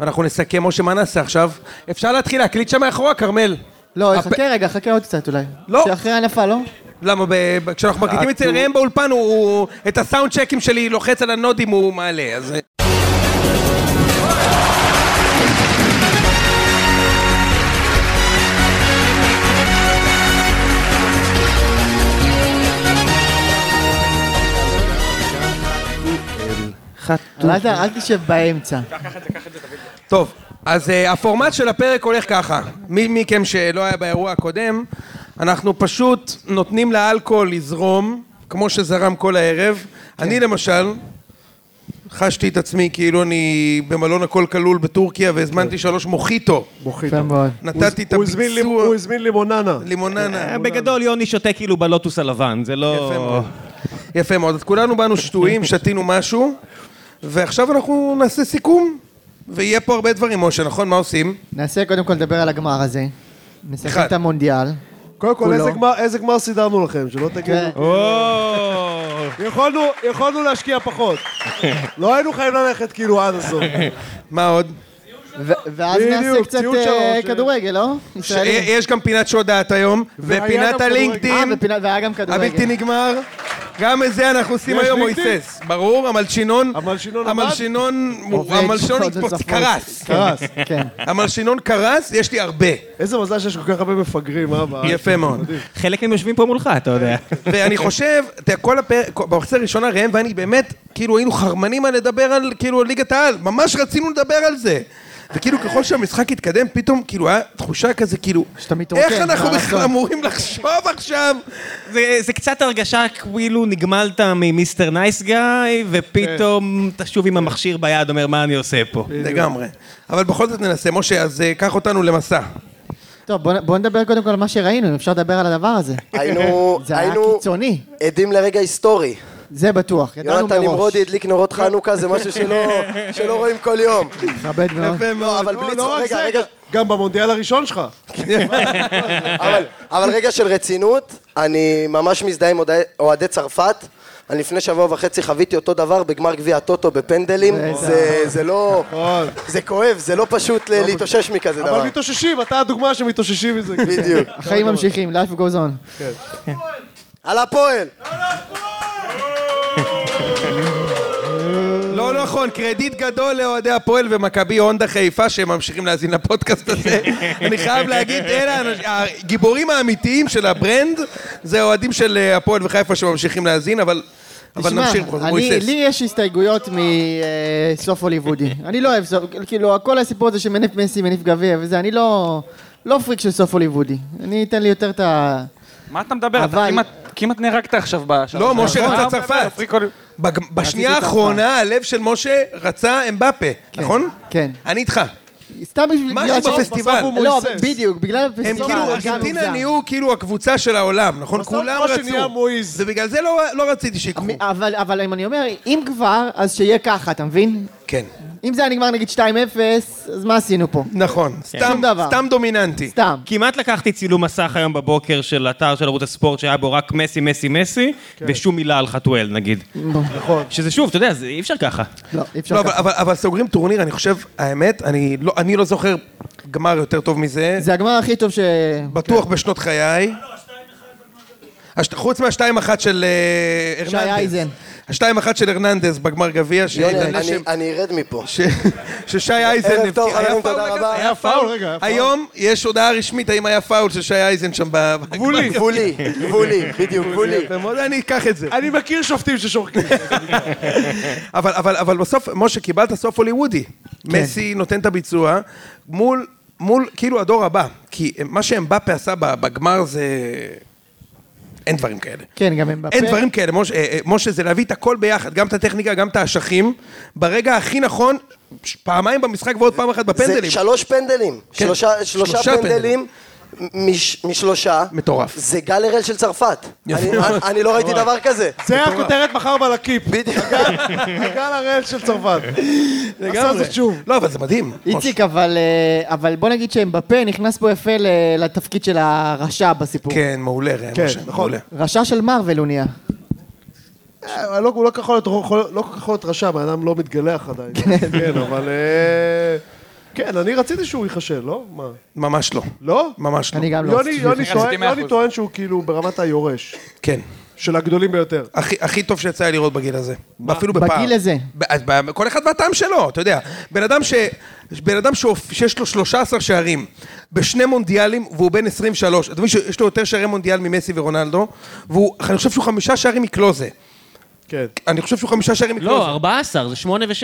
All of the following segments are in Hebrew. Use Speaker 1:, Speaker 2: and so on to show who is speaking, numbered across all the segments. Speaker 1: ואנחנו נסכם, משה, מה נעשה עכשיו? אפשר להתחיל להקליט שם מאחורה, כרמל?
Speaker 2: לא,
Speaker 1: הפ-
Speaker 2: חכה רגע, חכה עוד קצת אולי.
Speaker 1: לא.
Speaker 2: שאחרי הנפה, לא?
Speaker 1: למה, ב- ב- כשאנחנו מקליטים אצל ראם באולפן, הוא- הוא... את הסאונד צ'קים שלי לוחץ על הנודים, הוא מעלה, אז... אה,
Speaker 2: אבל אל ת- אל תשב באמצע.
Speaker 1: טוב, אז uh, הפורמט של הפרק הולך ככה. מי מכם שלא היה באירוע הקודם, אנחנו פשוט נותנים לאלכוהול לזרום, כמו שזרם כל הערב. כן. אני למשל, חשתי את עצמי כאילו אני במלון הכל כלול בטורקיה והזמנתי שלוש מוחיטו.
Speaker 2: יפה מאוד.
Speaker 1: נתתי את
Speaker 3: כן. הוא הזמין לי-
Speaker 1: הביצוע...
Speaker 3: הוא הזמין לימוננה.
Speaker 1: לימוננה.
Speaker 4: אה, בגדול יוני שותה כאילו בלוטוס הלבן, זה
Speaker 1: יפה
Speaker 4: לא...
Speaker 1: מאוד. יפה מאוד. אז כולנו באנו שטויים, שתינו משהו, ועכשיו אנחנו נעשה סיכום. ויהיה פה הרבה דברים, משה, נכון? מה עושים?
Speaker 2: נעשה קודם כל לדבר על הגמר הזה. נסכם
Speaker 1: אחד.
Speaker 2: את המונדיאל.
Speaker 3: קודם כל,
Speaker 2: כולו.
Speaker 3: איזה גמר- איזה גמר סידרנו לכם, שלא
Speaker 2: כן.
Speaker 3: תגידו. יכולנו- יכולנו להשקיע פחות. לא היינו חייבים ללכת כאילו עד הסוף.
Speaker 1: מה עוד?
Speaker 2: ו- ואז
Speaker 3: בדיוק,
Speaker 2: נעשה קצת
Speaker 3: ציון
Speaker 2: אה,
Speaker 3: שלוש, אה.
Speaker 2: כדורגל, לא?
Speaker 1: ש- אה,
Speaker 2: ישראלים.
Speaker 1: יש גם פינת שודעת היום,
Speaker 3: והיה גם
Speaker 1: ופינת
Speaker 3: כדורגל.
Speaker 2: אה,
Speaker 1: הלינקדאין,
Speaker 2: ופינה- והיה גם
Speaker 1: הבלתי
Speaker 2: כדורגל.
Speaker 1: נגמר. גם את זה אנחנו עושים
Speaker 3: יש
Speaker 1: היום,
Speaker 3: לינקדאין?
Speaker 1: מויסס. ברור, המלשינון...
Speaker 3: המלשינון עבד?
Speaker 1: המלשינון...
Speaker 2: עובד,
Speaker 1: המלשינון
Speaker 2: שעות
Speaker 1: התפוצ-
Speaker 2: נוספות.
Speaker 1: קרס.
Speaker 3: קרס.
Speaker 2: כן.
Speaker 1: המלשינון קרס, יש לי הרבה.
Speaker 3: איזה מזל שיש כל כך הרבה מפגרים, אה? בארץ.
Speaker 1: יפה מאוד.
Speaker 4: חלק מהם יושבים פה מולך, אתה יודע.
Speaker 1: ואני חושב, אתה יודע, כל הפרק, במחצית הראשונה ראם ואני באמת, כאילו היינו חרמנים על לדבר על, כאילו, על ליגת העל, ממש רצינו לדבר על זה. וכאילו ככל שהמשחק התקדם, פתאום כאילו היה תחושה כזה, כאילו,
Speaker 2: שאתה מתרוקן, אה,
Speaker 1: איך אנחנו
Speaker 2: מה
Speaker 1: בכלל
Speaker 2: לעשות?
Speaker 1: אמורים לחשוב עכשיו?
Speaker 4: זה, זה קצת הרגשה כאילו נגמלת ממיסטר נייס גאי,
Speaker 1: כן.
Speaker 4: ופתאום אתה שוב עם המכשיר ביד אומר מה אני עושה פה.
Speaker 1: לגמרי. אבל בכל זאת ננסה. משה, אז אה, קח אותנו למסע.
Speaker 2: טוב, בוא- בוא נדבר קודם כל על מה שראינו, אם אפשר לדבר על הדבר הזה.
Speaker 5: היינו,
Speaker 2: זה היה
Speaker 5: היינו
Speaker 2: קיצוני.
Speaker 5: עדים לרגע היסטורי.
Speaker 2: זה בטוח, ידענו מראש.
Speaker 5: יונתן נמרודי הדליק נרות חנוכה, זה משהו שלא, שלא רואים כל יום.
Speaker 2: מכבד מאוד.
Speaker 1: יפה מאוד.
Speaker 5: אבל
Speaker 3: לא,
Speaker 5: בלי
Speaker 3: לא
Speaker 5: צחוק,
Speaker 3: רק
Speaker 5: רגע,
Speaker 3: זה,
Speaker 5: רגע,
Speaker 3: גם במונדיאל הראשון שלך.
Speaker 5: אבל, אבל רגע של רצינות, אני ממש מזדהה עם אוהדי- אוהדי צרפת. אני לפני שבוע וחצי חוויתי אותו דבר בגמר גביע הטוטו בפנדלים. זה, זה לא... זה כואב, זה לא פשוט ל- להתאושש מכזה דבר.
Speaker 3: אבל מתאוששים, אתה הדוגמה שמתאוששים מזה.
Speaker 5: בדיוק.
Speaker 2: החיים ממשיכים, life goes on.
Speaker 5: על הפועל!
Speaker 1: לא נכון, קרדיט גדול לאוהדי הפועל ומכבי הונדה חיפה שהם ממשיכים להאזין לפודקאסט הזה. אני חייב להגיד, אלה האנש- הגיבורים האמיתיים של הברנד, זה האוהדים של אה, הפועל וחיפה שממשיכים להאזין, אבל... אבל
Speaker 2: תשמע,
Speaker 1: נמשיך,
Speaker 2: אני-
Speaker 1: מויסס.
Speaker 2: לי יש הסתייגויות מסוף הוליוודי. אני לא אוהב סוף, כאילו, כל הסיפור הזה שמניף מסי, מניף גביע וזה, אני לא... לא פריק של סוף הוליוודי. אני אתן לי יותר את ה...
Speaker 6: מה אתה מדבר? אתה
Speaker 2: אבל-
Speaker 6: כמעט- כמעט נהרגת עכשיו בשלוש.
Speaker 1: לא, משה
Speaker 6: נכון?
Speaker 1: רצה
Speaker 6: אתה מדבר,
Speaker 1: צרפת.
Speaker 6: אפריקו-
Speaker 1: בג- בשנייה
Speaker 2: רציתי
Speaker 1: האחרונה הלב של משה רצה אמבפה, נכון?
Speaker 2: כן.
Speaker 1: אני איתך.
Speaker 2: סתם בשביל...
Speaker 1: משהו
Speaker 2: בגלל ש-
Speaker 1: בפסטיבל.
Speaker 3: בסוף הוא
Speaker 2: לא,
Speaker 3: מויסס.
Speaker 2: בדיוק, בגלל
Speaker 1: הם
Speaker 2: הפסטיבל.
Speaker 1: כאילו,
Speaker 2: גם
Speaker 1: ארגנטינה
Speaker 2: מוגזם.
Speaker 1: נהיו כאילו הקבוצה של העולם, נכון?
Speaker 3: בסוף
Speaker 1: כולם
Speaker 3: משה נהיה
Speaker 1: רצו.
Speaker 3: מויז.
Speaker 1: ובגלל זה לא- לא רציתי שיקחו.
Speaker 2: אבל, אבל אם אני אומר, אם כבר, אז שיהיה ככה, אתה מבין?
Speaker 1: כן.
Speaker 2: אם זה היה נגמר נגיד 2-0, אז מה עשינו פה?
Speaker 1: נכון, סתם,
Speaker 2: כן. שום דבר.
Speaker 1: סתם דומיננטי.
Speaker 2: סתם.
Speaker 4: כמעט לקחתי צילום מסך היום בבוקר של אתר של ערוץ הספורט שהיה בו רק מסי, מסי, מסי,
Speaker 1: כן.
Speaker 4: ושום מילה על חתואל נגיד. נכון. שזה שוב, אתה יודע, זה אי אפשר ככה.
Speaker 2: לא, אי אפשר
Speaker 1: לא, אבל,
Speaker 2: ככה.
Speaker 1: אבל, אבל סוגרים טורניר, אני חושב, האמת, אני לא, אני לא זוכר גמר יותר טוב מזה,
Speaker 2: זה הגמר הכי טוב ש...
Speaker 1: בטוח
Speaker 5: כן.
Speaker 1: בשנות חיי. השת- חוץ מהשתיים אחת של אה, הרננדז.
Speaker 2: שי אייזן.
Speaker 1: השתיים אחת של הרננדז בגמר גביע,
Speaker 5: יוני,
Speaker 1: שאיתן
Speaker 5: לא, אני-
Speaker 1: לשם,
Speaker 5: אני ארד מפה.
Speaker 1: ש- ששי אייזן...
Speaker 5: ערב טוב,
Speaker 1: הבקיע- היה
Speaker 5: חברים,
Speaker 1: פאול
Speaker 5: תודה
Speaker 1: לקח?
Speaker 5: רבה.
Speaker 1: היה פאול, רגע. היום יש הודעה רשמית האם היה פאול של שי אייזן שם ב... גבולי.
Speaker 5: גבולי, גבולי, בדיוק, גבולי.
Speaker 1: אני אקח את זה.
Speaker 3: אני מכיר שופטים ששורקים.
Speaker 1: אבל, אבל, אבל בסוף, משה, קיבלת סוף הוליוודי. כן. מסי נותן את הביצוע מול, מול כאילו הדור הבא. כי מה שאמבפה עשה ב- בגמר זה... אין דברים כאלה.
Speaker 2: כן, גם הם בפה.
Speaker 1: אין דברים כאלה, משה, אה, אה, משה, זה להביא את הכל ביחד, גם את הטכניקה, גם את האשכים, ברגע הכי נכון, ש- פעמיים במשחק ועוד פעם אחת בפנדלים.
Speaker 5: זה שלוש פנדלים.
Speaker 1: כן.
Speaker 5: שלושה, שלושה,
Speaker 1: שלושה
Speaker 5: פנדלים. מש, משלושה.
Speaker 1: מטורף.
Speaker 5: זה גל הראל של צרפת.
Speaker 1: יפה
Speaker 5: אני,
Speaker 1: מאוד.
Speaker 5: אני לא ראיתי דבר כזה.
Speaker 3: זה הכותרת מחר בלקיפ.
Speaker 5: בדיוק.
Speaker 3: הגל הראל של צרפת. עשה זאת שוב.
Speaker 1: לא, אבל זה מדהים. משה.
Speaker 2: איציק, אבל, אה, אבל בוא נגיד שהם בפה, נכנס פה יפה ל- לתפקיד של הרשע בסיפור.
Speaker 1: כן, מעולה, ראם,
Speaker 3: כן,
Speaker 1: משה,
Speaker 3: נכון.
Speaker 1: מעולה.
Speaker 2: רשע של מארוול הוא נהיה.
Speaker 3: אה, לא- הוא לא כל כך יכול להיות- לא כל כך יכול להיות רשע, בן אדם לא מתגלח עדיין. כן, אבל... אה, כן, אני רציתי שהוא ייחשב, לא? מה?
Speaker 1: ממש לא.
Speaker 3: לא?
Speaker 1: ממש לא.
Speaker 2: אני גם לא
Speaker 3: יוני-
Speaker 2: רציתי
Speaker 3: יוני
Speaker 6: רציתי
Speaker 3: טוען-
Speaker 6: 100%.
Speaker 3: יוני טוען שהוא כאילו ברמת היורש,
Speaker 1: כן.
Speaker 3: של הגדולים ביותר.
Speaker 1: הכי, הכי טוב שיצא לי לראות בגיל הזה. אפילו בפער.
Speaker 2: בגיל הזה.
Speaker 1: ב- אז ב- כל אחד והטעם שלו, אתה יודע. בן אדם, ש, בן אדם שאופ- שיש לו 13 שערים בשני מונדיאלים והוא בן 23, אתה מבין שיש לו יותר שערי מונדיאל ממסי ורונלדו, ואני חושב שהוא חמישה שערים מקלוזה.
Speaker 3: כן.
Speaker 1: אני חושב שהוא חמישה שערים מקלוזה.
Speaker 7: לא, 14, זה 8 ו-6.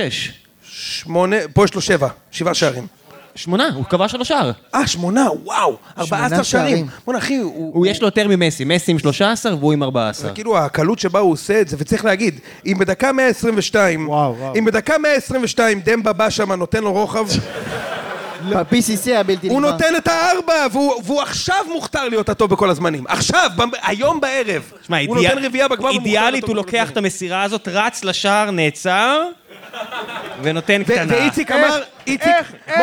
Speaker 1: שמונה, פה יש לו שבע, שבעה שערים.
Speaker 7: 8, הוא כבש על השער.
Speaker 1: אה, שמונה, וואו, 14 שערים.
Speaker 2: שערים.
Speaker 1: בוא'נה, אחי, הוא...
Speaker 7: הוא יש לו יותר ממסי, מסי עם 13 והוא עם 14.
Speaker 1: כאילו הקלות שבה הוא עושה את זה, וצריך להגיד, אם בדקה 122,
Speaker 3: וואו, וואו.
Speaker 1: אם בדקה 122 דמבה בא שם, נותן לו רוחב,
Speaker 2: ב-PCC הבלתי
Speaker 1: הוא
Speaker 2: נגמר.
Speaker 1: נותן את הארבע, והוא, והוא עכשיו מוכתר להיות הטוב בכל הזמנים. עכשיו, ב- היום בערב.
Speaker 4: שמע,
Speaker 1: הוא
Speaker 4: אידיאל-
Speaker 1: נותן רביעייה בגמר ומוכתר
Speaker 4: אידיאלית
Speaker 1: לטוב
Speaker 4: הוא
Speaker 1: בכל
Speaker 4: לוקח את
Speaker 1: הזמנים.
Speaker 4: המסירה הזאת, רץ לשער, נעצר, ונותן
Speaker 1: ו-
Speaker 4: קטנה.
Speaker 1: ואיציק אמר, איציק,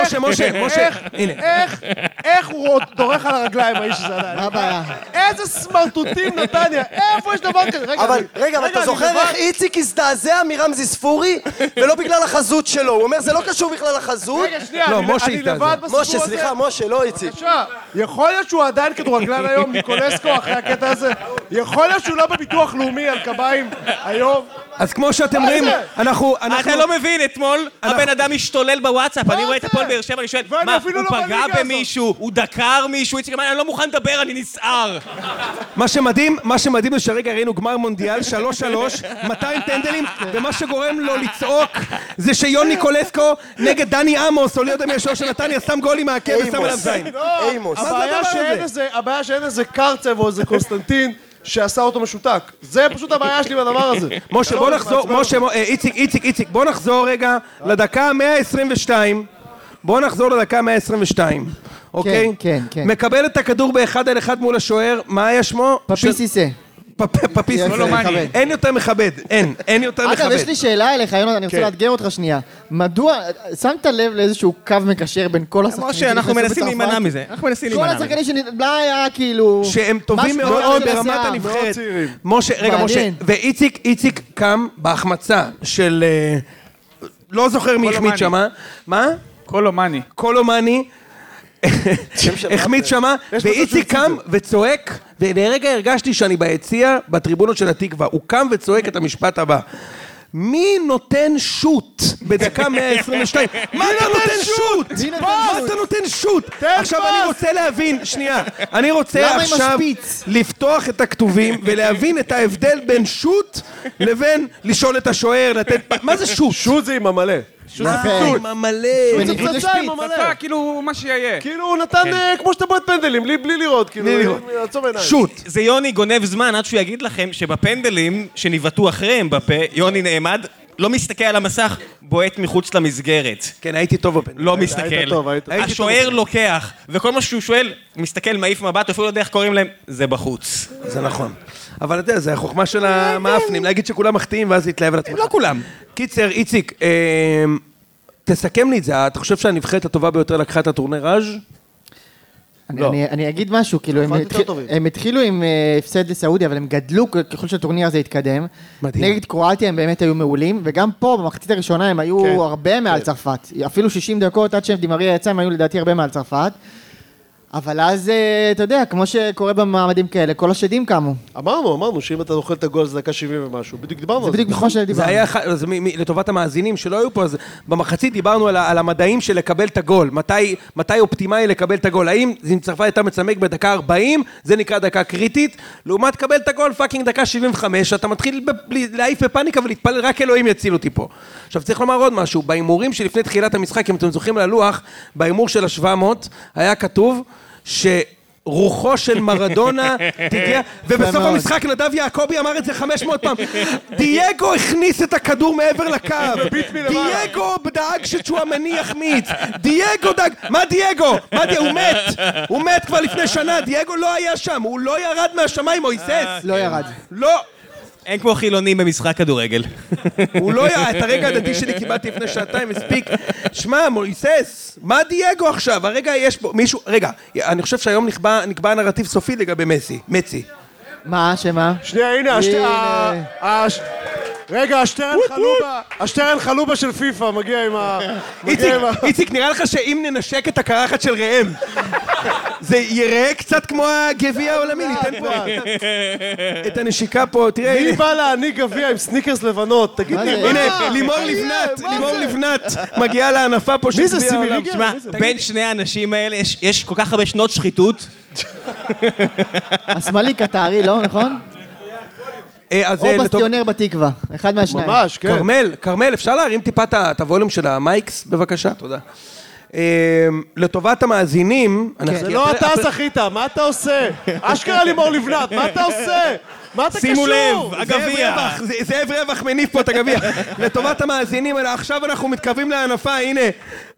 Speaker 1: משה, משה, משה, הנה.
Speaker 3: איך, איך הוא עוד דורך על הרגליים, האיש הזה עדיין?
Speaker 2: מה הבעיה?
Speaker 3: איזה סמרטוטים, נתניה, איפה יש דבר כזה? רגע,
Speaker 5: אבל
Speaker 3: אני-
Speaker 5: רגע, אבל אתה
Speaker 3: אני
Speaker 5: זוכר
Speaker 3: לבד.
Speaker 5: איך איציק הזדעזע מרמזי ספורי, ולא בגלל החזות שלו. הוא אומר, זה לא קשור בכלל לחזות.
Speaker 3: רגע, שנייה,
Speaker 1: לא,
Speaker 3: אני-
Speaker 1: משה
Speaker 3: אני
Speaker 1: הזדעזע.
Speaker 3: לבד בסיפור הזה.
Speaker 5: משה, סליחה, משה, לא איציק.
Speaker 3: בבקשה. יכול להיות שהוא עדיין כדורגלן היום, ניקולסקו, אחרי הקטע הזה. יכול להיות שהוא לא בביטוח לאומי על קביים היום.
Speaker 1: אז כמו שאתם רואים,
Speaker 3: זה?
Speaker 1: אנחנו...
Speaker 4: אתה
Speaker 1: אנחנו-
Speaker 4: לא מבין, אתמול הבן אדם השתולל בוואטסאפ, אני רואה את
Speaker 3: זה?
Speaker 4: הפועל
Speaker 1: אוקיי.
Speaker 4: באר שבע, אני שואל,
Speaker 3: ואני
Speaker 4: מה,
Speaker 3: אפילו
Speaker 4: הוא
Speaker 3: לא
Speaker 4: פגע
Speaker 3: בליגה הזאת."
Speaker 4: במישהו, הוא דקר מישהו, איציק אמר, אני לא מוכן לדבר, אני נסער.
Speaker 1: מה שמדהים, מה שמדהים זה שהרגע ראינו גמר מונדיאל, 3-3, 200 טנדלים, ומה שגורם לו לצעוק זה שיוני קולסקו נגד דני עמוס, או לא יודע מי השוער של נתניה, שם גול עם העקב ושם עליו
Speaker 5: אימוס.
Speaker 1: זין.
Speaker 5: אימוס.
Speaker 1: זה
Speaker 3: הבעיה
Speaker 1: הדבר
Speaker 3: שאין
Speaker 1: הזה?
Speaker 3: איזה, הבעיה שאין איזה קרצב או איזה קונסטנטין שעשה אותו משותק. זה פשוט הבעיה שלי בדבר הזה.
Speaker 1: משה,
Speaker 3: לא,
Speaker 1: בוא
Speaker 3: זה
Speaker 1: נחזור,
Speaker 3: מעצבן
Speaker 1: משה, אה, איציק, איציק, איציק, בוא נחזור רגע לדקה ה-122. בוא נחזור לדקה ה-122, אוקיי?
Speaker 2: כן, כן.
Speaker 1: מקבל את הכדור באחד על אחד מול השוער, מה היה שמו?
Speaker 2: ב-PCC.
Speaker 1: פפ- פפיסי.
Speaker 2: לא, לא, מה אני?
Speaker 1: אין יותר מכבד, אין, אין יותר מכבד.
Speaker 2: אגב, יש לי שאלה אליך, יונתן, אני רוצה
Speaker 1: כן.
Speaker 2: לאתגר אותך שנייה. מדוע, שמת לב לאיזשהו קו מקשר בין כל השחקנים
Speaker 4: משה, אנחנו
Speaker 2: שנכנסו
Speaker 4: מנסים
Speaker 2: בצרפת?
Speaker 4: להימנע מזה, אנחנו מנסים
Speaker 2: כל
Speaker 4: להימנע מזה.
Speaker 2: השחקנים שנתבלה היה כאילו...
Speaker 1: שהם טובים
Speaker 2: משהו
Speaker 1: מאוד
Speaker 2: בגודל
Speaker 1: ברמת
Speaker 2: השיער.
Speaker 1: הנבחרת.
Speaker 3: צעירים.
Speaker 1: משה, רגע, משה,
Speaker 2: מעניין.
Speaker 1: ואיציק, איציק קם בהחמצה של... אה, לא זוכר מי החמיץ
Speaker 6: קולומני.
Speaker 1: שמה. מה?
Speaker 6: קולומני.
Speaker 1: קולומני. החמיץ שמה,
Speaker 3: מצב שהוא
Speaker 1: ואיציק
Speaker 3: הפסיד
Speaker 1: קם וצועק, ולרגע הרגשתי שאני ביציע, בטריבונות של התקווה. הוא קם וצועק את המשפט הבא. מי נותן שוט בדקה 122? מה אתה נותן
Speaker 2: מי
Speaker 1: שוט?
Speaker 2: נתן
Speaker 1: מה
Speaker 2: שוט?
Speaker 1: אתה נותן שוט?
Speaker 3: תן
Speaker 1: עכשיו
Speaker 3: פס!
Speaker 1: אני רוצה להבין, שנייה, אני רוצה
Speaker 2: למה עם
Speaker 1: עכשיו
Speaker 2: השפיץ?
Speaker 1: לפתוח את הכתובים ולהבין את ההבדל בין שוט לבין לשאול את השוער, לתת... פ- מה זה שוט?
Speaker 3: שוט זה עם המלא.
Speaker 2: יפה.
Speaker 1: עם המלא.
Speaker 2: בניגוד
Speaker 3: פצצה
Speaker 2: לשפיץ.
Speaker 3: עם המלא.
Speaker 6: אתה כאילו מה שיהיה.
Speaker 3: כאילו הוא נתן אה, כמו שאתה בועט פנדלים, בלי בלי לראות, כאילו,
Speaker 1: כן. בלי לראות.
Speaker 3: לעצום עיניים.
Speaker 1: שוט.
Speaker 4: זה יוני גונב זמן עד שהוא יגיד לכם שבפנדלים שניבטו אחרי אמבפה, יוני נעמד, לא מסתכל על המסך, בועט מחוץ למסגרת.
Speaker 1: כן, הייתי טוב בפנדל.
Speaker 4: לא מסתכל.
Speaker 3: היית טוב, היית טוב.
Speaker 4: השוער לוקח, וכל מה שהוא שואל, מסתכל, מעיף מבט, אפילו לא יודע איך קוראים להם, זה בחוץ.
Speaker 1: זה נכון. אבל אתה יודע, זה החוכמה של המאפנים, להגיד שכולם מחטיאים ואז להתלהב על עצמך. אה, לא כולם. קיצר, איציק, אה, תסכם לי את זה, אתה חושב שהנבחרת הטובה ביותר לקחה את הטורניר ראז'?
Speaker 2: אני-
Speaker 1: לא.
Speaker 2: אני אני אגיד משהו, כאילו, הם
Speaker 3: אחד יותר
Speaker 2: התחיל-
Speaker 3: טובים.
Speaker 2: הם התחילו עם אה, הפסד לסעודיה, אבל הם גדלו כ- ככל שהטורניר הזה התקדם.
Speaker 1: מדהים.
Speaker 2: נגד קרואטיה הם באמת היו מעולים, וגם פה, במחצית הראשונה, הם
Speaker 3: כן,
Speaker 2: היו הרבה מעל צרפת. אפילו 60 דקות, עד שדימריה יצא, הם היו לדעתי הרבה מעל צרפת. אבל אז, אה, אתה יודע, כמו שקורה במעמדים כאלה, כל השדים קמו.
Speaker 3: אמרנו, אמרנו שאם אתה אוכל את הגול זה דקה 70 ומשהו, בדיוק דיברנו
Speaker 2: זה
Speaker 3: על זה.
Speaker 2: בדיוק כמו
Speaker 1: זה נכון.
Speaker 2: שדיברנו.
Speaker 1: היה, אחד- אז מ- מ- לטובת המאזינים שלא היו פה, אז במחצית דיברנו על ה- על המדעים של לקבל את הגול. מתי- מתי אופטימלי לקבל את הגול? האם אם צרפת הייתה מצמק בדקה 40, זה נקרא דקה קריטית, לעומת קבל את הגול פאקינג דקה 75, אתה מתחיל ב- ל- להעיף בפאניקה ולהתפלל, רק אלוהים יציל אותי פה. עכשיו צריך לומר עוד משהו, בהימורים שלפני תחילת המשחק, אם אתם זוכרים ללוח, בהימור של ה-700 היה כתוב ש... רוחו של מרדונה תגיע, ובסוף
Speaker 2: מאוד.
Speaker 1: המשחק נדב יעקבי אמר את זה 500 פעם. דייגו הכניס את הכדור מעבר לקו. דייגו דאג שצ'ואמני יחמיץ. דייגו דאג... מה דייגו? מה דייגו? הוא מת. הוא מת כבר לפני שנה. דייגו לא היה שם. הוא לא ירד מהשמיים, מויסס.
Speaker 2: לא ירד.
Speaker 1: לא.
Speaker 4: אין כמו חילונים במשחק כדורגל.
Speaker 1: הוא לא היה... את הרגע הדתי שלי קיבלתי לפני שעתיים, הספיק. שמע, מויסס, מה דייגו עכשיו? הרגע יש פה מישהו... רגע, אני חושב שהיום נקבע, נקבע נרטיב סופי לגבי מסי. מצי.
Speaker 2: מה, שמה?
Speaker 3: שנייה, הנה, השתי...
Speaker 2: הנה.
Speaker 3: ה- ה- הש- רגע, השטרן חלובה, השטרן חלובה של פיפא מגיע עם ה... מגיע עם ה-
Speaker 1: איציק, איציק, נראה לך שאם ננשק את הקרחת של ראם, זה ייראה קצת כמו הגביע העולמי, ניתן פה את הנשיקה פה, תראה,
Speaker 3: מי
Speaker 1: הנה,
Speaker 3: בא להעניק גביע עם סניקרס לבנות? תגיד
Speaker 2: מה
Speaker 3: לי,
Speaker 2: זה?
Speaker 1: הנה, לימור לבנת, לימור לבנת מגיעה להנפה פה של
Speaker 3: מי זה,
Speaker 1: גביע
Speaker 3: סימי
Speaker 1: העולם.
Speaker 3: ריגר?
Speaker 1: שמע,
Speaker 7: תשמע, בין שני האנשים האלה יש- יש כל כך הרבה שנות שחיתות.
Speaker 2: השמאלי קטרי, לא, נכון?
Speaker 1: אה, אז
Speaker 2: או
Speaker 1: אה, לטוב-
Speaker 2: בסטיונר בתקווה, אחד מהשניים.
Speaker 3: ממש, כן.
Speaker 1: כרמל, כרמל, אפשר להרים טיפה את ה- את הווליום של המייקס, בבקשה? תודה. אה, לטובת המאזינים, אנחנו-
Speaker 3: זה לא אתה זכית, מה אתה עושה? אשכרה לימור לבנת, מה אתה עושה? מה אתה קשור?
Speaker 4: שימו לב,
Speaker 1: זאב
Speaker 4: הגביע.
Speaker 1: רווח, ז- זאב רווח מניף פה את הגביע. לטובת המאזינים, אלא עכשיו אנחנו מתקרבים להנפה, הנה,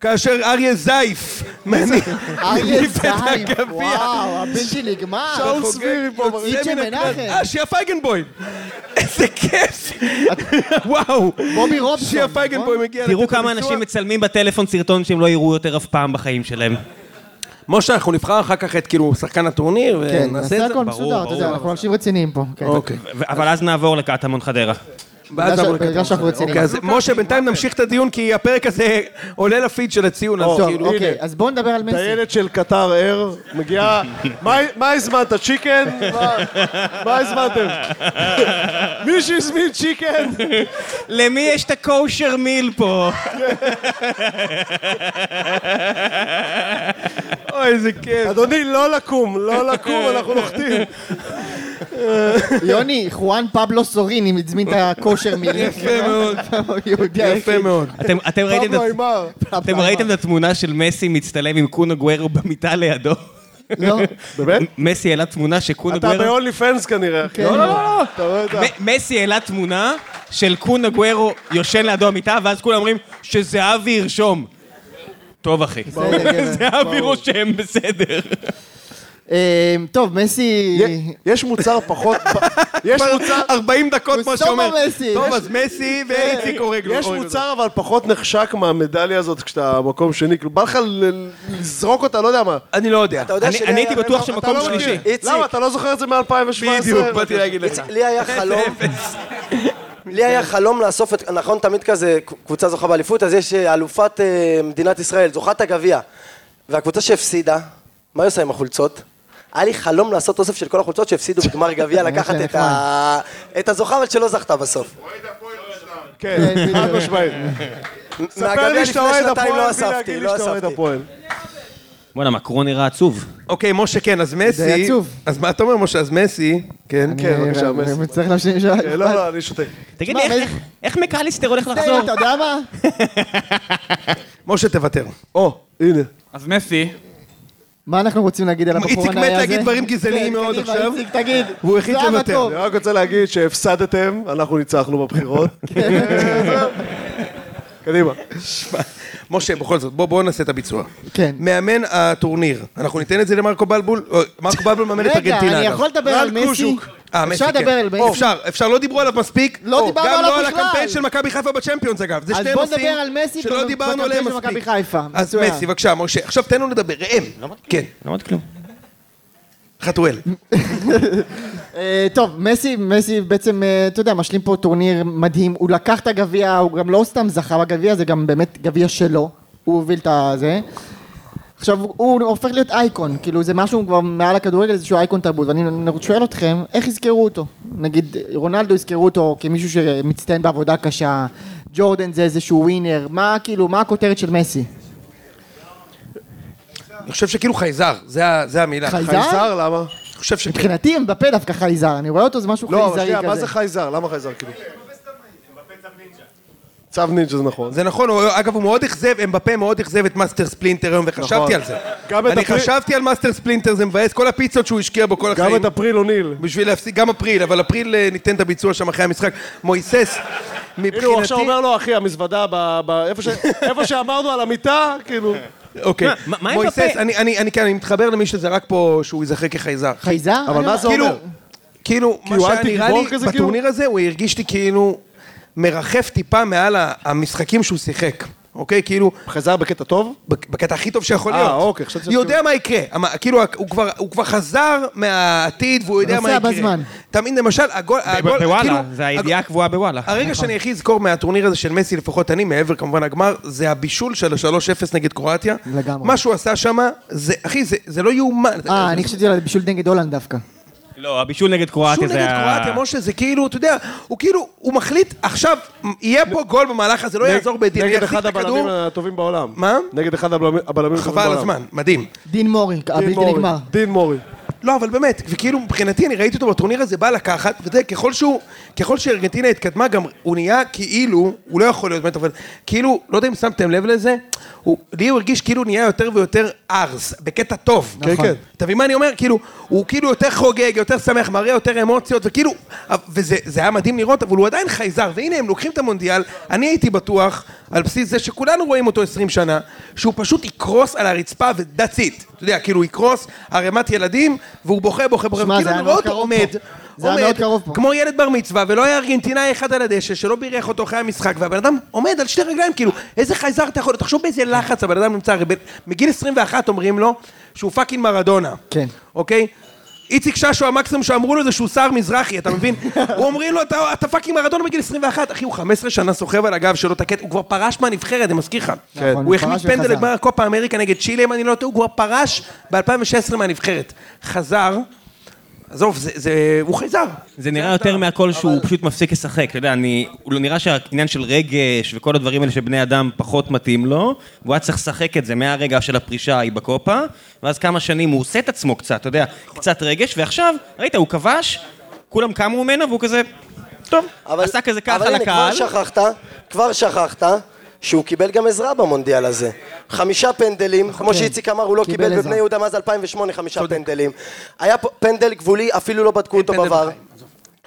Speaker 1: כאשר אריה זייף מניף
Speaker 2: אריה
Speaker 1: מניף את
Speaker 2: זיים,
Speaker 1: הגביע.
Speaker 2: וואו, הבלתי נגמר.
Speaker 3: שאול סבירי פה
Speaker 1: יוצא
Speaker 2: איצ'ה
Speaker 1: מן הכלל.
Speaker 2: מנחם.
Speaker 1: אה, שיה פייגנבוים. איזה כיף. וואו.
Speaker 2: בובי רובסון,
Speaker 1: שיה
Speaker 2: נכון?
Speaker 1: פייגנבוים הגיע
Speaker 7: תראו
Speaker 1: לתת
Speaker 7: כמה
Speaker 1: הביצוע.
Speaker 7: אנשים מצלמים בטלפון סרטון שהם לא יראו יותר אף פעם בחיים שלהם.
Speaker 1: משה, אנחנו נבחר אחר כך את כאילו שחקן הטורניר,
Speaker 2: כן,
Speaker 1: ונעשה
Speaker 2: נעשה
Speaker 1: את זה.
Speaker 2: הכל מסודר, אתה יודע, אנחנו לא אנשים רציניים פה. כן.
Speaker 1: אוקיי.
Speaker 7: ו- אבל אז נעבור לקטמון חדרה.
Speaker 1: ואז נעבור
Speaker 2: בגלל
Speaker 1: לקטע.
Speaker 2: שאנחנו רציניים.
Speaker 1: אוקיי, אז משה, בינתיים נמשיך את הדיון, כי הפרק הזה עולה לפיד של הציון, אז
Speaker 2: טוב,
Speaker 1: כאילו...
Speaker 2: אוקיי, אז בואו נדבר על מסי.
Speaker 3: טיילת של קטר אר, מגיעה, מה- מה הזמנת, צ'יקן? מה- מה הזמנתם? מישהו הזמין צ'יקן?
Speaker 7: למי יש את הקושר מיל פה?
Speaker 1: אוי, איזה כיף.
Speaker 3: אדוני, לא לקום, לא לקום, אנחנו נוחתים.
Speaker 2: יוני, חואן פבלו סורין הזמין את הכושר מילים.
Speaker 1: יפה מאוד, יפה
Speaker 2: יהודי היחיד.
Speaker 1: מאוד.
Speaker 7: אתם- אתם ראיתם את
Speaker 3: פבלו
Speaker 7: ה-
Speaker 3: אימר.
Speaker 7: אתם ראיתם את התמונה של מסי מצטלם עם קונו גוורו במיטה לידו?
Speaker 2: לא,
Speaker 3: באמת?
Speaker 7: מסי העלה תמונה שקונו
Speaker 3: אתה
Speaker 7: גוורו...
Speaker 3: ב-only fans כנראה, אחי.
Speaker 2: כן. לא, לא, לא,
Speaker 3: אתה רואה את ה...
Speaker 7: מ- מסי העלה תמונה של קונו גוורו יושן לידו המיטה, ואז כולם אומרים שזהבי ירשום. טוב, אחי.
Speaker 2: בסדר, גבר.
Speaker 7: זהבי רושם, בסדר.
Speaker 2: אה, טוב, מסי...
Speaker 3: יש מוצר פחות... יש מוצר...
Speaker 1: 40 דקות,
Speaker 2: הוא
Speaker 1: כמו
Speaker 2: סתם
Speaker 1: שאומר.
Speaker 2: מסי. אה,
Speaker 1: טוב,
Speaker 2: יש-
Speaker 1: אז מסי ואיציק הורג לו.
Speaker 3: יש
Speaker 1: הורג לו.
Speaker 3: מוצר אבל פחות נחשק מהמדליה הזאת כשאתה מקום שני, כאילו בא לך ל- לזרוק אותה, לא יודע מה.
Speaker 1: אני לא יודע.
Speaker 5: אתה יודע
Speaker 7: אני-
Speaker 5: שלי
Speaker 7: אני
Speaker 5: היה
Speaker 7: הייתי בטוח
Speaker 5: רעיון-
Speaker 7: שמקום
Speaker 5: אתה לא מכיר.
Speaker 7: שלישי.
Speaker 5: איציק,
Speaker 3: למה, אתה לא זוכר את זה מ-2017?
Speaker 1: בדיוק, באתי להגיד לך.
Speaker 5: לי היה חלום, לי היה חלום לאסוף את, נכון תמיד כזה, קבוצה זוכה באליפות, אז יש אה, אלופת אה, מדינת ישראל, זוכת הגביע. והקבוצה שהפסידה, מה היא עושה עם החולצות? היה לי חלום לעשות אוסף של כל החולצות שהפסידו בגמר גביע, לקחת
Speaker 2: זה
Speaker 5: את ה- את הזוכה, אבל שלא זכתה בסוף.
Speaker 3: כן, חד משמעית. ספר
Speaker 5: מהגביע
Speaker 3: לי שאתה
Speaker 5: לפני
Speaker 3: אוהד
Speaker 5: שנתיים
Speaker 3: הפועל,
Speaker 5: לא
Speaker 3: בלי
Speaker 5: אספתי,
Speaker 3: להגיד לי
Speaker 5: לא
Speaker 3: שאתה אוהד
Speaker 5: אספתי.
Speaker 3: הפועל.
Speaker 7: בואנה, מקרון נראה עצוב.
Speaker 1: אוקיי, משה, כן, אז מסי...
Speaker 2: זה עצוב.
Speaker 1: אז מה אתה אומר, משה? אז מסי... כן.
Speaker 3: כן, בבקשה,
Speaker 2: אני-
Speaker 3: מסי.
Speaker 2: אה, צריך להשלים שם.
Speaker 3: אה, לא, לא, אני שותק.
Speaker 7: תגיד
Speaker 2: שמע,
Speaker 7: לי, איך-
Speaker 2: מי-
Speaker 7: איך- איך מקליסטר הולך לחזור?
Speaker 2: תן, אתה יודע מה?
Speaker 1: משה, תוותר.
Speaker 3: או, הנה.
Speaker 6: אז מסי,
Speaker 2: מה אנחנו רוצים להגיד על הבחור
Speaker 1: איציק
Speaker 2: הנאה הזה?
Speaker 1: מת להגיד דברים גזעניים
Speaker 2: כן,
Speaker 1: מאוד
Speaker 2: קדימה,
Speaker 1: עכשיו.
Speaker 2: איציק, תגיד.
Speaker 1: והוא החליט
Speaker 2: זה
Speaker 1: לוותר.
Speaker 2: המקום.
Speaker 3: אני רק רוצה להגיד שהפסדתם, אנחנו ניצחנו בבחירות. קדימה.
Speaker 1: משה, בכל זאת, בוא בוא נעשה את הביצוע.
Speaker 2: כן.
Speaker 1: מאמן הטורניר, אנחנו ניתן את זה למרקו בלבול? או, מרקו בלבול מאמן את
Speaker 2: רגע,
Speaker 1: ארגנטינה.
Speaker 2: אני
Speaker 1: אגב.
Speaker 2: יכול לדבר על
Speaker 1: רן
Speaker 2: מסי?
Speaker 1: קוז'וק. אה, מסי,
Speaker 2: אפשר
Speaker 1: כן.
Speaker 2: לדבר על מסי?
Speaker 1: או, אפשר, אפשר, לא דיברו עליו מספיק.
Speaker 2: לא
Speaker 1: או,
Speaker 2: דיברנו
Speaker 1: גם
Speaker 2: עליו
Speaker 1: לא על
Speaker 2: בכלל.
Speaker 1: הקמפיין של מכבי חיפה בצ'מפיונס, אגב. זה
Speaker 2: אז
Speaker 1: שני
Speaker 2: בוא
Speaker 1: נושאים
Speaker 2: נדבר על מסי
Speaker 1: שלא
Speaker 2: ב-
Speaker 1: דיברנו
Speaker 2: בקמפיין
Speaker 1: עליהם
Speaker 2: של מכבי
Speaker 1: מספיק.
Speaker 2: חיפה,
Speaker 1: אז
Speaker 2: מצוין.
Speaker 1: מסי, בבקשה, משה. עכשיו תן לנו לדבר, ראם. כן,
Speaker 7: לא אמרתי כלום.
Speaker 1: חתואל.
Speaker 2: אה, טוב, מסי, מסי בעצם, אה, אתה יודע, משלים פה טורניר מדהים. הוא לקח את הגביע, הוא גם לא סתם זכה בגביע, זה גם באמת גביע שלו. הוא הוביל את הזה. עכשיו, הוא הופך להיות אייקון, כאילו זה משהו כבר מעל הכדורגל, איזשהו אייקון תרבות. ואני אני שואל אתכם, איך יזכרו אותו? נגיד, רונלדו יזכרו אותו כמישהו שמצטיין בעבודה קשה, ג'ורדן זה איזשהו ווינר, מה כאילו, מה הכותרת של מסי?
Speaker 1: אני חושב שכאילו חייזר, זה ה- זה המילה.
Speaker 2: חייזר?
Speaker 3: חייזר, למה?
Speaker 1: אני חושב שכן.
Speaker 2: מבחינתי הם בפה דווקא חייזר, אני רואה אותו זה משהו
Speaker 3: לא, אבל
Speaker 2: חייזרי
Speaker 3: שנייה,
Speaker 2: כזה.
Speaker 3: מה זה חייזר? למה חייזר? כאילו? צו נינג'ה זה נכון.
Speaker 1: זה נכון, הוא, אגב הוא מאוד אכזב, אמבפה מאוד אכזב את מאסטר ספלינטר היום, וחשבתי
Speaker 3: נכון.
Speaker 1: על זה.
Speaker 3: גם את
Speaker 1: אני
Speaker 3: הפרי-
Speaker 1: חשבתי על מאסטר ספלינטר, זה מבאס, כל הפיצות שהוא השקיע בו כל
Speaker 3: גם
Speaker 1: החיים.
Speaker 3: את אפריל אוניל.
Speaker 1: בשביל להפסיק, גם אפריל, אבל אפריל אה, ניתן את הביצוע שם אחרי המשחק. מויסס,
Speaker 3: כאילו, הוא עכשיו
Speaker 1: מבחינתי...
Speaker 3: אומר לו, אחי, המזוודה, ב- ב- איפה ש- איפה שאמרנו על המיטה, כאילו...
Speaker 1: אוקיי.
Speaker 7: מה- מה עם
Speaker 1: מויסס,
Speaker 7: אמבפה?
Speaker 1: אני, אני, אני, כן, אני מתחבר למי שזרק פה שהוא ייזכר כחייזר.
Speaker 2: חייזר? לא-
Speaker 3: אבל מה זה
Speaker 1: כאילו,
Speaker 3: אומר?
Speaker 1: כאילו, מה
Speaker 3: הוא
Speaker 1: שהיה
Speaker 3: אנטי
Speaker 1: נראה
Speaker 3: גיבור
Speaker 1: לי
Speaker 3: כזה, כאילו?
Speaker 1: בטורניר הזה, הוא הרגיש לי כאילו מרחף טיפה מעל ה- המשחקים שהוא שיחק. אוקיי? כאילו,
Speaker 3: חזר בקטע טוב?
Speaker 1: בק- בקטע הכי טוב שיכול
Speaker 3: אה,
Speaker 1: להיות.
Speaker 3: אוקיי, חשבתי
Speaker 1: הוא יודע מה יקרה. המ- כאילו, הוא כבר, הוא כבר חזר מהעתיד והוא יודע מה
Speaker 2: נוסע
Speaker 1: יקרה.
Speaker 2: בזמן.
Speaker 1: תמיד, למשל, הגול... הגול- כאילו,
Speaker 4: בוואלה, זה הידיעה
Speaker 1: הג-
Speaker 4: הקבועה בוואלה.
Speaker 1: הרגע שאני הכי אזכור מהטורניר הזה של מסי, לפחות אני, מעבר כמובן הגמר, זה הבישול של ה-3-0 נגד קרואטיה.
Speaker 2: לגמרי.
Speaker 1: מה שהוא עשה שם, זה, אחי, זה, זה לא יאומן.
Speaker 2: אה, אני חשבתי על בשביל נגד הולנד דווקא.
Speaker 4: לא, הבישול נגד
Speaker 1: שהוא
Speaker 4: קרואטיה זה
Speaker 1: נגד קרואטיה,
Speaker 4: ה...
Speaker 1: משה, זה כאילו, אתה יודע, הוא כאילו, הוא מחליט, עכשיו, יהיה פה גול במהלך הזה, לא יעזור בדין, הוא
Speaker 3: נגד
Speaker 1: יחזיק
Speaker 3: אחד
Speaker 1: את הכדור.
Speaker 3: הבלמים הטובים בעולם.
Speaker 1: מה?
Speaker 3: נגד אחד הבלמים הבלמים הטובים
Speaker 1: חבל
Speaker 3: בעולם.
Speaker 1: על הזמן, מדהים.
Speaker 2: דין מורי,
Speaker 3: דין
Speaker 2: הבלתי
Speaker 3: מורי,
Speaker 2: נגמר.
Speaker 3: דין מורי.
Speaker 1: לא, אבל באמת, וכאילו מבחינתי, אני ראיתי אותו בטורניר הזה, בא לקחת, ואתה יודע, ככל שהוא, ככל שארגנטינה התקדמה, גם הוא נהיה כאילו, הוא לא יכול להיות באמת, אבל כאילו, לא יודע אם שמתם לב לזה, הוא, לי הוא הרגיש כאילו הוא נהיה יותר ויותר ארס, בקטע טוב.
Speaker 3: כן, נכון. כן.
Speaker 1: אתה מבין מה אני אומר? כאילו, הוא כאילו יותר חוגג, יותר שמח, מראה יותר אמוציות, וכאילו, וזה זה היה מדהים לראות, אבל הוא עדיין חייזר, והנה הם לוקחים את המונדיאל, אני הייתי בטוח, על בסיס זה שכולנו רואים אותו 20 שנה, שהוא פשוט יקרוס על הרצפה ו-that's it. אתה יודע, כאילו, הוא יקרוס ערימת ילדים, והוא בוכה, בוכה, בוכה,
Speaker 2: שמע, זה
Speaker 1: כאילו,
Speaker 2: היה
Speaker 1: אני רואה
Speaker 2: מאוד
Speaker 1: אותו
Speaker 2: קרוב
Speaker 1: עומד,
Speaker 2: פה. זה היה
Speaker 1: עומד,
Speaker 2: מאוד קרוב פה.
Speaker 1: כמו ילד בר מצווה, ולא היה ארגנטינאי אחד על הדשא, שלא בירך אותו אחרי המשחק, והבן אדם עומד על שתי רגליים, כאילו, איזה חייזר אתה יכול להיות? תחשוב באיזה לחץ הבן אדם נמצא, הרי בין- מגיל 21 אומרים לו שהוא פאקינג מרדונה.
Speaker 2: כן.
Speaker 1: אוקיי? איציק ששו, המקסימום שאמרו לו זה שהוא סער מזרחי, אתה מבין? הוא אומרים לו, אתה, אתה פאקינג מרדונה בגיל 21. אחי, הוא 15 שנה סוחב על הגב שלו את הקטע, הוא כבר פרש מהנבחרת, אני מזכיר לך.
Speaker 2: כן. נכון,
Speaker 1: הוא
Speaker 2: הוא
Speaker 1: החמיץ
Speaker 2: פרש
Speaker 1: פנדל
Speaker 2: וחזר.
Speaker 1: לגמר הקופה אמריקה נגד צ'ילה, אם אני לא טועה, הוא כבר פרש ב-2016 מהנבחרת. חזר, עזוב, זה, זה, הוא חייזר.
Speaker 4: זה נראה יותר מהכל שהוא פשוט מפסיק לשחק, אתה יודע, אני... הוא לא- נראה שהעניין של רגש וכל הדברים האלה שבני אדם פחות מתאים לו, והוא היה צריך לשחק את זה מהרגע של הפרישה ההיא בקופה, ואז כמה שנים הוא עושה את עצמו קצת, אתה יודע, קצת רגש, ועכשיו, ראית, הוא כבש, כולם קמו ממנו והוא כזה... טוב,
Speaker 5: אבל-
Speaker 4: עשה כזה ככה
Speaker 5: אבל הנה, כבר
Speaker 4: לקהל.
Speaker 5: שכחת, כבר שכחת שהוא קיבל גם עזרה במונדיאל הזה. חמישה פנדלים,
Speaker 1: נכון,
Speaker 5: כמו
Speaker 1: כן.
Speaker 5: שאיציק אמר, הוא לא
Speaker 2: קיבל
Speaker 5: קיבל
Speaker 2: עזרה.
Speaker 5: בבני יהודה מאז 2008 חמישה פנדלים. היה פה פנדל גבולי, אפילו לא בדקו אותו
Speaker 1: פנדל
Speaker 5: בVAR.
Speaker 1: בחיים,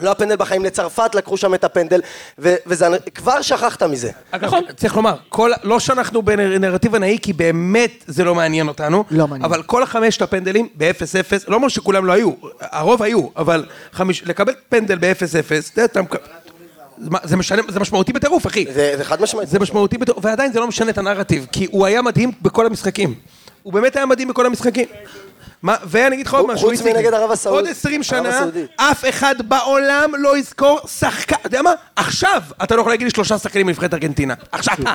Speaker 5: לא הפנדל בחיים, לצרפת לקחו שם את הפנדל, ו- וזה, כבר שכחת מזה.
Speaker 1: אגב,
Speaker 6: נכון.
Speaker 2: נכון.
Speaker 1: צריך לומר, כל, לא שאנחנו בנרטיב הנאי, כי באמת זה לא מעניין אותנו,
Speaker 2: לא מעניין.
Speaker 1: אבל כל החמשת הפנדלים ב-0-0, לא אומר שכולם לא היו, הרוב היו, אבל חמיש, לקבל פנדל ב-0-0, אתה יודע, אתה מקבל... זה, משנה, זה משמעותי בטירוף, אחי.
Speaker 5: זה, זה חד משמעית.
Speaker 1: זה משמעותי, בתור- ועדיין זה לא משנה את הנרטיב, כי הוא היה מדהים בכל המשחקים. הוא באמת היה מדהים בכל המשחקים. מה, ואני אגיד לך עוד
Speaker 5: חוץ
Speaker 1: משהו, איציק.
Speaker 5: מנגד ערב הסעוד-
Speaker 1: עוד 20
Speaker 5: ערב
Speaker 1: שנה,
Speaker 5: הסעודית.
Speaker 1: אף אחד בעולם לא יזכור שחקן, אתה יודע מה? עכשיו אתה לא יכול להגיד לי שלושה שחקנים מנבחרת ארגנטינה. עכשיו אתה,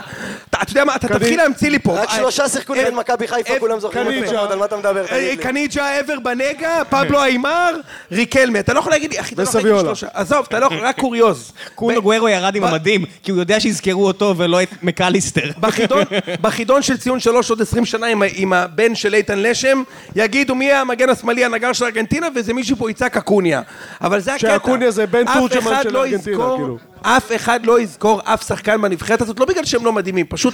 Speaker 1: אתה אתה יודע מה? אתה תתחיל להמציא לי פה.
Speaker 5: רק
Speaker 1: אה,
Speaker 5: שלושה שיחקו
Speaker 1: אה,
Speaker 5: נגד מכבי
Speaker 1: אה,
Speaker 5: חיפה, כולם זוכרים
Speaker 1: קניג'ה.
Speaker 5: את זה, על מה אתה מדבר,
Speaker 1: אה,
Speaker 5: תגיד לי.
Speaker 1: קניג'ה, עבר בנגע, פבלו איימר, ריקלמה. אתה לא יכול להגיד לי, אחי, אתה לא יכול להגיד לי
Speaker 3: וסביולה.
Speaker 1: שלושה. עזוב, אתה לא יכול, רק קוריוז.
Speaker 4: קונו גוורו ירד עם
Speaker 1: ב-
Speaker 4: המדים, כי הוא יודע שיזכרו אותו ולא את מקליסטר.
Speaker 1: בחידון, בחידון של ציון שלוש עוד עשרים שנה עם, ה- עם הבן של איתן לשם, יגידו מי המגן השמאלי הנגר של ארגנטינה, ואיזה מישהו פה יצעק אקוניה. אבל זה הקטע.
Speaker 3: שהאקוניה זה בן
Speaker 1: אף
Speaker 3: תורג'מן
Speaker 1: אחד
Speaker 3: של
Speaker 1: לא
Speaker 3: ארגנטינה,
Speaker 1: יזכור-
Speaker 3: כאילו.
Speaker 1: אף אחד לא יזכור אף שחקן בנבחרת הזאת, לא בגלל שהם לא מדהימים, פשוט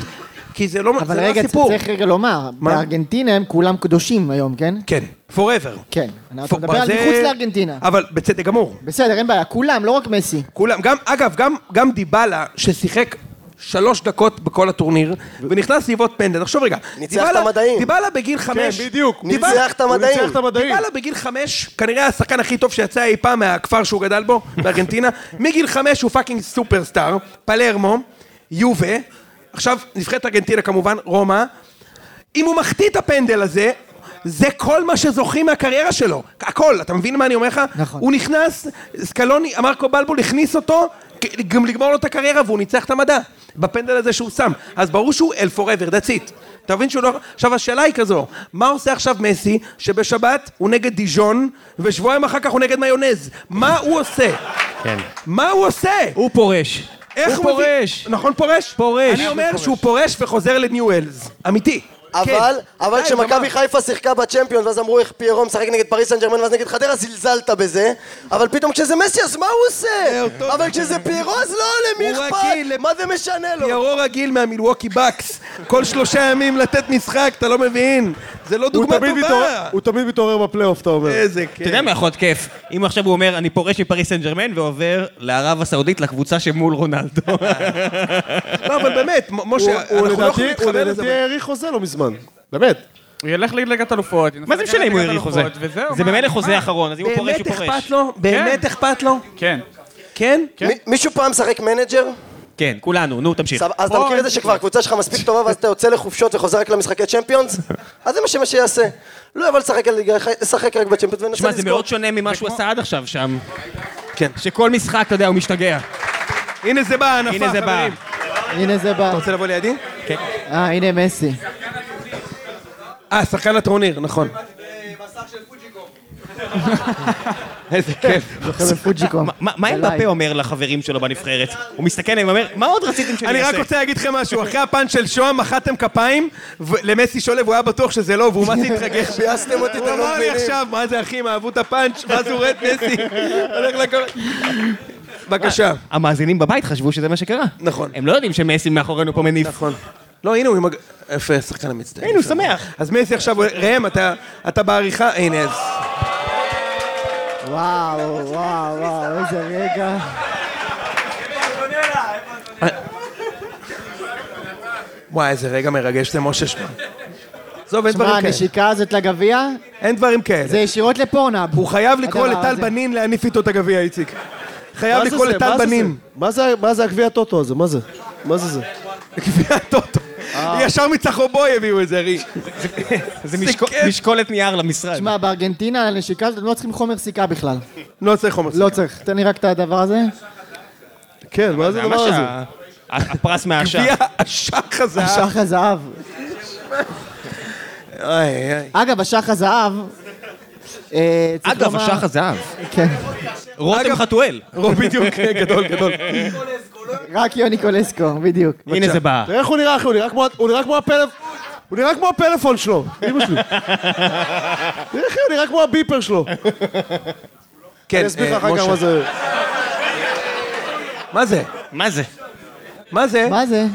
Speaker 1: כי זה לא,
Speaker 2: אבל
Speaker 1: זה
Speaker 2: רגע,
Speaker 1: לא הסיפור.
Speaker 2: צריך רגע לומר, בארגנטינה הם כולם קדושים היום, כן?
Speaker 1: כן, forever.
Speaker 2: כן. אני
Speaker 1: For-
Speaker 2: מדבר על
Speaker 1: זה-
Speaker 2: מחוץ לארגנטינה.
Speaker 1: אבל בצדק גמור.
Speaker 2: בסדר, אין בעיה, כולם, לא רק מסי.
Speaker 1: כולם, גם, אגב, גם, גם דיבלה, ששיחק שלוש דקות בכל הטורניר, ונכנס לבעוט פנדל. תחשוב רגע.
Speaker 5: ניצח
Speaker 1: דיבלה-
Speaker 5: את המדעים.
Speaker 1: דיבלה בגיל חמש.
Speaker 3: בדיוק.
Speaker 1: דיבלה-
Speaker 5: ניצח את המדעים.
Speaker 3: הוא ניצח את המדעים.
Speaker 1: דיבלה בגיל חמש, כנראה השחקן הכי טוב שיצא אי פעם מהכפר שהוא גדל בו, בארגנטינה. מגיל חמש הוא פאקינג סופרסטאר, פלרמו, יובה, עכשיו נבחרת ארגנטינה כמובן, רומא. אם הוא מחטיא את הפנדל הזה, זה כל מה שזוכרים מהקריירה שלו. הכל, אתה מבין מה אני אומר לך?
Speaker 2: נכון.
Speaker 1: הוא נכנס, סקלוני, מרקו בלבול הכניס אותו, כ- גם לגמור לו את הקריירה, והוא ניצח את המדע, בפנדל הזה שהוא שם. אז ברור שהוא אל forever, that's it. אתה מבין שהוא לא... עכשיו, השאלה היא כזו, מה עושה עכשיו מסי, שבשבת הוא נגד דיז'ון, ושבועיים אחר כך הוא נגד מיונז? מה הוא עושה?
Speaker 4: כן.
Speaker 1: מה הוא עושה?
Speaker 7: הוא פורש.
Speaker 1: איך
Speaker 7: הוא
Speaker 1: מביא-
Speaker 7: פורש.
Speaker 1: נכון פורש?
Speaker 7: פורש.
Speaker 1: אני אומר שהוא פורש וחוזר לניו ווילס. אמיתי.
Speaker 5: אבל,
Speaker 1: כן.
Speaker 5: אבל
Speaker 1: די,
Speaker 5: כשמכבי
Speaker 1: גמר.
Speaker 5: חיפה שיחקה בצ'מפיונס, ואז אמרו איך פיירו משחק נגד פריס סן ג'רמן ואז נגד חדרה, זלזלת בזה, אבל פתאום כשזה מסי, אז מה הוא
Speaker 1: זה אותו-
Speaker 5: עושה? אבל כשזה פיירו, אז לא, למי
Speaker 1: הוא רגיל
Speaker 5: אכפת? מה זה משנה לו?
Speaker 1: פיירו רגיל מהמילווקי בקס. כל שלושה ימים לתת משחק, אתה לא מבין. זה לא
Speaker 3: הוא
Speaker 1: דוגמה
Speaker 3: תמיד מתעורר-
Speaker 1: טובה. אה,
Speaker 3: הוא תמיד מתעורר בפלייאוף, אתה אומר.
Speaker 1: איזה
Speaker 4: אתה יודע
Speaker 5: כן.
Speaker 1: כיף.
Speaker 4: מה יכול להיות כיף? אם עכשיו הוא אומר, אני פורש מפריס סן ג'רמן ועובר לערב הסעודית לקבוצה שמול רונלדו.
Speaker 1: לא, אבל באמת, מ-
Speaker 3: הוא-
Speaker 1: משה,
Speaker 3: הוא
Speaker 1: אנחנו לא יכולים
Speaker 3: לדעתי- הוא
Speaker 1: להתחבר
Speaker 3: לדעתי
Speaker 1: לזה.
Speaker 3: האריך חוזה לא מזמן. באמת.
Speaker 6: הוא ילך לליגת אלופות. ינסה
Speaker 4: מה זה
Speaker 6: להגיע
Speaker 4: משנה אם הוא
Speaker 6: לליגת
Speaker 4: האריך חוזה?
Speaker 6: אלופות, וזהו,
Speaker 4: זה
Speaker 6: מה?
Speaker 4: במילא
Speaker 6: מה?
Speaker 4: חוזה אחרון, אז אם הוא פורש,
Speaker 1: באמת
Speaker 4: הוא פורש.
Speaker 1: אכפת לו? באמת אכפת לו?
Speaker 6: כן.
Speaker 1: כן?
Speaker 5: מ- מישהו פעם משחק מנג'ר?
Speaker 4: כן, כולנו, נו, תמשיך.
Speaker 5: סבבה, אז אתה מכיר את זה שכבר הקבוצה שלך מספיק טובה ואז אתה יוצא לחופשות וחוזר רק למשחקי צ'מפיונס? אז זה מה שמה שיעשה. לא יבוא לשחק על ליגה, לשחק רק בצ'מפיונס וננסה
Speaker 4: שמע,
Speaker 5: לזכור.
Speaker 4: זה מאוד שונה ממה שהוא עשה עד עכשיו שם. כן. שכל משחק, אתה יודע, הוא משתגע.
Speaker 1: הנה זה בא, הנפה,
Speaker 4: הנה זה בא.
Speaker 1: חברים.
Speaker 2: הנה זה
Speaker 1: אתה
Speaker 2: בא.
Speaker 1: רוצה לבוא לידי?
Speaker 2: אה, הנה מסי.
Speaker 1: אה, שחקן הטרוניר, נכון. איזה כיף.
Speaker 2: זוכר בפוג'יקום.
Speaker 4: מה- מה מה
Speaker 2: עליי.
Speaker 4: אמבפה אומר לחברים שלו בנבחרת? הוא מסתכל עליהם ואומר, מה עוד רציתם שאני
Speaker 1: אני
Speaker 4: אעשה?
Speaker 1: רק רוצה להגיד לכם משהו, אחרי הפאנץ' של שוהם מחאתם כפיים ו- למסי שולב, הוא היה בטוח שזה לא, והוא מה זה התרגש.
Speaker 5: ביאסתם אותי, אתם
Speaker 1: הוא
Speaker 5: לא
Speaker 1: אמר לי
Speaker 5: מבינים.
Speaker 1: עכשיו, מה זה אחי, הם אהבו את הפאנץ', ואז הוא רואה את מסי, הולך אה. לכל... בבקשה.
Speaker 4: המאזינים בבית חשבו שזה מה שקרה.
Speaker 1: נכון.
Speaker 4: הם לא יודעים שמסי מאחורינו פה מניף.
Speaker 1: נכון. לא, הנה הוא עם... הג- יפה, שחקן המצטיין.
Speaker 4: הנה, הוא שמח.
Speaker 1: אז מסי עכשיו, הוא- ראם, אתה- אתה בעריכה, הנה, אז...
Speaker 2: וואו, וואו, וואו, איזה רגע.
Speaker 1: וואי, איזה רגע מרגש זה משה שלו. עזוב, אין
Speaker 2: מה,
Speaker 1: דברים כאלה.
Speaker 2: הנשיקה הזאת לגביע?
Speaker 1: אין דברים
Speaker 2: זה
Speaker 1: כאלה.
Speaker 2: ישירות לפורנאב.
Speaker 1: הוא חייב לקרוא
Speaker 2: הדבר
Speaker 1: לטל
Speaker 2: הזה.
Speaker 1: בנין להניף איתו את הגביע, איציק. חייב
Speaker 3: מה זה
Speaker 1: לקרוא
Speaker 3: זה?
Speaker 1: לטל
Speaker 3: מה זה
Speaker 1: בנין.
Speaker 3: זה? מה זה- מה זה הגביע הטוטו הזה? מה זה? מה זה זה?
Speaker 1: גביע הטוטו. ישר מצחובוי הביאו את אה. זה, הרי.
Speaker 4: זה משקול- משקולת נייר למשרד.
Speaker 2: שמע, בארגנטינה, הנשיקה הזאת, הם לא צריכים חומר סיכה בכלל.
Speaker 1: לא צריך חומר.
Speaker 2: לא צריך. תן לי רק את הדבר הזה.
Speaker 3: כן, מה זה הדבר
Speaker 4: ממש
Speaker 3: הזה?
Speaker 4: ה- הפרס מהשח.
Speaker 1: גביע השח הזהב.
Speaker 2: שח הזהב.
Speaker 1: אוי, אוי.
Speaker 2: אגב, השח הזהב... אה, צריך
Speaker 4: אגב,
Speaker 2: לומר-
Speaker 4: השח הזהב.
Speaker 2: כן.
Speaker 4: רותם חתואל.
Speaker 1: רוב בדיוק, כן, גדול, גדול.
Speaker 2: רק יוני קולסקו, בדיוק.
Speaker 4: הנה זה
Speaker 1: אה.
Speaker 4: בא.
Speaker 3: תראה איך הוא נראה, אחי, הוא נראה כמו- הוא נראה כמו הפלאפ... הוא נראה כמו הפלאפון שלו, אמא שלי. תראה, אחי, הוא נראה כמו הביפר שלו.
Speaker 1: כן,
Speaker 3: אני אסביר
Speaker 1: אה,
Speaker 3: לך אחר כך
Speaker 1: משה.
Speaker 3: מה זה...
Speaker 1: מה זה?
Speaker 4: מה זה?
Speaker 1: מה זה?
Speaker 2: מה זה?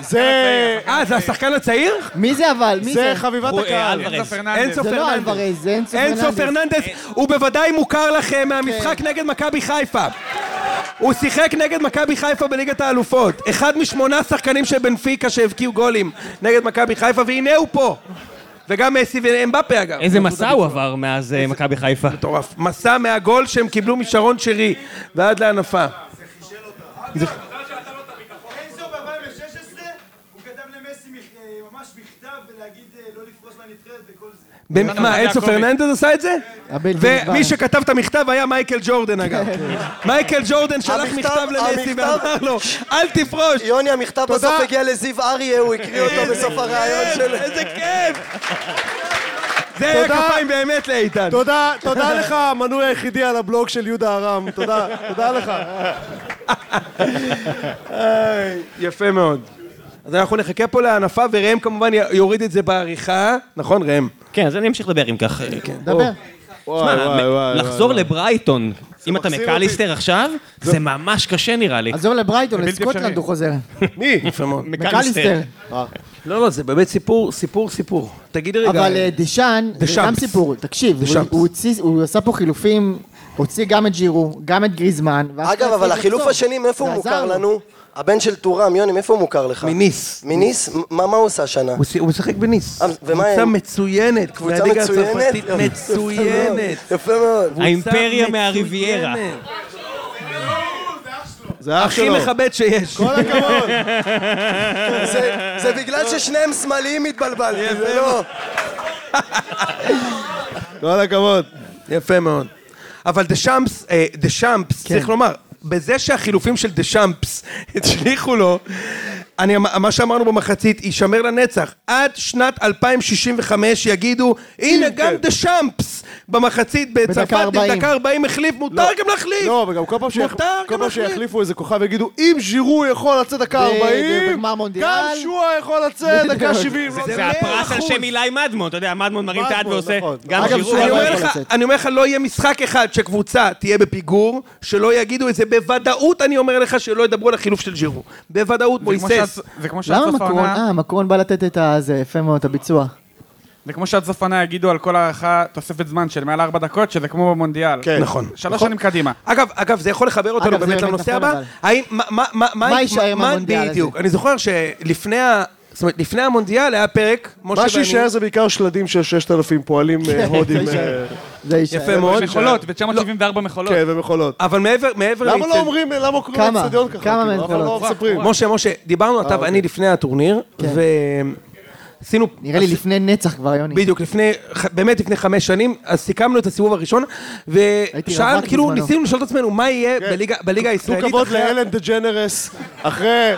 Speaker 3: זה...
Speaker 1: אה, זה השחקן הצעיר?
Speaker 2: מי זה אבל? מי
Speaker 3: זה
Speaker 2: זה?
Speaker 3: חביבת
Speaker 4: הוא, אה,
Speaker 3: הקהל.
Speaker 4: אלוורז.
Speaker 1: אינסו
Speaker 2: זה לא
Speaker 1: פרננדס.
Speaker 2: אלוורז, זה אינסו
Speaker 1: אינסו
Speaker 2: פרננדס.
Speaker 1: פרננדס, הוא בוודאי מוכר לכם מהמשחק נגד מכבי חיפה. הוא שיחק נגד מכבי חיפה בליגת האלופות. אחד משמונה שחקנים של בנפיקה שהבקיעו גולים נגד מכבי חיפה, והנה הוא פה. וגם מסי ואמבפה אגב.
Speaker 4: איזה מסע הוא עבר מאז אה, מכבי חיפה.
Speaker 1: מטורף. מסע מהגול שהם קיבלו משרון שרי ועד להנפה.
Speaker 8: אינסו ב-2016 הוא כתב למסי מכ- אה, ממש מכתב ולהגיד אה, לא לפרוש מהנבחרת וכל זה.
Speaker 1: במ- מה, אינסו פרננדז עשה את זה?
Speaker 2: הבלתי נתפס.
Speaker 1: ומי שכתב את המכתב היה מייקל ג'ורדן אגב. מייקל ג'ורדן שלח
Speaker 5: המכתב-
Speaker 1: מכתב למסי
Speaker 5: המכתב-
Speaker 1: ואמר לו, אל תפרוש.
Speaker 5: יוני, המכתב בסוף
Speaker 1: תודה. אה,
Speaker 5: הגיע לזיו אריה, הוא הקריא אותו בסוף הראיון
Speaker 1: כיף,
Speaker 5: שלו.
Speaker 1: איזה כיף! זה היה
Speaker 3: תודה.
Speaker 1: כפיים באמת לאיתן.
Speaker 3: תודה, תודה לך, המנוי היחידי על הבלוג של יהודה ארם. תודה, תודה לך.
Speaker 1: יפה מאוד. אז אנחנו נחכה פה להנפה, וראם כמובן י- יוריד את זה בעריכה. נכון, ראם?
Speaker 4: כן, אז אני אמשיך לדבר אם כך.
Speaker 2: דבר.
Speaker 3: וואי,
Speaker 4: שמע,
Speaker 3: וואי, וואי.
Speaker 4: לחזור לברייטון, אם אתה
Speaker 3: מחזיר
Speaker 4: מקליסטר עכשיו, זה ממש קשה נראה לי.
Speaker 2: עזוב לברייטון, לסקוטלנד הוא חוזר.
Speaker 1: יפה מאוד.
Speaker 2: מקליסטר.
Speaker 1: לא, לא, זה באמת סיפור, סיפור, סיפור. תגידי רגע.
Speaker 2: אבל אה, דשאן, זה
Speaker 1: דשאמפס.
Speaker 2: גם סיפור, תקשיב, הוא-
Speaker 1: דשאמפס.
Speaker 2: הוא הוציא- הוא עשה פה חילופים, הוציא גם את ג'ירו, גם את גריזמן. ואז
Speaker 5: אגב,
Speaker 2: הוא
Speaker 5: אבל
Speaker 2: הצליח
Speaker 5: החילוף
Speaker 2: לחזור.
Speaker 5: השני, מאיפה
Speaker 2: זה
Speaker 5: הוא
Speaker 2: עזר
Speaker 5: מוכר
Speaker 2: לו.
Speaker 5: לנו? הבן של טורם, יוני, מאיפה הוא מוכר לך?
Speaker 1: מניס.
Speaker 5: מניס? מ- מה מה הוא עשה השנה?
Speaker 1: הוא ש- הוא משחק בניס.
Speaker 5: אה, ומה
Speaker 1: קבוצה
Speaker 5: הם?
Speaker 1: מצוינת.
Speaker 5: קבוצה
Speaker 1: מהליגה
Speaker 5: מצוינת?
Speaker 1: הצרפתית מצוינת.
Speaker 5: יפה מאוד.
Speaker 4: האימפריה
Speaker 1: קבוצה
Speaker 4: מהריביירה.
Speaker 1: מצוינת.
Speaker 3: זה אח
Speaker 1: הכי
Speaker 3: שלו.
Speaker 1: מכבד שיש.
Speaker 3: כל הכבוד.
Speaker 5: זה- זה בגלל ששניהם שמאליים התבלבלתי, זה לא...
Speaker 3: כל הכבוד.
Speaker 1: יפה מאוד. אבל דה שמפס, אה, דה שמפס, צריך לומר, בזה שהחילופים של דה שמפס הצליחו לו, אני, מה שאמרנו במחצית יישמר לנצח. עד שנת 2065 יגידו, הנה גם דה שמפס במחצית
Speaker 2: בדקה
Speaker 1: בצרפת,
Speaker 2: 40.
Speaker 1: בדקה 40 החליף, מותר גם להחליף.
Speaker 3: לא, וגם כל פעם שיח-
Speaker 1: מותר
Speaker 3: כל
Speaker 1: גם
Speaker 3: פעם
Speaker 1: להחליף.
Speaker 3: שיחליפו איזה כוכב יגידו, אם ז'ירו יכול לצאת דקה
Speaker 2: בדיוק,
Speaker 3: 40,
Speaker 2: בגמר מונדיאל.
Speaker 3: גם שועה יכול לצאת דקה 70. לא
Speaker 1: זה
Speaker 4: זה הפרס על
Speaker 1: אחוז.
Speaker 4: שם אילי מדמון, אתה יודע, מדמון מרים את היד
Speaker 3: מדמון,
Speaker 4: ועושה
Speaker 3: נכון.
Speaker 4: גם
Speaker 2: אגב,
Speaker 4: שירו.
Speaker 2: שהוא
Speaker 1: אני
Speaker 2: לא
Speaker 1: אומר
Speaker 2: יכול
Speaker 1: לך,
Speaker 2: לצאת.
Speaker 1: אני אומר לך, לא יהיה משחק אחד שקבוצה תהיה בפיגור, שלא יגידו את זה בוודאות, אני אומר לך, שלא ידברו על החילוף של ג'ירו. בוודאות,
Speaker 6: זה כמו שעד-
Speaker 1: מויסס.
Speaker 6: זה כמו שעד
Speaker 2: למה
Speaker 6: סוף
Speaker 2: מקרון?
Speaker 6: העונה,
Speaker 2: אה, מקרון בא לתת את ה... זה יפה מאוד, הביצוע.
Speaker 6: זה כמו שעד סוף העונה יגידו על כל הערכה תוספת זמן של מעל ארבע דקות, שזה כמו במונדיאל.
Speaker 3: כן.
Speaker 1: נכון.
Speaker 6: שלוש שנים קדימה.
Speaker 1: אגב, אגב, זה יכול לחבר אותנו
Speaker 2: אגב, זה
Speaker 1: באמת
Speaker 2: באמת
Speaker 1: לנושא
Speaker 2: נכון,
Speaker 1: הבא.
Speaker 2: אבל.
Speaker 1: האם, מה, מה, מה,
Speaker 2: מה יישאר מהמונדיאל הזה?
Speaker 1: בדיוק. אני זוכר שלפני ה... זאת אומרת, לפני המונדיאל היה פרק, משה
Speaker 3: מה
Speaker 1: ואני...
Speaker 3: שיישאר זה בעיקר שלדים של 6,000 פועלים אה, הודים. אה,
Speaker 2: זה יישאר.
Speaker 1: יפה מאוד. לא.
Speaker 6: מכולות, ב-974 מכולות.
Speaker 3: כן, ומכולות.
Speaker 1: אבל מעבר, מעבר...
Speaker 3: למה
Speaker 1: לאיצט-
Speaker 3: לא אומרים, למה קוראים
Speaker 2: כמה?
Speaker 3: לאצטדיון ככה?
Speaker 2: כמה
Speaker 3: כאילו?
Speaker 2: מהן
Speaker 3: אף אחד לא
Speaker 2: מכולות?
Speaker 3: מספרים.
Speaker 1: משה, משה, דיברנו אתה ואני לפני הטורניר, ועשינו...
Speaker 2: נראה לי לפני נצח כבר, יוני.
Speaker 1: בדיוק, לפני, ח- באמת לפני חמש שנים, אז סיכמנו את הסיבוב הראשון,
Speaker 2: הייתי
Speaker 1: ושאל,
Speaker 2: רווק
Speaker 1: כאילו,
Speaker 2: בזמנו.
Speaker 1: ניסינו לשאול את עצמנו מה יהיה בליגה- בליגה
Speaker 3: תנו
Speaker 1: הישראלית.
Speaker 3: כבוד
Speaker 1: אחרי-
Speaker 3: לאלן דה ג'נרס, אחרי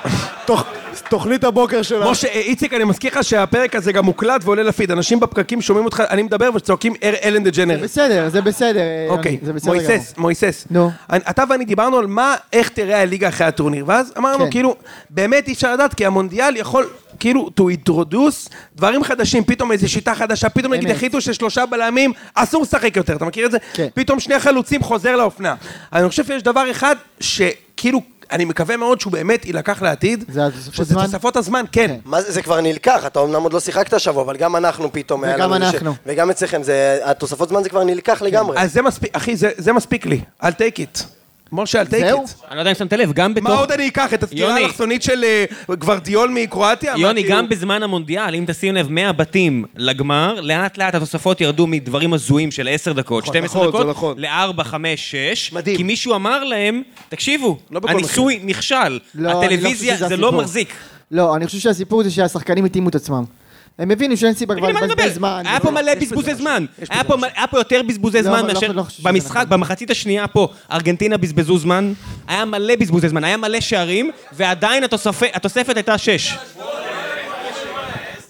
Speaker 3: תוכ- תוכנית הבוקר שלה.
Speaker 1: משה, אה, איציק, אני מזכיר לך שהפרק הזה גם מוקלט ועולה לפיד. אנשים בפקקים שומעים אותך, אני מדבר וצועקים "אר- אלן דה ג'נר.
Speaker 2: בסדר, זה בסדר, אה, יוני.
Speaker 1: אוקיי,
Speaker 2: זה בסדר גמור.
Speaker 1: מויסס, מויסס.
Speaker 2: נו.
Speaker 1: אני- אתה ואני דיברנו על מה, איך תראה הליגה אחרי הטורניר, ואז אמרנו,
Speaker 2: כן.
Speaker 1: כאילו, באמת אי אפשר לדעת, כי המונדיאל יכול, כאילו, to introduce דברים חדשים, פתאום איזו שיטה חדשה, פתאום נגיד
Speaker 2: אמת.
Speaker 1: החליטו ששלושה בלמים, אסור לשחק יותר, אתה מכיר את זה?
Speaker 2: כן.
Speaker 1: פתאום שני חלוצים חוזר לאופנה. אני חושב שיש דבר אחד שכאילו, אני מקווה מאוד שהוא באמת יילקח לעתיד,
Speaker 2: זה התוספות
Speaker 1: שזה
Speaker 2: זמן?
Speaker 1: תוספות הזמן, כן.
Speaker 5: מה זה, זה כבר נלקח, אתה אמנם עוד לא שיחקת השבוע, אבל גם אנחנו פתאום... היה
Speaker 2: וגם
Speaker 5: לנו איזה-
Speaker 2: אנחנו.
Speaker 5: וגם אצלכם, זה- התוספות זמן זה כבר נלקח לגמרי.
Speaker 1: אז זה מספיק, אחי, זה זה מספיק לי. I'll take it. משה, I'll take
Speaker 2: זהו?
Speaker 1: it.
Speaker 7: אני לא יודע אם שמת לב, גם בתוך...
Speaker 1: מה עוד אני אקח? את הסטירה
Speaker 7: יוני.
Speaker 1: האלכסונית של אה, גוורדיול מקרואטיה? מה,
Speaker 7: יוני,
Speaker 1: כאילו-
Speaker 7: גם בזמן המונדיאל, אם תשים לב, מהבתים לגמר, לאט לאט התוספות ירדו מדברים הזויים של 10 דקות, 12
Speaker 3: נכון, זה
Speaker 7: דקות,
Speaker 3: נכון.
Speaker 7: ל-4, 5, 6.
Speaker 5: מדהים.
Speaker 7: כי מישהו אמר להם, תקשיבו,
Speaker 1: לא בכל
Speaker 7: הניסוי נכשל,
Speaker 2: לא, אני לא
Speaker 7: הטלוויזיה
Speaker 2: חושב שזה
Speaker 7: זה לא
Speaker 2: הסיפור.
Speaker 7: מחזיק.
Speaker 2: לא, אני חושב שהסיפור זה שהשחקנים התאימו את עצמם. הם הבינו שאין סיבה כבר
Speaker 7: תגיד לי מה אני
Speaker 2: לבזבז
Speaker 7: מדבר?
Speaker 2: זמן.
Speaker 7: היה פה מלא בזבוזי זמן. היה פה מלא- היה פה יותר בזבוזי
Speaker 2: לא,
Speaker 7: זמן
Speaker 2: לא,
Speaker 7: מאשר
Speaker 2: לא חושב שזה
Speaker 7: במשחק,
Speaker 2: נכון.
Speaker 7: במחצית השנייה פה, ארגנטינה בזבזו זמן. היה מלא בזבוזי זמן, היה מלא שערים, ועדיין התוספ- התוספת הייתה שש.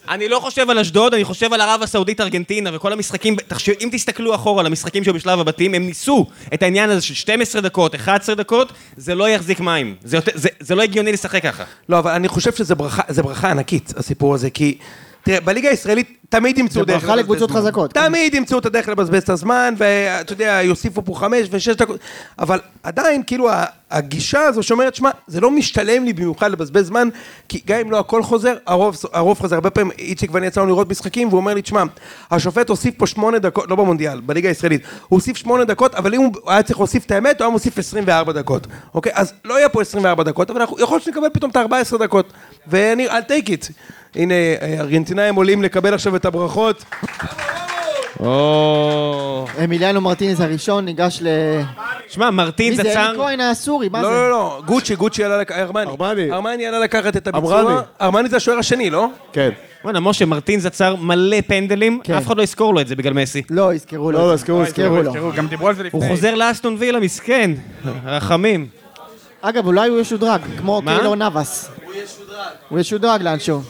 Speaker 7: אני לא חושב על אשדוד, אני חושב על ערב הסעודית ארגנטינה וכל המשחקים, תחשב, אם תסתכלו אחורה על המשחקים שהיו בשלב הבתים, הם ניסו את העניין הזה של 12 דקות, 11 דקות, זה לא יחזיק מים. זה, יותר, זה, זה לא הגיוני לשחק ככה.
Speaker 1: לא, אבל אני חושב שזה ברכה, זה ברכה ענקית, הסיפור הזה, כי... תראה, בליגה הישראלית תמיד ימצאו
Speaker 2: זה
Speaker 1: דרך
Speaker 2: ברכה לקבוצות
Speaker 1: זמן.
Speaker 2: חזקות, כן.
Speaker 1: תמיד ימצאו את הדרך לבזבז את הזמן, ואתה יודע, יוסיפו פה חמש ושש דקות, אבל עדיין, כאילו, ה- הגישה הזו שאומרת, שמע, זה לא משתלם לי במיוחד לבזבז זמן, כי גם אם לא הכל חוזר, הרוב, הרוב חוזר. הרבה פעמים איציק ואני יצאנו לראות משחקים, והוא אומר לי, תשמע, השופט הוסיף פה שמונה דקות, לא במונדיאל, בליגה הישראלית, הוא הוסיף שמונה דקות, אבל אם הוא היה צריך להוסיף את האמת, הוא היה מוסיף 24 דקות, אוקיי? אז לא יהיה פה 24 דקות, אבל אנחנו, יכול להיות שנקבל פתאום את ה-14 דקות, ואני, I'll take it. הנה, אה, ארגנטינאים עולים לקבל עכשיו את הברכות.
Speaker 2: אמיליאנו מרטינז הראשון ניגש ל...
Speaker 7: שמע, מרטין
Speaker 2: מי זה?
Speaker 7: זצ"ר...
Speaker 2: אלי כהן הסורי, מה
Speaker 1: לא,
Speaker 2: זה?
Speaker 1: לא, לא, גוצ'י, גוצ'י עלה, לק- ארמני.
Speaker 3: ארמני.
Speaker 1: ארמני עלה לקחת את
Speaker 3: ארמני.
Speaker 1: הביצוע. ארמני זה השוער השני, לא?
Speaker 3: כן.
Speaker 7: וואנה, משה, מרטין זצ"ר מלא פנדלים,
Speaker 2: כן.
Speaker 7: אף אחד לא יזכור לו את זה בגלל מסי.
Speaker 2: לא, יזכרו לו.
Speaker 3: לא,
Speaker 2: את
Speaker 3: לא,
Speaker 2: זה.
Speaker 3: יזכרו,
Speaker 2: יזכרו לו.
Speaker 6: תראו, גם דיברו על זה
Speaker 2: אה.
Speaker 6: לפני.
Speaker 7: הוא חוזר לאסטון וילה, מסכן. רחמים.
Speaker 2: אגב, אולי הוא ישודרג, כמו
Speaker 7: מה?
Speaker 2: קיילו נאבס. הוא ישודרג לאנשהו.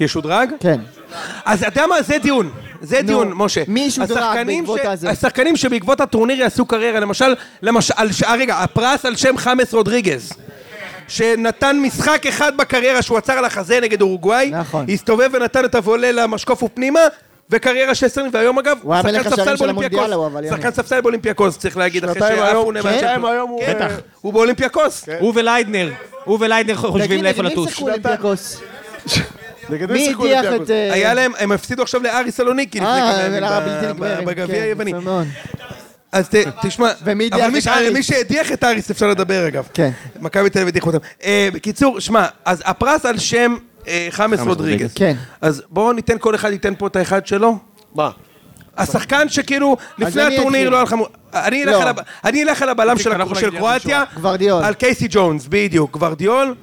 Speaker 1: ישודרג?
Speaker 2: כן.
Speaker 1: אז אתה יודע מה? זה דיון. זה
Speaker 2: נו,
Speaker 1: דיון, משה.
Speaker 2: מי ישודרג
Speaker 1: השחקנים
Speaker 2: בעקבות
Speaker 1: ש-
Speaker 2: הזה?
Speaker 1: השחקנים שבעקבות הטורניר יעשו קריירה, למשל, למשל, על ש- אה, רגע, הפרס על שם חמאס רודריגז. שנתן משחק אחד בקריירה שהוא עצר על החזה נגד אורוגוואי,
Speaker 2: נכון.
Speaker 1: הסתובב ונתן את הבולה למשקוף ופנימה, וקריירה של 20, והיום אגב,
Speaker 2: הוא היה מלך
Speaker 1: שחקן ספסל
Speaker 2: השערים של
Speaker 1: באולימפיאקוס.
Speaker 2: המונדיאל, הוא, אבל, יוני.
Speaker 1: שחקן ספסל באולימפיאקוס, צריך להגיד, אחרי
Speaker 3: שנתיים היום-
Speaker 1: נאמן
Speaker 3: שנתיים
Speaker 1: שם.
Speaker 3: היום הוא...
Speaker 1: כן,
Speaker 3: אה,
Speaker 1: הוא באולימפיאקוס.
Speaker 7: הוא וליידנר, הוא וליידנר חושבים
Speaker 2: תגיד,
Speaker 7: לאיפה
Speaker 2: נגד מי
Speaker 7: לטוס.
Speaker 2: שיחקו אולימפיאקוס?
Speaker 3: נגד
Speaker 2: מי
Speaker 3: סיכוי
Speaker 2: הדיח
Speaker 3: לביאקוס.
Speaker 2: את... אה,
Speaker 1: היה להם, הם הפסידו עכשיו לארי סלוניקי לפני
Speaker 2: אה,
Speaker 1: כמה ימים
Speaker 2: אה,
Speaker 1: ב-
Speaker 2: בלתי נגמרת,
Speaker 1: בגביע
Speaker 2: כן,
Speaker 1: היווני.
Speaker 2: יפה מאוד.
Speaker 1: אז ת- תשמע,
Speaker 2: ומי הדיח
Speaker 1: אבל מי
Speaker 2: את
Speaker 1: ש-
Speaker 2: אריס?
Speaker 1: מי שהדיח את אריס אפשר לדבר אגב.
Speaker 2: כן.
Speaker 1: מכבי תל אביב הדיחו אותם. אה, בקיצור, שמע, אז הפרס על שם אה, חמאס רודריגז.
Speaker 2: כן.
Speaker 1: אז בואו ניתן, כל אחד ייתן פה את האחד שלו.
Speaker 3: מה?
Speaker 1: השחקן שכאילו, לפני
Speaker 2: אני
Speaker 1: הטורניר
Speaker 2: אתחיל.
Speaker 1: לא היה לך... מו- אני אלך
Speaker 2: לא.
Speaker 1: על הב- אני אלך על הבלם של
Speaker 6: אנחנו
Speaker 1: של
Speaker 6: נגיד
Speaker 1: קרואטיה.
Speaker 2: גוורדיאול.
Speaker 1: על קייסי ג'ונס, בדיוק. גוורדיאול.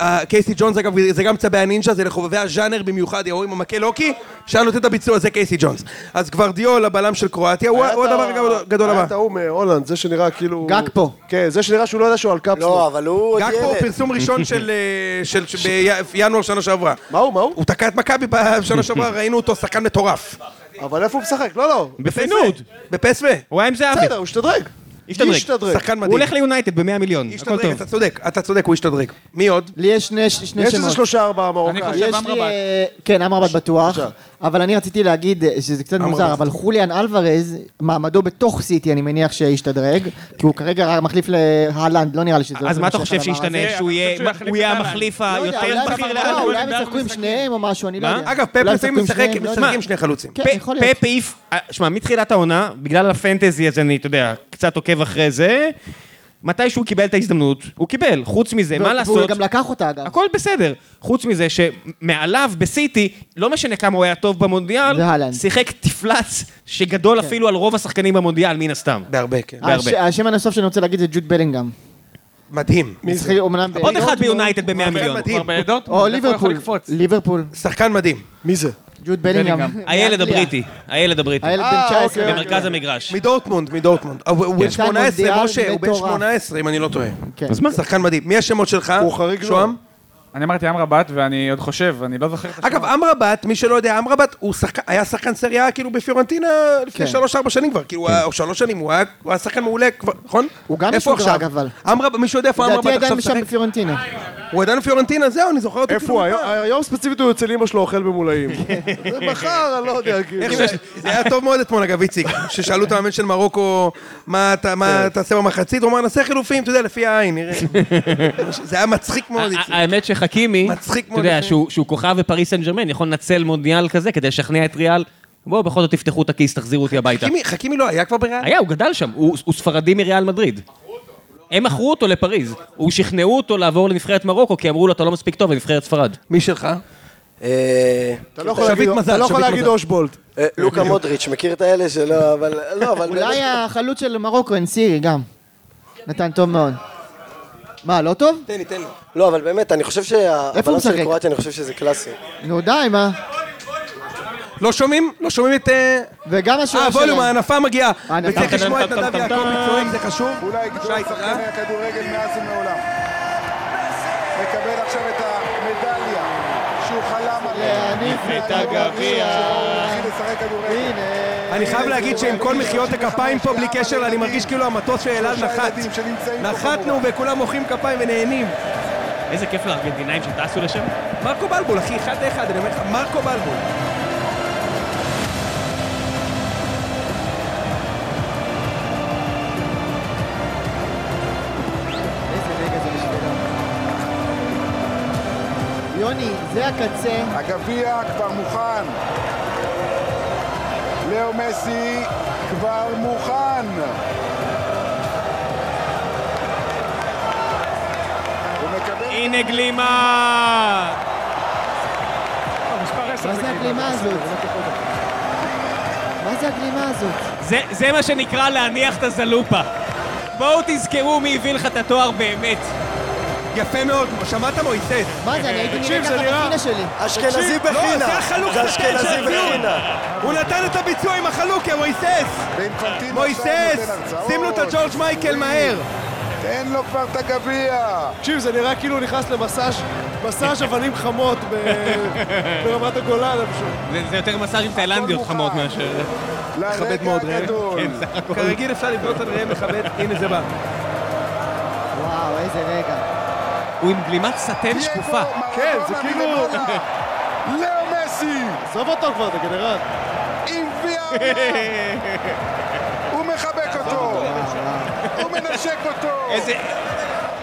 Speaker 1: אה, קייסי ג'ונס, אגב, זה גם צבי הנינג'ה, זה לחובבי הז'אנר במיוחד, ירו עם המקל הוקי, שהיה נותן את הביצוע, זה קייסי ג'ונס. אז גוורדיאול, הבלם של קרואטיה, הוא ה- הוא הדבר הגדול
Speaker 3: היה
Speaker 1: הבא.
Speaker 3: את ההוא מהולנד, זה שנראה כאילו...
Speaker 2: גג פה.
Speaker 3: כן, זה שנראה שהוא לא יודע שהוא על
Speaker 5: לא,
Speaker 3: קפסטון.
Speaker 5: אבל הוא עוד
Speaker 1: גג פה
Speaker 5: ילד.
Speaker 1: פרסום ראשון של אה, של- ש- בינואר שנה שעברה.
Speaker 3: מה הוא, מה הוא?
Speaker 1: הוא תקע את מכבי בשנה שעברה, ראינו אותו שחקן מטורף.
Speaker 3: אבל איפה הוא משחק? לא, לא.
Speaker 7: בפנוד.
Speaker 1: בפסו.
Speaker 7: הוא היה עם זהבי.
Speaker 3: בסדר, הוא השתדרג.
Speaker 7: השתדרג.
Speaker 3: השתדרג.
Speaker 1: שחקן
Speaker 7: הוא
Speaker 1: מדהים.
Speaker 7: הולך ליונייטד ב-100 מיליון, הכל
Speaker 1: השתדרג,
Speaker 7: טוב.
Speaker 1: אתה צודק, אתה צודק, הוא השתדרג. מי עוד?
Speaker 2: לי יש שני שני
Speaker 3: יש איזה
Speaker 2: שמות.
Speaker 3: שלושה ארבעה
Speaker 6: אני
Speaker 3: מרוקאים.
Speaker 6: חושב
Speaker 2: יש לי...
Speaker 6: אמרבת.
Speaker 2: אה, כן, אמרבת בטוח. אבל אני רציתי להגיד אה, שזה קצת מוזר, אבל חוליאן אלוורז, מעמדו בתוך סיטי, אני מניח שישתדרג, כי הוא כרגע רק מחליף להלנד, לא נראה לי שזה...
Speaker 7: אז
Speaker 2: עוזר
Speaker 7: מה אתה
Speaker 2: בשם
Speaker 7: חושב
Speaker 2: הדבר הזה.
Speaker 7: שישתנה?
Speaker 6: הזה.
Speaker 7: שהוא
Speaker 6: אני
Speaker 7: יהיה-
Speaker 6: חושב שהוא יחליף
Speaker 7: הוא יהיה המחליף
Speaker 6: את אהלן.
Speaker 2: לא יודע,
Speaker 7: היותר
Speaker 2: אולי
Speaker 7: בכיר
Speaker 2: הם-
Speaker 7: לאללה.
Speaker 2: לא, אולי הם
Speaker 6: בערך
Speaker 2: ישחקו עם
Speaker 6: משחקים.
Speaker 2: שניהם או משהו, אני לא
Speaker 7: מה?
Speaker 2: יודע.
Speaker 1: אגב, אה, פפ
Speaker 2: אולי הם
Speaker 1: לפעמים
Speaker 2: ישחקו
Speaker 1: משחק-
Speaker 2: עם שניהם, לא יודע.
Speaker 1: משחקים שני חלוצים.
Speaker 2: כן,
Speaker 7: פ-
Speaker 2: יכול להיות.
Speaker 7: פפ העיף, אה, שמע, מתחילת העונה, בגלל הפנטזי אז אני, אתה יודע, קצת עוקב אחרי זה,
Speaker 4: מתי שהוא קיבל את ההזדמנות, הוא קיבל. חוץ מזה, מה לעשות?
Speaker 2: והוא גם לקח אותה אגב.
Speaker 4: הכל בסדר. חוץ מזה שמעליו בסיטי, לא משנה כמה הוא היה טוב במונדיאל,
Speaker 2: זה הלנד. כן.
Speaker 4: שיחק תפלץ שגדול אפילו על רוב השחקנים במונדיאל, מן הסתם.
Speaker 1: בהרבה, כן.
Speaker 2: הש-
Speaker 4: בהרבה.
Speaker 2: אה, השם הנוסף שאני רוצה להגיד זה ג'וד בלינגהם.
Speaker 1: מדהים.
Speaker 2: משחק אומנם...
Speaker 4: עוד אחד
Speaker 2: בדורטמונד,
Speaker 4: ביונייטד ב-100 מיליון.
Speaker 1: מדהים.
Speaker 2: או
Speaker 6: דורטמונד, איפה הוא
Speaker 2: ליברפול.
Speaker 6: יכול לקפוץ?
Speaker 2: ליברפול.
Speaker 1: שחקן מדהים.
Speaker 3: מי זה?
Speaker 2: ג'וד בלינגהם. אה,
Speaker 4: הילד הבריטי, הילד הבריטי,
Speaker 2: הילד
Speaker 3: אה,
Speaker 2: בן 19.
Speaker 3: אוקיי,
Speaker 4: במרכז המגרש.
Speaker 1: מדורטמונד, מדורטמונד. אה, הוא הוא בן
Speaker 2: שחקן
Speaker 1: 18,
Speaker 2: מונדיאל
Speaker 1: משה, הוא בן
Speaker 2: מטורף.
Speaker 1: 18, אם אני לא טועה.
Speaker 2: כן.
Speaker 1: אז מה? שחקן מדהים. מי השמות שלך?
Speaker 3: הוא חריג מאוד.
Speaker 1: שוהם?
Speaker 6: אני אמרתי אמרבת, ואני עוד חושב, אני לא זוכר את השם.
Speaker 1: אגב, אמרבת, מי שלא יודע, אמרבת, הוא שחק- היה שחקן סריה כאילו בפיורנטינה לפני
Speaker 2: כן.
Speaker 1: שלוש-ארבע שנים כבר, כאילו, הוא היה- או שלוש שנים, הוא היה- הוא היה שחקן מעולה כבר, נכון?
Speaker 2: הוא גם
Speaker 1: איפה
Speaker 2: משודרג,
Speaker 1: עכשיו?
Speaker 2: אבל.
Speaker 1: אמרבת, מישהו יודע איפה אמרבת
Speaker 2: לדעתי
Speaker 1: עכשיו
Speaker 2: עדיין
Speaker 1: משחק?
Speaker 2: שם בפיורנטינה.
Speaker 1: הוא עדיין בפיורנטינה, זהו, אני זוכר אותו.
Speaker 3: איפה
Speaker 1: כאילו
Speaker 3: הוא? היום-
Speaker 1: מפעם.
Speaker 3: היום ספציפית הוא אצל אמא שלו אוכל במולאים. זה מחר, אני לא יודע, כאילו.
Speaker 1: איך ש- זה היה טוב מאוד אתמול, אגב, איציק, ששאלו את המאמן של מרוקו, מה אתה-
Speaker 2: כן.
Speaker 1: מה תעשה במחצית, הוא אמר, נעשה חילופים, אתה יודע, לפי העין, נראה. זה היה מצחיק
Speaker 2: אה,
Speaker 1: מאוד,
Speaker 4: ה-
Speaker 1: איציק.
Speaker 4: האמת שחכימי,
Speaker 1: מצחיק
Speaker 4: אתה
Speaker 1: מאוד
Speaker 4: יודע,
Speaker 1: לפעמים.
Speaker 4: שהוא שהוא כוכב בפריס סן ג'רמן, יכול לנצל מונדיאל כזה כדי לשכנע את ריאל, בואו בכל זאת תפתחו את הכיס, תחזירו אותי הביתה.
Speaker 1: חכימי- חכימי לא היה כבר בריאל?
Speaker 4: היה, הוא גדל שם, הוא הוא ספרדי מריאל מדריד. הם מכרו אותו לפריז, הוא שכנעו אותו לעבור לנבחרת מרוקו כי אמרו לו אתה לא מספיק טוב לנבחרת ספרד.
Speaker 1: מי שלך?
Speaker 5: אה,
Speaker 3: אתה לא יכול להגיד-
Speaker 1: שביט מזל,
Speaker 3: אתה לא יכול
Speaker 1: שביט
Speaker 3: להגיד
Speaker 1: מזל.
Speaker 3: אושבולט.
Speaker 5: אה, לוקה מודריץ', מכיר את האלה שלא, אבל... לא, אבל...
Speaker 2: אולי
Speaker 5: באמת-
Speaker 2: החלוץ של מרוקו, אנסירי גם. נתן טוב מאוד. מה, לא טוב?
Speaker 1: תן לי, תן לי.
Speaker 5: לא, אבל באמת, אני חושב שהבלם של
Speaker 2: משחק?
Speaker 5: קרואטיה, אני חושב שזה קלאסי.
Speaker 2: נו די, מה?
Speaker 1: לא שומעים? לא שומעים את... אה,
Speaker 2: וגם השאלה
Speaker 1: אה,
Speaker 2: שלנו.
Speaker 1: ווליום, ההנפה מגיעה.
Speaker 2: ההנפה.
Speaker 1: וצריך לשמוע את נדב יעקב צועק, זה חשוב.
Speaker 9: אולי גדול
Speaker 1: שי, אה? תודה.
Speaker 9: שחקני הכדורגל מאז ומעולם. מקבל עכשיו את המדליה שהוא חלם עליה.
Speaker 2: להניף
Speaker 9: את הגביע. התחיל לשחק כדורגל.
Speaker 1: אני חייב להגיד שעם כל מחיאות הכפיים פה, בלי קשר, אני מרגיש כאילו המטוס של אלעד
Speaker 9: שלושה
Speaker 1: נחת.
Speaker 9: ילדים שנמצאים פה
Speaker 1: נחתנו וכולם מוחאים כפיים ונהנים.
Speaker 7: איזה כיף לארגנטינאים שטסו לשם.
Speaker 1: מרקו בלבול, אחי, אחד לאחד, אני אומר לך, מרקו בלבול.
Speaker 2: יוני, זה הקצה.
Speaker 9: הגביע כבר מוכן. לאו מסי כבר מוכן. הוא מקבל...
Speaker 7: הנה גלימה!
Speaker 2: מה זה הגלימה הזאת? מה זה הגלימה הזאת?
Speaker 7: זה, זה מה שנקרא להניח את הזלופה. בואו תזכרו מי הביא לך את התואר באמת.
Speaker 1: יפה מאוד, שמעת מויסס?
Speaker 2: מה זה, אני הייתי נראה
Speaker 3: תקשיב,
Speaker 2: ככה
Speaker 3: זה נראה-
Speaker 2: בפינה שלי.
Speaker 5: אשכנזי
Speaker 1: לא, זה
Speaker 5: בחינה!
Speaker 1: החלוק
Speaker 5: זה
Speaker 1: נתן
Speaker 5: אשכנזי
Speaker 1: שהביאו.
Speaker 5: בחינה!
Speaker 1: הוא נתן את הביצוע עם החלוקה, מויסס!
Speaker 9: ואינפנטינו עכשיו
Speaker 1: מויסס!
Speaker 9: נותן הרצאות.
Speaker 1: שים לו את הג'ורג' מייקל מהר!
Speaker 9: תן לו כבר את הגביע.
Speaker 3: תקשיב, זה נראה כאילו הוא נכנס למסאז' מסאז' אבנים חמות ב- ברמת הגולן. אני חושב.
Speaker 7: זה, זה יותר מסאז'ים תאילנדיות חמות מאשר...
Speaker 9: לרגע
Speaker 1: מאוד,
Speaker 9: הגדול.
Speaker 1: כרגיל אפשר לבנות על ראם מכבד, הנה זה בא.
Speaker 2: וואו, איזה רגע.
Speaker 7: הוא עם גלימת סטן שקופה.
Speaker 3: כן, זה
Speaker 9: מרדונה
Speaker 3: כאילו-
Speaker 9: מגדולה. לאו מסי
Speaker 3: עזוב אותו כבר, אתה גנרל.
Speaker 9: עם גביע העולם. הוא מחבק אותו. הוא מנשק אותו.
Speaker 7: איזה...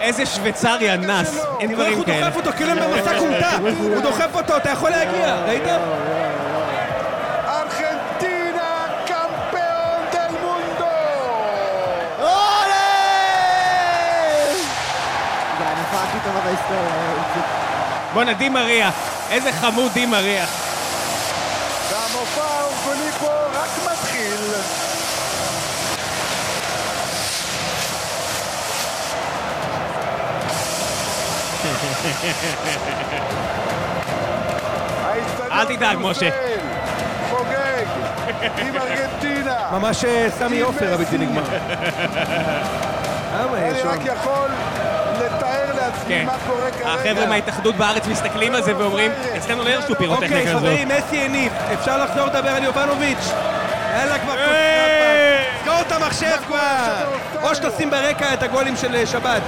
Speaker 7: איזה שוויצרי אנס. אין
Speaker 1: תראה איך
Speaker 7: דברים
Speaker 1: הוא
Speaker 7: כאלה.
Speaker 1: דוחף אותו, כאילו הם במסע כומתה. הוא דוחף אותו, אתה יכול להגיע, ראית?
Speaker 9: ארגנטינה קמפיון דל מונדו.
Speaker 2: זה ההנפה הכי טובה בהיסטוריה.
Speaker 7: בואנה, די מריה. איזה חמוד די מריה.
Speaker 9: והמופע הארגוני פה רק מתחיל. האיצטדיון
Speaker 7: אל תדאג,
Speaker 9: בישראל
Speaker 7: משה.
Speaker 9: חוגג עם ארגנטינה.
Speaker 1: ממש אה, סמי עופר הבלתי נגמר. למה,
Speaker 9: אני
Speaker 1: יש
Speaker 9: רק
Speaker 1: שם?
Speaker 9: יכול לתאר לעצמי
Speaker 7: כן.
Speaker 9: מה קורה כרגע.
Speaker 7: החבר'ה מההתאחדות בארץ מסתכלים על זה ואומרים, אצלנו לא ירשו
Speaker 1: אוקיי,
Speaker 7: פירוטכניקה כזאת.
Speaker 1: חברים, מסי הניף, אפשר לחזור לדבר על יובנוביץ'. יאללה כבר, כל שנתיים. סגור את המחשב כבר. או שתשים ברקע את הגולים של אה, שבת.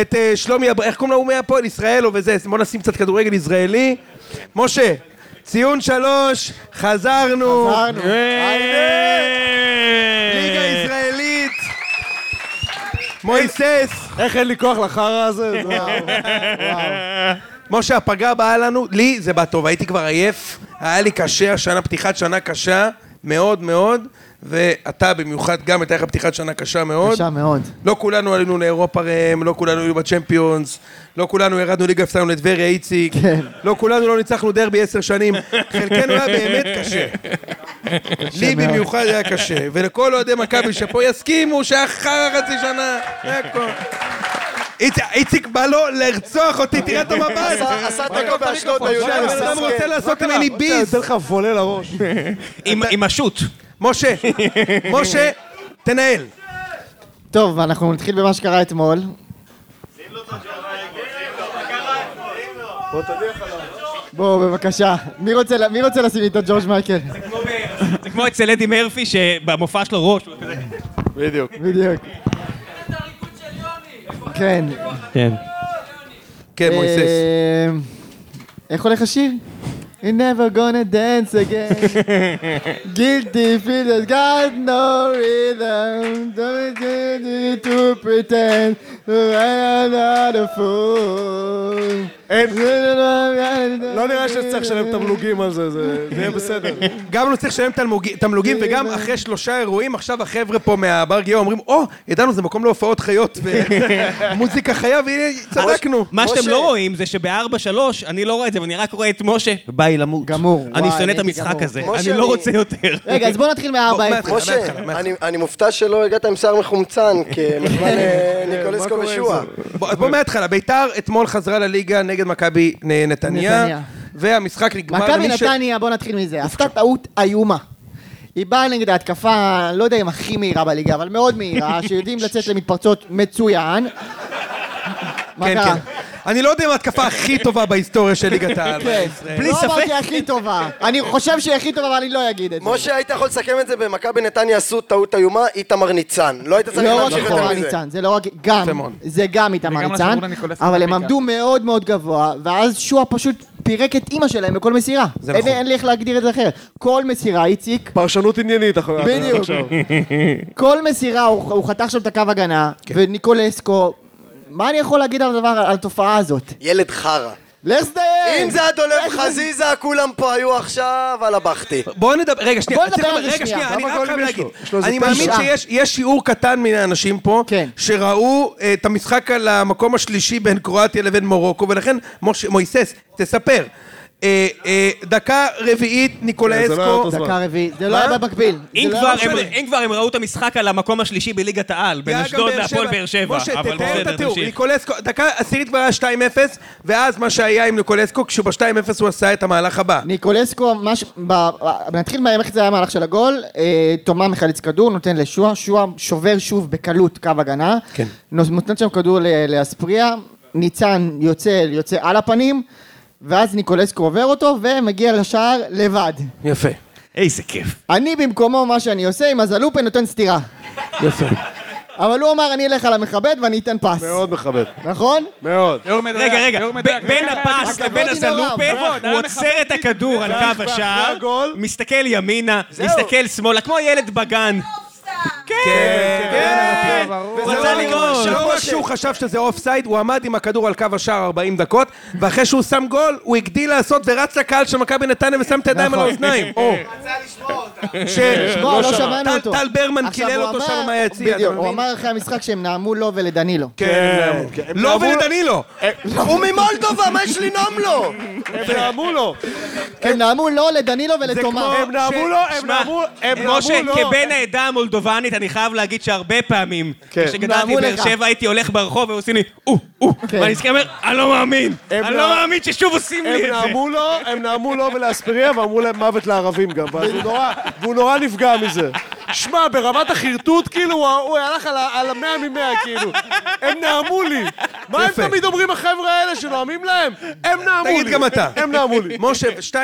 Speaker 1: את אה, שלומי, אב- איך קוראים לו הוא מהפועל ישראל או וזה, בוא נשים קצת כדורגל ישראלי. משה, ציון שלוש, חזרנו.
Speaker 2: חזרנו.
Speaker 1: ליגה ישראלית. מויסס.
Speaker 3: איך אין לי כוח לחרא הזה?
Speaker 1: משה, הפגרה באה לנו, לי זה בא טוב, הייתי כבר עייף, היה לי קשה, השנה פתיחת שנה קשה, מאוד מאוד, ואתה במיוחד, גם הייתה לך פתיחת שנה קשה מאוד.
Speaker 2: קשה מאוד.
Speaker 1: לא כולנו עלינו לאירופה ראם, לא כולנו היינו בצ'מפיונס, לא כולנו ירדנו ליגה, הפסדנו לטבריה איציק,
Speaker 2: כן.
Speaker 1: לא כולנו לא ניצחנו דרבי עשר שנים, חלקנו היה באמת קשה. לי
Speaker 2: מאוד.
Speaker 1: במיוחד היה קשה, ולכל אוהדי מכבי שפה יסכימו שאחר חצי שנה, זה הכל. איצ- איציק בא לו לרצוח אותי, תראה את המבט!
Speaker 5: עשה- עשה תיקו באשדוד
Speaker 1: הבן
Speaker 5: בי"א
Speaker 1: אדם רוצה
Speaker 5: ססקן.
Speaker 1: לעשות ממני ביז!
Speaker 3: לך וולה לראש.
Speaker 7: עם- עם השו"ת.
Speaker 1: משה, משה, תנהל.
Speaker 2: טוב, אנחנו נתחיל במה שקרה אתמול. בואו, בבקשה. מי רוצה ל- מי רוצה לשים לי את הג'ורג' מייקל?
Speaker 7: זה כמו אצל אדי מרפי שבמופע שלו ראש.
Speaker 3: בדיוק.
Speaker 2: בדיוק. כן.
Speaker 7: כן.
Speaker 1: כן,
Speaker 5: אה,
Speaker 1: מויסס.
Speaker 2: אמ, איך הולך השיר? You're never gonna dance again. Guilty feel that got no rhythm. Don't need to pretend I'm not a fool.
Speaker 3: אין, לא נראה שצריך לשלם תמלוגים על זה, זה זה יהיה בסדר.
Speaker 1: גם לא צריך לשלם תלמוג-
Speaker 2: אה,
Speaker 1: תמלוגים, וגם אחרי שלושה אירועים, עכשיו החבר'ה פה מהבר גיאו אומרים, או, ידענו, זה מקום להופעות חיות, ומוזיקה חיה, והנה, צדקנו.
Speaker 7: מה שאתם
Speaker 5: משה.
Speaker 7: לא רואים זה שב-4-3 אני לא רואה את זה, ואני רק רואה את משה. ביי למות.
Speaker 2: גמור,
Speaker 7: אני
Speaker 2: וואי,
Speaker 7: שונא את
Speaker 2: הייתי
Speaker 7: המשחק
Speaker 2: גמור.
Speaker 7: הזה.
Speaker 5: משה,
Speaker 7: אני לא
Speaker 5: אני-
Speaker 7: רוצה יותר.
Speaker 2: רגע, אז בואו נתחיל
Speaker 1: בוא,
Speaker 2: מהארבע.
Speaker 1: מההתחלה,
Speaker 5: משה,
Speaker 1: מההתחלה, מההתחלה.
Speaker 5: אני- אני מופתע שלא הגעת עם שיער מחומצן, כמחמד ניקולסקו ושועה.
Speaker 1: בוא- אז בוא מההתחלה, ביתר אתמול חזרה לליגה נגד מכבי נ- נתניה,
Speaker 2: נתניה.
Speaker 1: והמשחק נגמר.
Speaker 2: מכבי
Speaker 1: למי ש-
Speaker 2: נתניה, בואו נתחיל מזה. עשתה טעות איומה. היא באה נגד ההתקפה, לא יודע אם הכי מהירה בליגה, אבל מאוד מהירה, שיודעים לצאת למתפרצות מצוין. מה
Speaker 1: כן,
Speaker 2: קרה?
Speaker 1: כן. אני לא יודע אם ההתקפה הכי טובה בהיסטוריה של ליגת העל.
Speaker 2: כן,
Speaker 7: בלי
Speaker 2: לא
Speaker 7: ספק.
Speaker 2: אמרתי הכי טובה. אני חושב שהיא הכי טובה, אבל אני לא אגיד את זה.
Speaker 5: משה, היית יכול לסכם את זה במכבי נתניה עשו טעות איומה, איתמר ניצן. לא היית צריך
Speaker 2: לא רק
Speaker 5: להמשיך יותר
Speaker 2: איתמר
Speaker 5: מזה.
Speaker 2: ניצן, זה לא רק... גם,
Speaker 1: יפה מאוד.
Speaker 2: זה גם איתמר
Speaker 6: וגם
Speaker 2: ניצן,
Speaker 6: לסגולה ניקולסקו
Speaker 2: אבל הם
Speaker 6: בעיקר.
Speaker 2: עמדו מאוד מאוד גבוה, ואז שועה פשוט פירק את אימא שלהם בכל מסירה.
Speaker 1: זה
Speaker 2: אין-
Speaker 1: נכון.
Speaker 2: אין לי איך להגדיר את זה אחרת. כל מסירה, איציק,
Speaker 3: פרשנות עניינית אחר-
Speaker 2: בדיוק.
Speaker 3: עכשיו.
Speaker 2: כל מסירה, הוא הוא חתך שם את הקו הגנה,
Speaker 5: כן.
Speaker 2: וניקולסקו... מה אני יכול להגיד על הדבר, על התופעה הזאת?
Speaker 5: ילד חרא.
Speaker 2: לך זדיין!
Speaker 5: אם זה היה דולב חזיזה, כולם פה היו עכשיו על הבכתי.
Speaker 1: בואו נדבר, רגע, שנייה,
Speaker 2: בוא נדבר
Speaker 1: צריך-
Speaker 2: על זה
Speaker 1: רגע,
Speaker 2: שנייה.
Speaker 1: שנייה, אני
Speaker 3: כמה
Speaker 1: רק חייב
Speaker 3: גולים יש
Speaker 1: להגיד.
Speaker 3: לו? יש לו איזה
Speaker 1: אני מאמין
Speaker 2: תשעה.
Speaker 1: שיש יש שיעור קטן מן האנשים פה,
Speaker 2: כן.
Speaker 1: שראו אה, את המשחק על המקום השלישי בין קרואטיה לבין מורוקו, ולכן, משה- מויסס, תספר. אה, אה, דקה רביעית,
Speaker 3: כן, זה לא היה
Speaker 1: ניקולסקו,
Speaker 3: אותו זמן.
Speaker 2: דקה רביעית, זה לא היה במקביל.
Speaker 7: אם
Speaker 2: זה לא
Speaker 7: כבר
Speaker 2: היה
Speaker 7: הם-
Speaker 2: במקביל.
Speaker 7: אם כבר הם ראו את המשחק על המקום השלישי בליגת העל, בין
Speaker 1: היה גם
Speaker 7: אשדוד
Speaker 1: באר
Speaker 7: להפועל
Speaker 1: שבע.
Speaker 7: באר שבע.
Speaker 1: משה,
Speaker 7: אבל
Speaker 1: תתאר את
Speaker 7: בסדר,
Speaker 1: התיאור.
Speaker 7: תמשיך.
Speaker 1: ניקולסקו, דקה עשירית כבר היה 2-0, ואז מה שהיה עם ניקולסקו, כשהוא ב-2-0 הוא עשה את המהלך הבא.
Speaker 2: ניקולסקו, מש... ב... ב- נתחיל מהמערכת, זה היה המהלך של הגול, אה, תומה מחלץ כדור, נותן לשועה, שועה שובר שוב בקלות קו הגנה,
Speaker 1: כן.
Speaker 2: נוס- נותן שם כדור ל- לאספריה, ניצן יוצא, יוצא על הפנים, ואז ניקולסקו עובר אותו ומגיע לשער לבד.
Speaker 1: יפה,
Speaker 7: איזה כיף.
Speaker 2: אני במקומו, מה שאני עושה, עם הזלופה נותן סטירה.
Speaker 1: יפה.
Speaker 2: אבל הוא אמר, אני אלך על המכבד ואני אתן פס.
Speaker 3: מאוד מכבד.
Speaker 2: נכון?
Speaker 3: מאוד.
Speaker 6: יאור מדויק,
Speaker 7: רגע, רגע,
Speaker 6: יאור
Speaker 7: ב-
Speaker 6: מדויק.
Speaker 7: בין
Speaker 6: רגע,
Speaker 7: הפס
Speaker 2: הכבוד
Speaker 7: לבין
Speaker 2: היא
Speaker 7: הזלופה,
Speaker 2: נורא,
Speaker 7: הוא עוצר את הכדור על קו השער,
Speaker 3: הגול.
Speaker 7: מסתכל ימינה, מסתכל שמאלה, כמו ילד בגן. כן, כן, הוא
Speaker 1: וזה
Speaker 7: רצה
Speaker 1: לא-
Speaker 7: לגרום.
Speaker 1: לא רק שהוא חשב שזה אוף סייד, הוא עמד עם הכדור על קו השער 40 דקות, ואחרי שהוא שם גול, הוא הגדיל לעשות ורץ לקהל של מכבי נתניה ושם את הידיים על האוזניים. או, כן,
Speaker 8: רצה לשמוע אותה.
Speaker 1: ש...
Speaker 2: בוא, נכון. כן. לא שמענו
Speaker 1: טל-
Speaker 2: אותו.
Speaker 1: טל ברמן
Speaker 2: עכשיו,
Speaker 1: קילל
Speaker 2: הוא
Speaker 1: אותו
Speaker 2: אמר-
Speaker 1: שם מהיציע, אתה
Speaker 2: בדיוק, הוא
Speaker 1: מבין?
Speaker 2: אמר אחרי המשחק שהם נעמו לו ולדנילו.
Speaker 1: כן, לא ולדנילו.
Speaker 5: הוא ממולדובה, מה יש לנאום לו?
Speaker 3: הם נעמו לו.
Speaker 2: הם נעמו לו, לדנילו ולתומה.
Speaker 1: כמו-
Speaker 3: הם נעמו לו, לא, הם
Speaker 7: שמע,
Speaker 3: נעמו הם לא.
Speaker 7: משה,
Speaker 3: נעמו לו.
Speaker 7: כבן העדה המולדובנית, אני חייב להגיד שהרבה פעמים,
Speaker 3: כן.
Speaker 7: כשגדלתי
Speaker 2: נעמו
Speaker 7: בבאר
Speaker 2: לך.
Speaker 7: שבע, הייתי הולך ברחוב ועושים לי, או, או,
Speaker 2: כן.
Speaker 7: ואני מסתכל, אומר, אני לא מאמין,
Speaker 3: הם
Speaker 7: אני לא
Speaker 3: נע-
Speaker 7: מאמין ששוב עושים לי את
Speaker 3: הם
Speaker 7: זה.
Speaker 3: נעמו לו, הם נעמו לו ולאספריה ואמרו להם מוות לערבים גם, ואז הוא נורא, והוא נורא נפגע מזה. שמע, ברמת החרטוט, כאילו, הוא- הוא הלך על ה- על המאה ממאה, כאילו. הם נעמו לי. מה הם
Speaker 1: יפה.
Speaker 3: תמיד אומרים החבר'ה האלה שנואמים להם? הם נעמו לי.
Speaker 1: תגיד גם אתה.
Speaker 3: הם נעמו לי.
Speaker 1: משה, 2-0,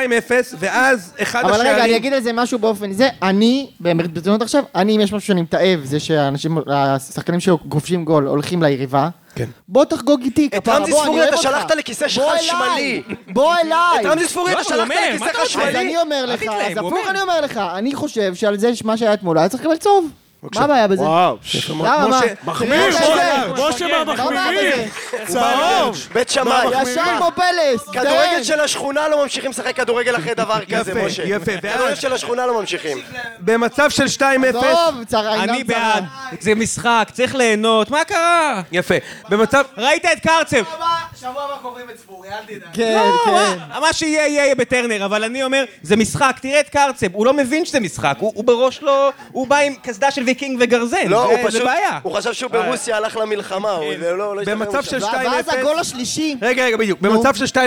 Speaker 1: ואז אחד
Speaker 2: אבל
Speaker 1: השערים...
Speaker 2: רגע, אני אגיד על זה משהו באופן זה, אני, באמת ברצינות עכשיו, אני, אם יש משהו שאני מתעב, זה שהאנשים, השחקנים שכובשים גול הולכים ליריבה.
Speaker 1: כן.
Speaker 2: בוא תחגוג איתי,
Speaker 5: את
Speaker 2: כפרה,
Speaker 5: רמזי
Speaker 2: בוא, אני
Speaker 5: ספורי
Speaker 2: אוהב
Speaker 5: אתה
Speaker 2: אותך.
Speaker 5: שלחת לכיסא
Speaker 2: בוא אליי,
Speaker 5: חשמלי.
Speaker 2: בוא אליי!
Speaker 5: את רמזי ספורי
Speaker 7: לא,
Speaker 5: אתה
Speaker 7: הוא
Speaker 5: שלחת
Speaker 7: אומר, מה
Speaker 5: לכיסא
Speaker 7: אתה רוצה?
Speaker 2: אז
Speaker 5: חשמלי.
Speaker 2: אני אומר
Speaker 7: אל
Speaker 2: לך,
Speaker 7: תתלהם,
Speaker 2: אז
Speaker 7: הוא
Speaker 2: הפוך
Speaker 7: אומר.
Speaker 2: אני אומר לך, אני חושב שעל זה, מה שהיה אתמול, היה צריך לקבל צהוב. מה הבעיה בזה?
Speaker 3: וואו.
Speaker 2: למה? מה?
Speaker 3: מחמיר,
Speaker 2: תראה את זה.
Speaker 3: משה, משה
Speaker 2: מה הבעיה בזה?
Speaker 3: מהמחמירים. צהוב.
Speaker 5: בית שמאי.
Speaker 2: ישר כמו פלס!
Speaker 5: כדורגל
Speaker 2: תראה.
Speaker 5: של השכונה לא ממשיכים לשחק כדורגל אחרי דבר כזה,
Speaker 1: יפה,
Speaker 5: משה.
Speaker 1: יפה,
Speaker 5: כדורגל
Speaker 1: ואז
Speaker 5: של השכונה לא ממשיכים.
Speaker 1: במצב של 2-0...
Speaker 2: טוב, צרה, עינם
Speaker 7: אני
Speaker 2: צרה.
Speaker 7: בעד. זה משחק, צריך ליהנות, מה קרה?
Speaker 1: יפה. במצב...
Speaker 7: ראית את קרצב?
Speaker 8: שבוע הבא קוברים את ספורי, אל
Speaker 1: לא,
Speaker 8: תדאג.
Speaker 2: כן,
Speaker 1: אה,
Speaker 2: כן.
Speaker 7: מה- מה שיהיה יהיה יהיה בטרנר, אבל אני אומר, זה משחק, תראה את קרצב, הוא לא מבין שזה משחק, הוא הוא בראש לא... הוא בא עם קסדה של ויקינג וגרזן,
Speaker 5: לא,
Speaker 7: זה-
Speaker 5: הוא
Speaker 7: זה
Speaker 5: פשוט...
Speaker 7: בעיה.
Speaker 5: הוא חשב שהוא
Speaker 3: אה.
Speaker 5: ברוסיה הלך למלחמה,
Speaker 3: כן.
Speaker 5: הוא לא- לא... לא השתחרר
Speaker 1: במצב
Speaker 5: משם.
Speaker 1: של 2-0...
Speaker 2: ואז הגול השלישי.
Speaker 1: רגע, רגע, בדיוק. במצב של 2-0,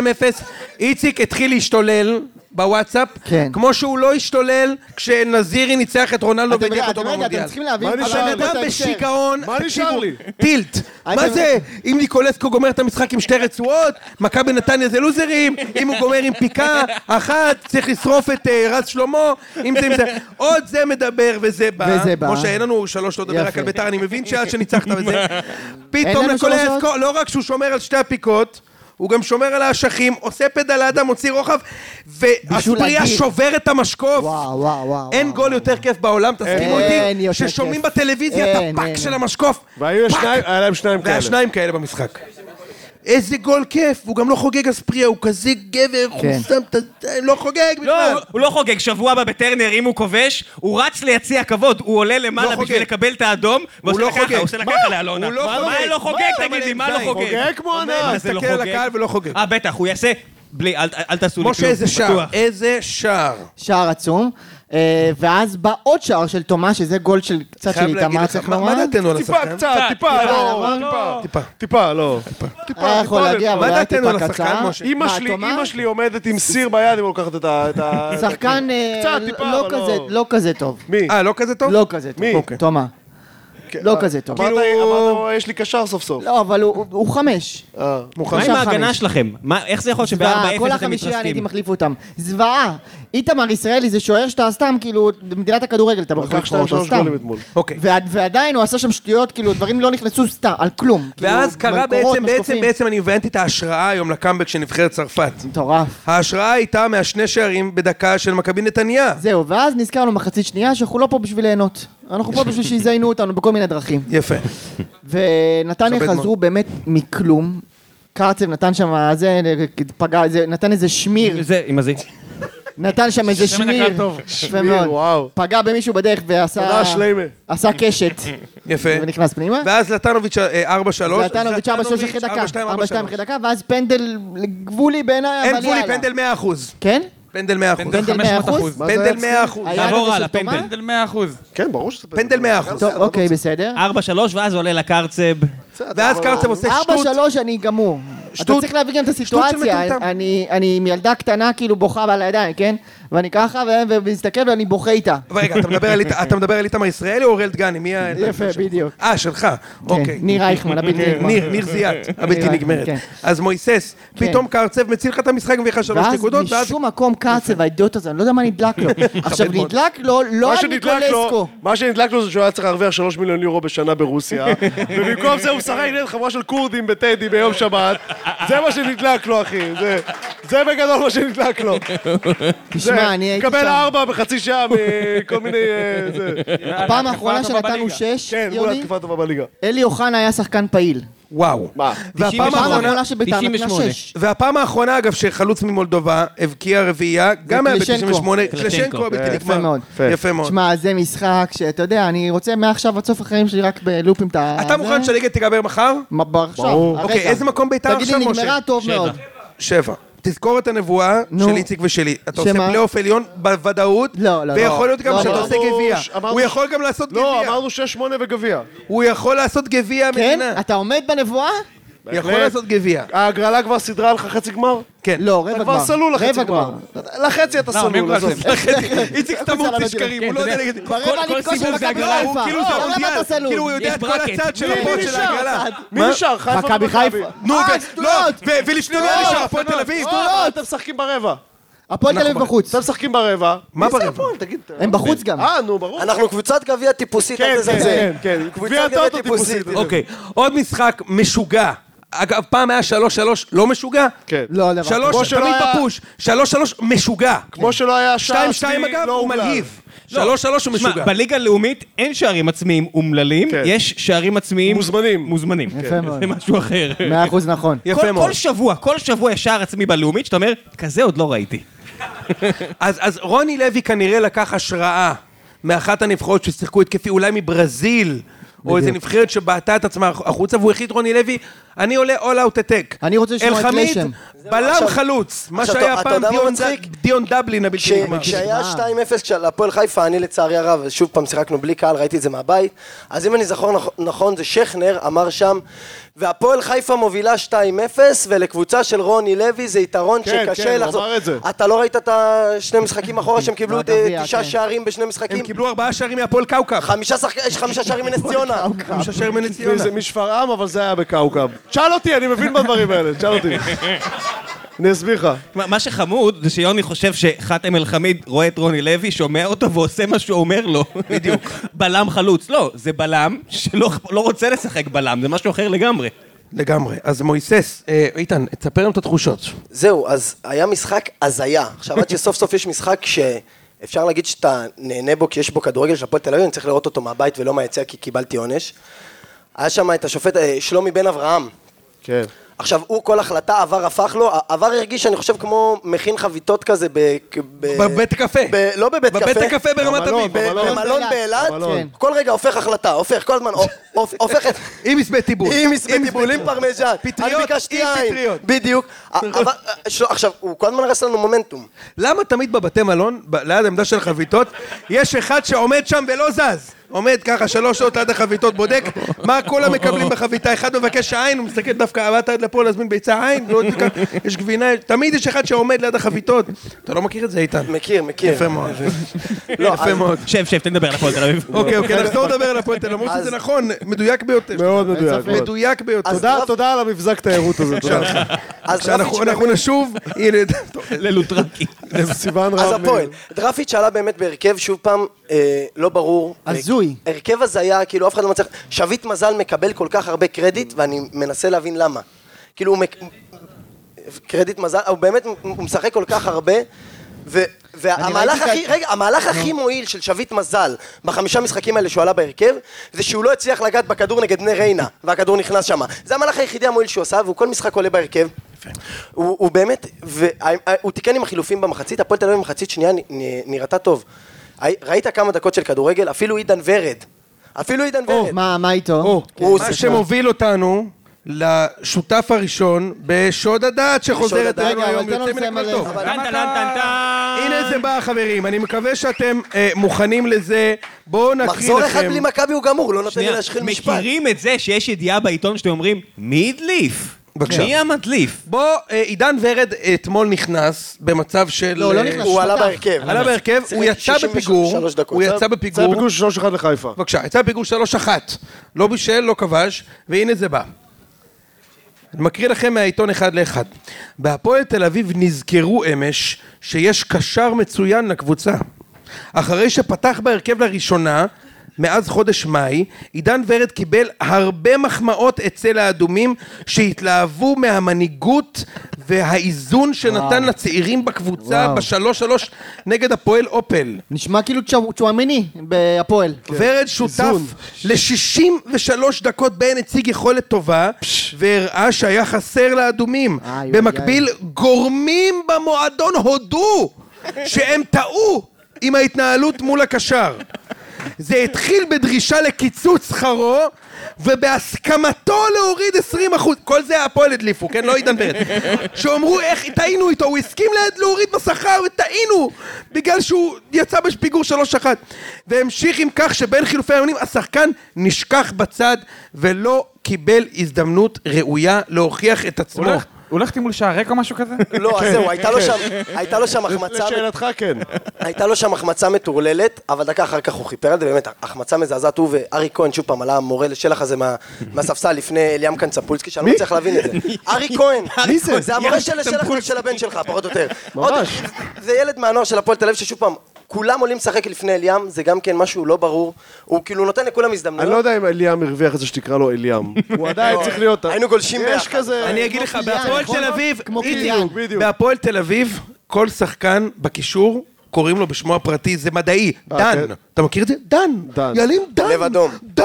Speaker 1: איציק התחיל להשתולל בוואטסאפ,
Speaker 2: כן.
Speaker 1: כמו שהוא לא השתולל כשנזירי ניצח את רונלדו
Speaker 2: אתם
Speaker 1: והדיח
Speaker 2: רגע,
Speaker 1: אותו
Speaker 2: אתם רגע,
Speaker 1: במונדיאל.
Speaker 2: אתם צריכים להבין.
Speaker 3: מה נשאר
Speaker 1: הבן
Speaker 3: לי?
Speaker 2: את ההקשר.
Speaker 1: אדם בשיגעון,
Speaker 3: מה נשאר
Speaker 1: תקשיבו,
Speaker 3: לי?
Speaker 1: טילט. מה זה? אם ניקולסקו גומר את המשחק עם שתי רצועות, מכבי נתניה זה לוזרים, אם הוא גומר עם פיקה אחת, צריך לשרוף את אה, רז שלמה, אם זה אם זה... עוד זה מדבר וזה בא.
Speaker 2: וזה בא.
Speaker 1: משה, אין לנו שלוש שעות לדבר
Speaker 2: יפה.
Speaker 1: רק על בית"ר, אני מבין שעד שניצחת וזה.
Speaker 2: אין
Speaker 1: פתאום
Speaker 2: לנו שלוש
Speaker 1: ניקולסקו, לא רק שהוא שומר על שתי הפיקות, הוא גם שומר על האשכים, עושה פדלדה, מוציא רוחב, והספריה
Speaker 2: להגיד.
Speaker 1: שובר את המשקוף.
Speaker 2: וואו, וואו, וואו.
Speaker 1: אין גול יותר כיף בעולם, תסכימו
Speaker 2: אין
Speaker 1: איתי,
Speaker 2: יותר כיף.
Speaker 1: ששומעים בטלוויזיה את
Speaker 2: אין,
Speaker 1: הפאק
Speaker 2: אין,
Speaker 1: של
Speaker 2: אין.
Speaker 1: המשקוף.
Speaker 3: והיו
Speaker 1: פאק!
Speaker 3: שניים, היה להם שניים כאלה.
Speaker 1: והיה שניים כאלה במשחק. איזה גול כיף, הוא גם לא חוגג אספריה, הוא כזה גבר, הוא
Speaker 2: כן.
Speaker 1: שם את ה... לא חוגג
Speaker 7: לא,
Speaker 1: בכלל.
Speaker 7: הוא- הוא לא חוגג, שבוע הבא בטרנר, אם הוא כובש, הוא רץ ליציע הכבוד, הוא עולה
Speaker 1: לא
Speaker 7: למעלה
Speaker 1: חוגג.
Speaker 7: בשביל לקבל את האדום, ועושה
Speaker 1: לא
Speaker 7: לה ככה,
Speaker 1: חוגג.
Speaker 7: הוא עושה לה ככה לאלונה.
Speaker 1: הוא לא
Speaker 7: מה
Speaker 1: חוגג.
Speaker 7: לא חוגג,
Speaker 1: מה?
Speaker 7: תגיד לי,
Speaker 1: אבל
Speaker 7: מה לא
Speaker 1: די,
Speaker 7: חוגג?
Speaker 3: חוגג כמו ענק.
Speaker 7: מה זה לא
Speaker 1: מסתכל על
Speaker 7: חוגג?
Speaker 1: הקהל ולא חוגג.
Speaker 7: אה, בטח, הוא יעשה... בלי, אל- אל אל תעשו לי
Speaker 1: משה,
Speaker 7: כלום,
Speaker 1: איזה שער, אה,
Speaker 7: בטוח.
Speaker 1: איזה שער.
Speaker 2: שער עצום. אה, ואז בא עוד שער של תומה, שזה גול של קצת של
Speaker 1: חייב להגיד
Speaker 2: איתמר
Speaker 1: לך,
Speaker 2: צריך
Speaker 1: מה
Speaker 2: לומר.
Speaker 1: מה דעתנו על
Speaker 3: טיפה,
Speaker 1: השחקן? אה,
Speaker 3: קצת, טיפה, לא,
Speaker 2: אבל-
Speaker 3: טיפה,
Speaker 1: טיפה.
Speaker 3: טיפה, לא. טיפה,
Speaker 2: היה יכול
Speaker 3: טיפה,
Speaker 2: להגיע,
Speaker 3: לא.
Speaker 2: אבל היה
Speaker 1: דעתנו על
Speaker 2: טיפה
Speaker 1: השחקן,
Speaker 2: קצר.
Speaker 1: משה?
Speaker 3: אמא
Speaker 2: מה,
Speaker 3: שלי,
Speaker 2: תומה?
Speaker 3: אמא שלי עומדת עם סיר ביד אם היא לוקחת את ה... את ה-
Speaker 2: שחקן אה,
Speaker 3: קצת, טיפה,
Speaker 2: לא
Speaker 3: אבל
Speaker 2: כזה-
Speaker 3: לא.
Speaker 2: לא כזה טוב.
Speaker 3: מי?
Speaker 1: אה, לא כזה טוב?
Speaker 2: לא כזה טוב.
Speaker 3: מי? אוקיי. כאילו-
Speaker 1: אוקיי.
Speaker 2: תומה. לא כזה טוב.
Speaker 3: אמרת, אמרת, "אה, יש לי קשר סוף אה, סוף.
Speaker 2: לא, אבל הוא- הוא הוא חמש.
Speaker 7: מה עם
Speaker 2: שער
Speaker 7: ההגנה
Speaker 2: חמש.
Speaker 7: שלכם? מה- איך זה יכול
Speaker 2: זוועה, כל
Speaker 7: שב-4-0 אתם
Speaker 2: החמישייה אני הייתי
Speaker 7: מתרסקים?
Speaker 2: מחליף אותם. זוועה. איתמר ישראלי זה שוער שאתה סתם, כאילו, במדינת הכדורגל אתה
Speaker 3: לקח
Speaker 2: מחליף
Speaker 3: שתיים,
Speaker 2: אותו
Speaker 3: שלוש
Speaker 2: סתם.
Speaker 3: גולים אתמול.
Speaker 1: אוקיי.
Speaker 2: ועד- ועדיין הוא עשה שם שטויות, כאילו, דברים לא נכנסו סתם, על כלום.
Speaker 1: ואז
Speaker 2: כאילו,
Speaker 1: קרה
Speaker 2: מקורות,
Speaker 1: בעצם, בעצם,
Speaker 2: משקופים.
Speaker 1: בעצם אני הבנתי את ההשראה היום לקאמבק של נבחרת צרפת.
Speaker 2: מטורף.
Speaker 1: ההשראה הייתה מהשני שערים בדקה של מכבי נתניה.
Speaker 2: זהו, ואז נזכרנו מחצית שנייה שאנחנו לא פה בשביל ליהנות. אנחנו פה בשביל שיזיינו אותנו בכל מיני דרכים.
Speaker 1: יפה.
Speaker 2: ונתניה
Speaker 1: מכבד
Speaker 2: חזרו באמת מכלום. קרצב נתן שם, אה, זה, פגע, זה, נתן איזה שמיר,
Speaker 7: זה, עם הזה.
Speaker 2: נתן שם איזה
Speaker 6: שם נגע
Speaker 2: שמיר.
Speaker 6: טוב.
Speaker 2: יפה
Speaker 3: שמיר,
Speaker 2: מאוד.
Speaker 3: וואו.
Speaker 2: פגע במישהו בדרך ועשה
Speaker 3: תודה, שליימה.
Speaker 2: עשה קשת
Speaker 1: יפה.
Speaker 2: ונכנס פנימה.
Speaker 1: ואז לטנוביץ' אה, 4-3.
Speaker 2: זלטנוביץ' 4-3 אחרי דקה, 4-2 אחרי דקה, ואז פנדל גבולי בעיניי, אבל
Speaker 1: אין גבולי
Speaker 2: יאללה.
Speaker 1: פנדל 100%.
Speaker 2: כן?
Speaker 1: פנדל 100%.
Speaker 2: פנדל 100%?
Speaker 3: מה זה
Speaker 1: פנדל
Speaker 3: היה
Speaker 1: 100%.
Speaker 2: היה
Speaker 7: נעבור
Speaker 2: כזה של
Speaker 7: הלאה,
Speaker 2: תומה?
Speaker 7: פנדל.
Speaker 6: פנדל 100%.
Speaker 3: כן, ברור שזה
Speaker 1: פנדל 100%.
Speaker 2: טוב, אוקיי, בסדר.
Speaker 1: אה,
Speaker 7: 4-3, ואז עולה לקרצב.
Speaker 1: ואז קרצב עושה שטות.
Speaker 2: 4-3 אני גמור. אתה
Speaker 1: שטות.
Speaker 2: צריך להבין גם את
Speaker 1: של
Speaker 2: הסיטואציה.
Speaker 1: מטומטם.
Speaker 2: אני אני עם ילדה קטנה כאילו בוכה על הידיים, כן? ואני ככה ו- ומסתכל ואני בוכה איתה.
Speaker 1: אבל רגע, אתה מדבר על אית- אתה מדבר על איתמר ישראלי או אוראל דגני? מי ה...
Speaker 2: יפה, בדיוק.
Speaker 1: אה, שלך. אוקיי.
Speaker 2: כן, ניר אייכמן, הבלתי נגמר.
Speaker 1: ניר, ניר זיאת, הבלתי
Speaker 2: ניר,
Speaker 1: נגמרת.
Speaker 2: כן.
Speaker 1: אז מויסס, פתאום קרצב מציל לך את המשחק מביא לך שלוש
Speaker 2: ואז
Speaker 1: נקודות, ואז
Speaker 2: משום מקום קרצב, האידיוט הזה, אני לא יודע מה נדלק לו. עכשיו,
Speaker 1: מאוד.
Speaker 2: נדלק לו לא
Speaker 3: מה
Speaker 2: על
Speaker 3: שנדלק לו,
Speaker 2: ניקולסקו.
Speaker 3: מה שנדלק לו זה שהוא היה צריך להרוויח 3 מיליון יורו בשנה ברוסיה, ובמקום זה הוא משחק נגד חבורה של כורדים בטדי ביום שבת, זה מה שנדלק לו, אחי, זה- זה בגדול מה שנדלק לו.
Speaker 2: תשמע, אני הייתי
Speaker 3: קבל
Speaker 2: שם.
Speaker 3: ארבע בחצי שעה מכל מיני... אה, זה.
Speaker 2: הפעם האחרונה
Speaker 6: התקפה טובה
Speaker 2: שנתנו
Speaker 6: בליגה.
Speaker 2: שש,
Speaker 3: כן, מול
Speaker 2: יוני,
Speaker 3: התקפה טובה בליגה.
Speaker 2: אלי אוחנה היה שחקן פעיל.
Speaker 1: וואו.
Speaker 3: מה?
Speaker 1: והפעם
Speaker 2: 98.
Speaker 1: האחרונה,
Speaker 2: האחרונה שביתר נתנה
Speaker 7: 98.
Speaker 2: שש.
Speaker 1: והפעם האחרונה, אגב, שחלוץ ממולדובה הבקיע רביעייה, גם היה
Speaker 2: קלישנקו.
Speaker 1: ב-98,
Speaker 7: קלישנקו.
Speaker 1: קלשנקו הבלתי
Speaker 2: יפה
Speaker 1: נגמר.
Speaker 2: מאוד.
Speaker 1: יפה מאוד.
Speaker 2: תשמע, זה משחק שאתה יודע, אני רוצה מעכשיו עד סוף החיים שלי רק בלופים את ה...
Speaker 1: אתה מוכן
Speaker 2: זה?
Speaker 1: שהליגה תיגמר מחר?
Speaker 2: מה, עכשיו, הרגע.
Speaker 1: אוקיי, איזה מקום בית"ר עכשיו,
Speaker 2: תגיד לי,
Speaker 1: משה?
Speaker 2: נגמרה טוב מאוד.
Speaker 1: שבע. תזכור את הנבואה
Speaker 2: נו.
Speaker 1: של איציק ושלי. אתה עושה
Speaker 2: שמה?
Speaker 1: פלייאוף עליון בוודאות,
Speaker 2: לא, לא, לא.
Speaker 1: ויכול להיות גם
Speaker 2: לא,
Speaker 1: שאתה
Speaker 2: לא.
Speaker 1: עושה גביע.
Speaker 3: ש- אמרנו
Speaker 1: הוא
Speaker 3: ש-
Speaker 1: יכול גם לעשות
Speaker 3: לא,
Speaker 1: גביע.
Speaker 3: אמרנו 6-8 וגביע.
Speaker 1: הוא יכול לעשות גביע
Speaker 2: כן?
Speaker 1: המדינה.
Speaker 2: אתה עומד בנבואה?
Speaker 1: יכול לעשות גביע.
Speaker 3: ההגרלה כבר סידרה לך חצי גמר?
Speaker 1: כן.
Speaker 2: לא, רבע
Speaker 3: אתה
Speaker 2: גמר.
Speaker 3: כבר סלול לחצי
Speaker 2: רבע
Speaker 3: גמר. לחצי אתה
Speaker 6: לא, מי
Speaker 3: סלול,
Speaker 6: כבר
Speaker 3: עזוב.
Speaker 6: סלול?
Speaker 1: איציק סתם מוציא שקרים, הוא לא יודע להגיד...
Speaker 2: ברבע
Speaker 7: כל
Speaker 2: נתקוש
Speaker 7: סיבוב
Speaker 2: עם מכבי
Speaker 7: זה הגרלה,
Speaker 2: חיפה. לא,
Speaker 1: הוא כאילו זה
Speaker 2: למה אתה
Speaker 1: המונדיאל,
Speaker 2: סלול?
Speaker 1: כאילו הוא יודע
Speaker 7: יש
Speaker 1: את כל
Speaker 7: ברקט.
Speaker 1: הצד של
Speaker 3: מי אה,
Speaker 1: הפועל של
Speaker 3: נשאר?
Speaker 1: ההגרלה.
Speaker 3: מי נשאר? חיפה
Speaker 2: מכבי חיפה.
Speaker 1: נו,
Speaker 2: אה,
Speaker 1: ו- לא,
Speaker 2: שטויות!
Speaker 1: ו- ולשניונה נשאר הפועל תל אביב.
Speaker 3: אה, לא, אתם משחקים ברבע.
Speaker 2: הפועל תל אביב בחוץ.
Speaker 3: אתם משחקים ברבע.
Speaker 1: מה
Speaker 3: מי זה
Speaker 1: ברבע?
Speaker 3: הפועל? תגיד.
Speaker 2: הם בחוץ גם.
Speaker 3: אה, נו, ברור.
Speaker 5: אנחנו קבוצת גביע טיפוסית, אל
Speaker 3: כן, כן,
Speaker 5: תזלזל.
Speaker 3: כן, כן. גביע
Speaker 5: קבוצת גביע
Speaker 3: טוטו
Speaker 5: טיפוסית.
Speaker 3: טיפוסית.
Speaker 1: אוקיי, עוד משחק משוגע. אגב, פעם היה 3-3 לא משוגע?
Speaker 3: כן.
Speaker 2: לא, לא.
Speaker 1: שלוש,
Speaker 3: כמו שלא
Speaker 1: תמיד
Speaker 3: היה-
Speaker 1: בפוש. 3-3 משוגע.
Speaker 3: כמו שלא היה שער
Speaker 1: 2-2 אגב,
Speaker 3: לא
Speaker 1: הוא
Speaker 3: הוגלל.
Speaker 1: מלהיב. שלוש שלוש הוא
Speaker 7: תשמע,
Speaker 1: משוגע.
Speaker 7: בליגה הלאומית אין שערים עצמיים אומללים,
Speaker 3: כן.
Speaker 7: יש שערים עצמיים...
Speaker 3: מוזמנים.
Speaker 7: מוזמנים.
Speaker 1: כן.
Speaker 2: יפה מאוד.
Speaker 7: זה משהו אחר.
Speaker 2: מאה אחוז נכון.
Speaker 1: יפה
Speaker 7: כל-
Speaker 1: מאוד.
Speaker 7: כל שבוע, כל שבוע יש שער עצמי בלאומית, שאתה אומר, כזה עוד לא ראיתי.
Speaker 1: אז, אז רוני לוי כנראה לקח השראה מאחת הנבחרות ששיחקו התקפי, אולי מברזיל, או איזה נבחרת שבעטה את עצמה החוצה, והוא החליט רוני לוי, אני עולה all out attack.
Speaker 2: אני רוצה לשמוע את
Speaker 1: אלחמיד,
Speaker 2: לשם.
Speaker 1: בלם
Speaker 5: לא עכשיו-
Speaker 1: חלוץ, מה
Speaker 5: עכשיו,
Speaker 1: שהיה
Speaker 5: אתה
Speaker 1: פעם
Speaker 5: יודע מה
Speaker 1: דיון,
Speaker 5: מצחיק?
Speaker 1: ד- דיון דבלין הבלתי נגמר.
Speaker 5: כשהיה 2-0 של הפועל חיפה, אני לצערי הרב, שוב פעם שיחקנו בלי קהל, ראיתי את זה מהבית, אז אם אני זכור נכ- נכון, זה שכנר אמר שם, והפועל חיפה מובילה 2-0, ולקבוצה של רוני לוי זה יתרון
Speaker 3: כן,
Speaker 5: שקשה
Speaker 3: כן, הוא
Speaker 5: לחזור.
Speaker 3: אמר את זה.
Speaker 5: אתה לא ראית את השני משחקים אחורה שהם
Speaker 1: לא
Speaker 5: קיבלו
Speaker 2: בגביע,
Speaker 5: אה, תשעה
Speaker 2: כן.
Speaker 5: שערים בשני משחקים?
Speaker 1: הם קיבלו ארבעה שערים מהפועל קאוקאב.
Speaker 5: חמישה שחק- יש חמישה שערים מנס ציונה.
Speaker 1: חמישה שערים מנס ציונה.
Speaker 3: כן, זה משפרעם, אבל זה היה בקאוקאב. תשאל אותי, אני מבין בדברים האלה, תשאל אותי. אני אסביר לך.
Speaker 7: מה מה שחמוד זה שיוני חושב שחאתם אל-חמיד רואה את רוני לוי, שומע אותו ועושה מה שהוא אומר לו. בדיוק. בלם חלוץ. לא, זה בלם שלא לא רוצה לשחק בלם, זה משהו אחר לגמרי.
Speaker 1: לגמרי. אז מויסס, אה, איתן, תספר לנו את התחושות.
Speaker 5: זהו, אז היה משחק הזיה. עכשיו, עד שסוף סוף יש משחק שאפשר להגיד שאתה נהנה בו, כי יש בו כדורגל של הפועל תל אביב, אני צריך לראות אותו מהבית ולא מהיציע, כי קיבלתי עונש. היה שם את השופט אה, שלומי בן אברהם.
Speaker 3: כן.
Speaker 5: עכשיו, הוא כל החלטה, עבר הפך לו, עבר הרגיש, אני חושב, כמו מכין חביתות כזה ב... ב-
Speaker 1: בבית קפה.
Speaker 5: ב- לא בבית קפה.
Speaker 1: בבית הקפה ברמת
Speaker 3: במלון,
Speaker 1: אביב.
Speaker 5: ב-
Speaker 3: במלון.
Speaker 5: במלון באילת,
Speaker 2: כן.
Speaker 5: כל רגע הופך החלטה, הופך, כל הזמן, הופ- הופך את...
Speaker 1: עם מסבי טיבול.
Speaker 5: עם מסבטיבול, עם פרמיז'ן.
Speaker 1: פטריות,
Speaker 5: אני ביקשתי
Speaker 1: עם
Speaker 5: יין.
Speaker 1: פטריות.
Speaker 5: בדיוק. אבל, אה, שלא- עכשיו, הוא כל הזמן הרס לנו מומנטום.
Speaker 1: למה תמיד בבתי מלון, ב- ליד העמדה של חביתות, יש אחד שעומד שם ולא זז? עומד ככה שלוש שעות ליד החביתות, בודק מה כולם מקבלים בחביתה, אחד מבקש עין, הוא מסתכל דווקא, באת עד לפה להזמין ביצה עין, לא, תיקח, יש גבינה, תמיד יש אחד שעומד ליד החביתות. אתה לא מכיר את זה, איתן?
Speaker 5: מכיר, מכיר.
Speaker 1: יפה מאוד.
Speaker 5: לא,
Speaker 1: יפה
Speaker 5: אז-
Speaker 1: מאוד.
Speaker 7: שב, שב, תן לדבר על הפועל תל אביב.
Speaker 1: אוקיי, אוקיי, נחזור לדבר על הפועל תל אביב, למרות
Speaker 5: אז-
Speaker 1: שזה נכון, מדויק ביותר.
Speaker 3: מאוד מדויק. מאוד.
Speaker 1: מדויק ביותר.
Speaker 5: אז-
Speaker 3: תודה, תודה על המבזק תיירות הזה, תודה לך.
Speaker 5: אז
Speaker 1: כשאנחנו
Speaker 5: דראפיץ'
Speaker 1: אנחנו נשוב, הנה, טוב,
Speaker 7: ללוטרקי.
Speaker 3: סיוון רב.
Speaker 5: אז
Speaker 3: מאיר.
Speaker 5: הפועל, דרפיץ' עלה באמת בהרכב, שוב פעם, אה, לא ברור.
Speaker 2: הזוי.
Speaker 5: אה, הרכב הזיה, כאילו אף אחד לא מצליח... שביט מזל מקבל כל כך הרבה קרדיט, ואני מנסה להבין למה. כאילו הוא... מק- קרדיט מזל, הוא באמת, הוא משחק כל כך הרבה, ו... והמהלך
Speaker 2: ראיתי
Speaker 5: הכי, רגע, המהלך הכי מועיל של שביט מזל בחמישה משחקים האלה שהוא עלה בהרכב, זה שהוא לא הצליח לגעת בכדור נגד בני ריינה, והכדור נכנס שם. זה המהלך היחידי המועיל שהוא עשה, והוא כל משחק עולה בהרכב. הוא, הוא באמת, והוא תיקן עם החילופים במחצית, הפועל תל אביב במחצית שנייה נ- נ- נראתה טוב. הי- ראית כמה דקות של כדורגל? אפילו עידן ורד. אפילו עידן ורד.
Speaker 2: מה, מה איתו?
Speaker 1: הוא מה שמוביל אותנו לשותף הראשון בשוד הדעת שחוזרת
Speaker 5: בשוד הדעת.
Speaker 1: אלינו
Speaker 2: רגע,
Speaker 1: היום,
Speaker 2: אבל תן לו
Speaker 1: יוצא מן
Speaker 2: לסיים
Speaker 1: הכלל
Speaker 2: על-
Speaker 1: טוב.
Speaker 2: אבל-
Speaker 7: טן טן טן טן.
Speaker 1: הנה זה בא חברים, אני מקווה שאתם אה, מוכנים לזה, בואו נקריא
Speaker 5: מחזור אחד בלי
Speaker 1: לכם.
Speaker 5: מכבי הוא גמור, לא נותן לי להשחיל משפט.
Speaker 7: מכירים את זה שיש ידיעה בעיתון שאתם אומרים, מי הדליף?
Speaker 1: בבקשה.
Speaker 7: מי המדליף?
Speaker 1: בוא, אה, עידן ורד אה, אתמול נכנס במצב של...
Speaker 2: לא, הוא לא
Speaker 1: אה,
Speaker 2: נכנס.
Speaker 5: הוא עלה
Speaker 2: שפתח.
Speaker 5: בהרכב.
Speaker 1: עלה בהרכב, הוא
Speaker 5: שיחק
Speaker 1: יצא
Speaker 5: 63
Speaker 1: בפיגור,
Speaker 5: דקות.
Speaker 1: הוא יצא
Speaker 3: זה
Speaker 1: בפיגור,
Speaker 3: בגוש 3-1 לחיפה.
Speaker 1: בבקשה, יצא בפיגור 3-1, לא בישל, לא כבש, והנה זה בא. אני מקריא לכם מהעיתון אחד לאחד. בהפועל תל אביב נזכרו אמש שיש קשר מצוין לקבוצה. אחרי שפתח בהרכב לראשונה, מאז חודש מאי, עידן ורד קיבל הרבה מחמאות אצל האדומים שהתלהבו מהמנהיגות והאיזון שנתן לצעירים בקבוצה
Speaker 2: וואו.
Speaker 1: בשלוש שלוש נגד הפועל אופל.
Speaker 2: נשמע כאילו צ'ו- צ'ואמני בהפועל.
Speaker 1: ורד שותף ל-63 דקות בהן הציג יכולת טובה, והראה שהיה חסר לאדומים.
Speaker 2: איי, איי,
Speaker 1: במקביל, גורמים במועדון הודו שהם טעו עם ההתנהלות מול הקשר. זה התחיל בדרישה לקיצוץ שכרו, ובהסכמתו להוריד 20 אחוז, כל זה הפועל הדליפו, כן? לא עידן ורד. שאמרו איך טעינו איתו, הוא הסכים לה- להוריד בשכר וטעינו, בגלל שהוא יצא בפיגור 3-1. והמשיך עם כך שבין חילופי האמונים השחקן נשכח בצד ולא קיבל הזדמנות ראויה להוכיח את
Speaker 6: הוא
Speaker 1: עצמו.
Speaker 6: הולך- הוא הולך מול שער ריק או משהו כזה?
Speaker 5: לא, אז זהו, הייתה לו שם, הייתה לו שם החמצה,
Speaker 3: לשאלתך, כן.
Speaker 5: הייתה לו שם החמצה מטורללת, אבל דקה אחר כך הוא כיפר על זה, באמת, החמצה מזעזעת, הוא וארי כהן, שוב פעם, עלה המורה לשלח הזה מה- מהספסל לפני אליאם קנצפולסקי, שאני לא מצליח להבין את זה. ארי כהן,
Speaker 7: מי זה?
Speaker 5: זה המורה
Speaker 7: אליאם
Speaker 5: של השלח
Speaker 7: קנצפולסקי.
Speaker 5: של הבן שלך, פחות או יותר. ממש. זה ילד מהנוער של הפועל תל אביב, ששוב פעם, כולם עולים לשחק לפני אליאם, זה גם כן משהו לא ברור, הוא כאילו נותן לכולם
Speaker 3: אני לא
Speaker 5: הזדמנויות.
Speaker 3: יודע אם אליאם הרוויח את זה שתקרא לו אליאם. הוא עדיין צריך להיות...
Speaker 5: לא. היינו גולשים
Speaker 3: יש
Speaker 5: ביחד.
Speaker 3: כזה...
Speaker 1: אני אגיד לך,
Speaker 2: קיליאן,
Speaker 1: בהפועל
Speaker 2: נכון?
Speaker 1: תל אביב,
Speaker 2: כמו
Speaker 1: בדיוק,
Speaker 2: קיליאן.
Speaker 1: בדיוק. בהפועל תל אביב, כל שחקן בקישור, קוראים לו בשמו הפרטי, זה מדעי, דן.
Speaker 3: כן.
Speaker 1: אתה מכיר את זה? דן.
Speaker 3: דן.
Speaker 1: יעלים דן.
Speaker 5: לב אדום.
Speaker 1: דן,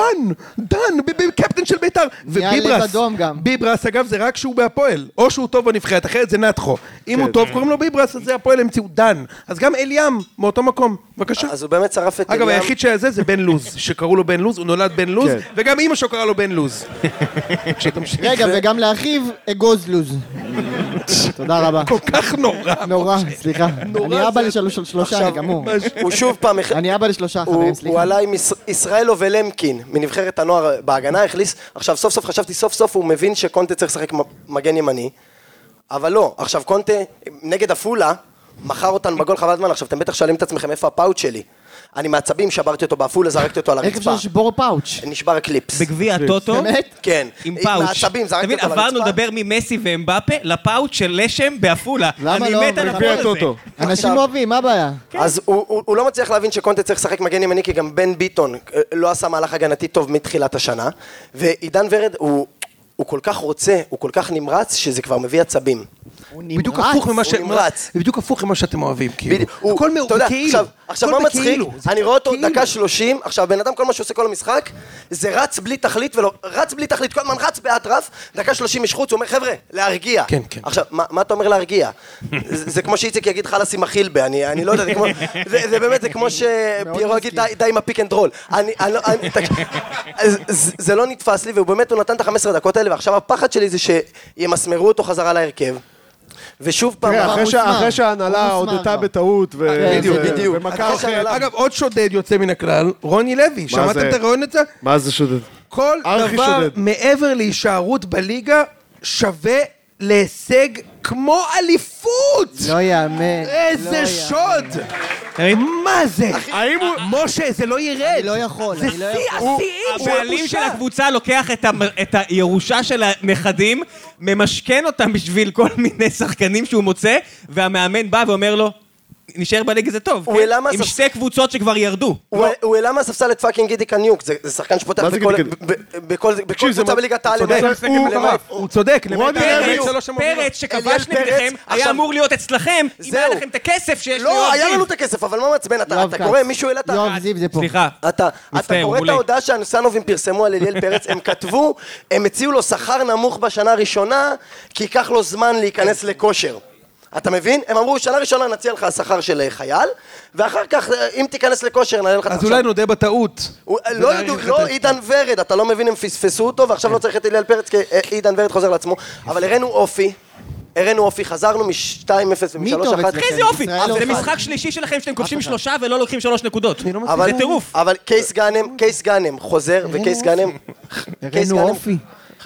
Speaker 1: דן, ב- ב- קפטן של בית"ר.
Speaker 2: נהיה
Speaker 1: וביברס,
Speaker 2: לב אדום גם.
Speaker 1: ביברס, אגב, זה רק כשהוא בהפועל. או שהוא טוב בנבחרת, אחרת זה נתחו. אם
Speaker 3: כן,
Speaker 1: הוא טוב, קוראים לו ביברס, אז זה הפועל המציאו דן. אז גם אליאם, מאותו מקום. בבקשה.
Speaker 5: אז הוא באמת שרף את
Speaker 1: אגב,
Speaker 5: אליאם.
Speaker 1: היחיד שהיה זה, זה בן לוז, שקראו לו בן לוז, הוא נולד בן לוז,
Speaker 3: כן.
Speaker 1: וגם אימא שלו קראה לו בן לוז. כשתמשיך,
Speaker 2: רגע,
Speaker 1: זה
Speaker 2: וגם לאחיו, אגוז לוז. תודה רבה.
Speaker 1: כל כך נורא.
Speaker 2: נורא, סליחה.
Speaker 1: זה-
Speaker 2: אני אבא לשלוש- שלושה, אני גמור.
Speaker 5: הוא שוב פעם... הח-
Speaker 2: אני אבא לשלושה,
Speaker 5: הוא-
Speaker 2: חברים,
Speaker 5: הוא
Speaker 2: סליחה.
Speaker 5: עלה עם יש- ישראלו ולמקין מנבחרת הנוער בהגנה, החליס, עכשיו סוף סוף חשבתי, סוף סוף הוא מבין שקונטה צריך לשחק מ- מגן ימני, אבל לא, עכשיו קונטה נגד עפולה, מכר אותנו בגול חבל זמן, עכשיו אתם בטח שואלים את עצמכם איפה הפאוט שלי. אני מעצבים, שברתי אותו בעפולה, זרקתי אותו על
Speaker 2: איך
Speaker 5: הרצפה.
Speaker 2: אפשר לשבור פאוץ'?
Speaker 5: נשבר הקליפס.
Speaker 7: בגביע הטוטו,
Speaker 2: באמת?
Speaker 5: כן.
Speaker 7: עם פאוץ'.
Speaker 5: מעצבים,
Speaker 7: אתה
Speaker 5: זרקתי
Speaker 7: מבין,
Speaker 5: אותו על הרצפה.
Speaker 7: עברנו לדבר ממסי ואמבפה לפאוץ' של לשם בעפולה.
Speaker 2: למה
Speaker 7: אני
Speaker 2: לא?
Speaker 7: מת על
Speaker 2: בגביע
Speaker 7: הפועל הזה.
Speaker 3: הטוטו.
Speaker 2: אנשים
Speaker 5: עכשיו-
Speaker 2: אוהבים, מה הבעיה?
Speaker 5: אז הוא, הוא, הוא לא מצליח להבין שקונטה צריך לשחק מגן ימני, כי גם בן ביטון אה, לא עשה מהלך הגנתי טוב מתחילת השנה, ועידן ורד הוא, הוא כל כך רוצה, הוא כל כך נמרץ, שזה כבר מביא עצבים.
Speaker 2: הוא
Speaker 1: בדיוק הפוך ממה ש...
Speaker 5: הוא נמרץ.
Speaker 1: זה בדיוק הפוך ממה שאתם אוהבים, כאילו.
Speaker 5: בדיוק, הוא-
Speaker 1: הכל מא-
Speaker 5: אתה יודע,
Speaker 1: כאילו.
Speaker 5: עכשיו, עכשיו
Speaker 1: הכל
Speaker 5: מה מצחיק?
Speaker 1: בכאילו. זה
Speaker 5: אני רואה אותו
Speaker 1: כאילו.
Speaker 5: דקה שלושים, עכשיו בן אדם כל מה שהוא עושה כל המשחק, זה רץ בלי תכלית ולא, רץ בלי תכלית, כל הזמן רץ באטרף, דקה שלושים יש חוץ, הוא אומר חבר'ה, להרגיע.
Speaker 1: כן, כן.
Speaker 5: עכשיו, מה, מה אתה אומר להרגיע? זה, זה כמו שאיציק יגיד חלאס עם החילבה, אני, אני לא יודע, זה כמו, זה, זה באמת, זה כמו שפיירו יגיד די, די עם הפיק אנד רול. אני, אני, לא- אני, תקשיב, אז- זה, זה לא נתפס לי, ובאמת הוא נתן את ה-15 דקות האלה, ועכשיו הפחד שלי זה שימסמרו אותו חזרה להרכב. ושוב פעם,
Speaker 3: תראה,
Speaker 2: הוא
Speaker 3: כן, אחרי שה-
Speaker 2: מוסמך.
Speaker 3: אחרי שההנהלה
Speaker 2: הוא מוסמך
Speaker 3: הודתה
Speaker 2: כבר.
Speaker 3: בטעות, ו-
Speaker 2: בדיוק,
Speaker 3: ו-
Speaker 5: בדיוק.
Speaker 3: ומכה
Speaker 5: אחרי
Speaker 3: אחרת.
Speaker 5: שההנהלה-
Speaker 1: אגב, עוד שודד יוצא מן הכלל, רוני לוי. שמעתם
Speaker 3: זה?
Speaker 1: את הרעיון הזה?
Speaker 3: מה זה שודד?
Speaker 1: כל
Speaker 3: ארכי
Speaker 1: דבר
Speaker 3: שודד.
Speaker 1: מעבר להישארות בליגה שווה להישג כמו אליפות!
Speaker 2: לא יאמן. לא
Speaker 1: איזה
Speaker 2: יאמן.
Speaker 1: שוד!
Speaker 7: תראי,
Speaker 1: מה זה?
Speaker 3: האם הוא...
Speaker 1: משה, זה לא ירד.
Speaker 2: אני לא יכול,
Speaker 1: זה
Speaker 2: אני לא
Speaker 1: שיא השיאים של
Speaker 7: הבעלים של
Speaker 1: הבושה.
Speaker 7: הקבוצה לוקח את המ- את הירושה של הנכדים, ממשכן אותם בשביל כל מיני שחקנים שהוא מוצא, והמאמן בא ואומר לו, נשאר בליגה זה טוב,
Speaker 5: הוא
Speaker 7: כן?
Speaker 5: העלה
Speaker 7: עם
Speaker 5: מהספסל.
Speaker 7: שתי קבוצות שכבר ירדו.
Speaker 5: הוא- הוא העלה מהספסל את פאקינג גידי קניוק, זה זה שחקן שפותח
Speaker 3: מה זה
Speaker 5: בכל-
Speaker 3: גידי קניוק?
Speaker 5: ב- ב- בכל בכל
Speaker 3: זה
Speaker 5: קבוצה
Speaker 3: מ-
Speaker 5: בליגת העל.
Speaker 1: צודק,
Speaker 5: למעלה.
Speaker 1: הוא מטורף, הוא צודק.
Speaker 3: רוני
Speaker 1: למעט
Speaker 3: לוי.
Speaker 1: שלוש
Speaker 7: פרץ,
Speaker 1: שמובילות.
Speaker 7: פרץ שכבש
Speaker 5: אליאל
Speaker 7: נגדכם,
Speaker 5: לא פרץ,
Speaker 7: היה
Speaker 5: עכשיו-
Speaker 7: אמור להיות אצלכם, אם היה
Speaker 5: זהו.
Speaker 7: לכם את הכסף שיש
Speaker 5: לא,
Speaker 7: ליואב
Speaker 5: היה לנו
Speaker 7: זיו.
Speaker 5: את הכסף, אבל מה מעצבן? אתה
Speaker 2: יואב
Speaker 5: אתה
Speaker 2: כץ.
Speaker 5: קורא, מישהו העלה את ה...
Speaker 2: יואב זיו זה פה.
Speaker 7: סליחה.
Speaker 5: אתה, אתה
Speaker 7: מצטער,
Speaker 5: קורא את
Speaker 7: מעולה.
Speaker 5: ההודעה שהנוסנובים פרסמו על אליאל פרץ, הם כתבו, הם הציעו לו שכר נמוך בשנה הראשונה, כי ייקח לו זמן
Speaker 7: כן.
Speaker 5: להיכנס לכושר. אתה מבין? הם אמרו, שנה ראשונה נציע לך שכר של אה, חייל, ואחר כך, אה, אם תיכנס לכושר, נעלה לך את
Speaker 1: אז
Speaker 5: עכשיו.
Speaker 1: אולי נודה בטעות.
Speaker 5: הוא- לא ידעו, לא עידן ורד, אתה לא מבין, הם פספסו אותו,
Speaker 1: כן.
Speaker 5: ועכשיו לא צריך את אליאל פרץ, כי אה, עידן ורד חוזר לעצמו. אבל הראינו אופי, הראינו אופי, חזרנו מ-2-0
Speaker 2: מי טוב
Speaker 5: ומ-3-1.
Speaker 2: אצלכם?
Speaker 7: איזה אופי,
Speaker 2: ישראל
Speaker 7: זה
Speaker 2: לא
Speaker 7: משחק שלישי שלכם שאתם כובשים שלושה ולא לוקחים שלוש נקודות.
Speaker 5: אבל-
Speaker 7: זה טירוף.
Speaker 5: אבל קייס גאנם, קייס גאנם חוזר, וקייס גאנם... קייס
Speaker 2: הראינו
Speaker 5: גאנם-
Speaker 2: אופי.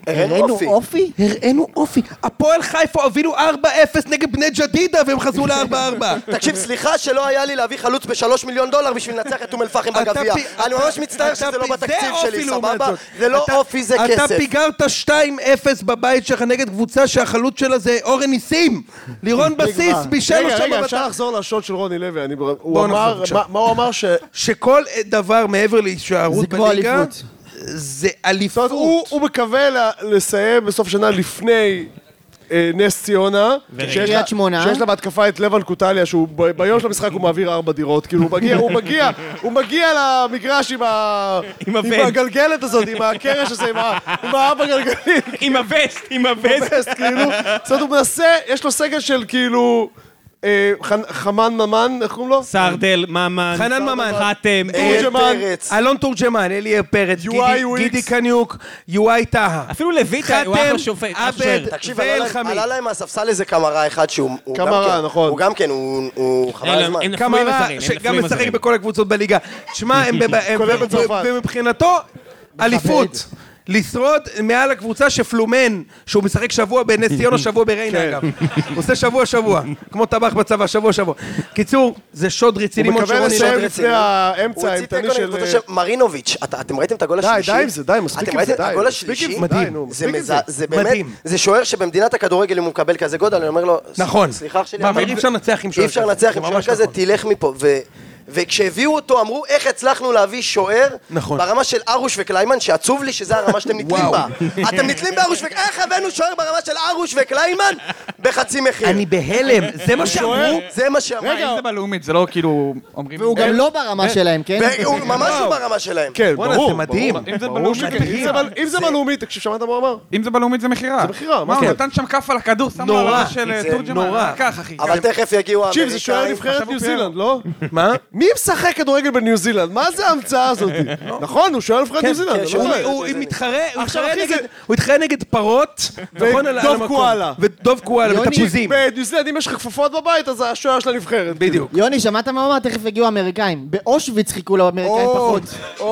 Speaker 5: הראינו אופי.
Speaker 2: אופי?
Speaker 1: הראינו אופי. הפועל חיפה הובילו 4-0 נגד בני ג'דידה והם חזרו ל-4-4.
Speaker 5: תקשיב, סליחה שלא היה לי להביא חלוץ בשלוש מיליון דולר בשביל לנצח את אום אל-פחם
Speaker 1: אתה
Speaker 5: בגביע.
Speaker 1: פי-
Speaker 5: אני ממש מצטער
Speaker 1: אתה
Speaker 5: שזה לא
Speaker 1: פי-
Speaker 5: בתקציב
Speaker 1: אופי
Speaker 5: שלי,
Speaker 1: לעומת
Speaker 5: סבבה?
Speaker 1: זאת.
Speaker 5: זה לא
Speaker 1: אתה-
Speaker 5: אופי, זה
Speaker 1: אתה
Speaker 5: כסף.
Speaker 1: פיגרת 2-0 בבית שלך נגד קבוצה שהחלוץ שלה זה אורן ניסים. לירון בסיס בישל
Speaker 3: רגע,
Speaker 1: שם
Speaker 3: רגע,
Speaker 1: בבטח.
Speaker 3: אפשר לחזור לשוד של רוני לוי, אני... הוא
Speaker 1: בוא נחזור,
Speaker 3: אמר...
Speaker 1: בבקשה.
Speaker 3: מה- מה הוא אמר? ש...
Speaker 1: שכל דבר מעבר להישארות
Speaker 2: זה כמו
Speaker 1: בליגה,
Speaker 2: אליפות.
Speaker 1: זה
Speaker 3: זאת אומרת, הוא-
Speaker 1: אליפות.
Speaker 3: הוא מקווה ל- לסיים בסוף שנה לפני... אה, נס ציונה, שיש לה-
Speaker 2: קריית שמונה.
Speaker 3: שיש לה בהתקפה את לבן קוטליה, שהוא ב- ביום של המשחק הוא מעביר ארבע דירות, כאילו הוא מגיע, הוא מגיע, הוא מגיע למגרש עם ה- עם
Speaker 7: עם הבן.
Speaker 3: הגלגלת הזאת, עם הקרש הזה, עם ה- עם הארבע גלגלים,
Speaker 7: עם הווסט, עם הווסט.
Speaker 3: פסט, כאילו. זאת אומרת, הוא מנסה, יש לו סגל של כאילו... אה, חנ- חמן ממן, איך קוראים לו? אה,
Speaker 7: סרדל, ממן.
Speaker 1: חנן ממן.
Speaker 7: חתם. אה,
Speaker 5: אריאל
Speaker 3: תורג'מן.
Speaker 5: פרץ.
Speaker 1: אלון תורג'מן, אליאר פרץ, גידי-
Speaker 3: UI,
Speaker 1: גידי
Speaker 3: UX.
Speaker 1: קניוק, יואי טהא.
Speaker 7: אפילו לויטה, הוא אחלה שופט. אחלה שוער.
Speaker 1: עבד,
Speaker 5: תקשיב, עלה להם-
Speaker 1: ואלחמיד.
Speaker 5: עלה להם מהספסל איזה קמרה אחד שהוא... הוא גם
Speaker 3: קמרה,
Speaker 5: כן-
Speaker 3: נכון.
Speaker 5: הוא גם כן, הוא- הוא חבל על
Speaker 7: אין-
Speaker 5: הזמן.
Speaker 7: אין נפלו עם
Speaker 1: קמרה,
Speaker 7: הזרים, אין נפלו
Speaker 1: שגם
Speaker 7: עם
Speaker 1: משחק
Speaker 7: הזרים.
Speaker 1: בכל הקבוצות בליגה. תשמע, הם בב- הם-
Speaker 3: כולל בצרפת.
Speaker 1: ומבחינתו, אליפות. לשרוד מעל הקבוצה שפלומן, שהוא משחק שבוע בנס ציונה, שבוע
Speaker 3: כן.
Speaker 1: בריינה אגב. הוא עושה שבוע שבוע, כמו טבח בצבא, שבוע שבוע. קיצור, זה שוד רציני
Speaker 3: הוא
Speaker 1: מאוד
Speaker 3: מקווה
Speaker 1: שרוני
Speaker 3: לסיים
Speaker 1: לוי-
Speaker 3: לפני האמצע
Speaker 5: הוא הוציא
Speaker 3: האימתני
Speaker 5: תיקו
Speaker 3: של- אה,
Speaker 5: נגד קבוצה של מרינוביץ', אתה- אתם ראיתם את הגול
Speaker 3: די,
Speaker 5: השלישי?
Speaker 3: די עם זה, די, מספיק
Speaker 5: אתם
Speaker 3: עם זה,
Speaker 5: ראיתם את
Speaker 3: די,
Speaker 5: הגול
Speaker 3: מספיק עם
Speaker 5: השלישי?
Speaker 3: זה, מדהים. די, נו,
Speaker 5: זה
Speaker 3: מספיק עם
Speaker 5: מזע- זה באמת,
Speaker 1: מדהים.
Speaker 5: זה שוער שבמדינת הכדורגל אם הוא מקבל כזה גודל, אני אומר לו,
Speaker 1: נכון.
Speaker 5: סליחה אח שלי,
Speaker 1: מה,
Speaker 5: אתה-
Speaker 1: אבל אי אפשר לנצח עם שוער
Speaker 5: אי אפשר
Speaker 1: כזה.
Speaker 5: לנצח
Speaker 1: זה
Speaker 5: עם שוער
Speaker 1: ממש
Speaker 5: כזה,
Speaker 1: נכון.
Speaker 5: תלך מפה. ו- וכשהביאו אותו אמרו, איך הצלחנו להביא שוער,
Speaker 1: נכון.
Speaker 5: ברמה של ארוש וקליימן, שעצוב לי שזה הרמה שאתם נתלים
Speaker 1: וואו.
Speaker 5: בה. אתם נתלים בארוש וקליימן, איך הבאנו שוער ברמה של ארוש וקליימן? בחצי מחיר.
Speaker 1: אני בהלם, זה מה שאמרו?
Speaker 5: זה מה שאמרו.
Speaker 6: רגע, אם זה בלאומית, זה לא כאילו אומרים...
Speaker 2: והוא גם לא ברמה שלהם, כן?
Speaker 5: והוא ממש לא ברמה שלהם.
Speaker 3: כן,
Speaker 1: בואנה,
Speaker 3: ברור.
Speaker 1: זה מדהים.
Speaker 3: ברור,
Speaker 6: אם זה
Speaker 3: ברור
Speaker 6: בלאומית,
Speaker 3: שכן. אם זה בל- אם זה בלאומית, תקשיב, שמעת מה הוא אמר?
Speaker 6: אם זה בלאומית זה מכירה. זה
Speaker 3: מכירה, מה
Speaker 6: מה
Speaker 3: זאת
Speaker 6: הוא
Speaker 3: אומרת?
Speaker 6: נתן שם כף על הכדור, שם לו על
Speaker 1: נורא,
Speaker 6: הראש של
Speaker 1: זה
Speaker 6: תורג'מן.
Speaker 1: נורא.
Speaker 6: לקח, אחי. כן,
Speaker 5: אבל תכף יגיעו האמריקאים.
Speaker 3: תקשיב, זה שוער נבחרת
Speaker 6: עכשיו
Speaker 3: ניו
Speaker 6: הוא פרייר.
Speaker 3: זילנד, לא?
Speaker 1: מה?
Speaker 3: מי משחק כדורגל בניו זילנד? מה זה ההמצאה הזאת? נכון, הוא שוער נבחרת ניו זילנד.
Speaker 5: כן,
Speaker 3: אתה לא
Speaker 5: שהוא-
Speaker 3: רואה.
Speaker 1: הוא הוא מתחרה, הוא
Speaker 3: עכשיו,
Speaker 1: מתחרה
Speaker 3: אחי, זה-
Speaker 1: נגד- הוא התחרה נגד פרות, נכון? על- על
Speaker 3: ודוב
Speaker 1: המקום.
Speaker 3: קואלה.
Speaker 1: ודוב קואלה, ותפוזים.
Speaker 3: בניו זילנד, אם יש לך כפפות בבית, אז השוער של הנבחרת.
Speaker 1: בדיוק.
Speaker 2: יוני, שמעת מה הוא אמר? תכף הגיעו האמריקאים. באושוויץ חיכו לאמריקאים פחות.
Speaker 3: תודה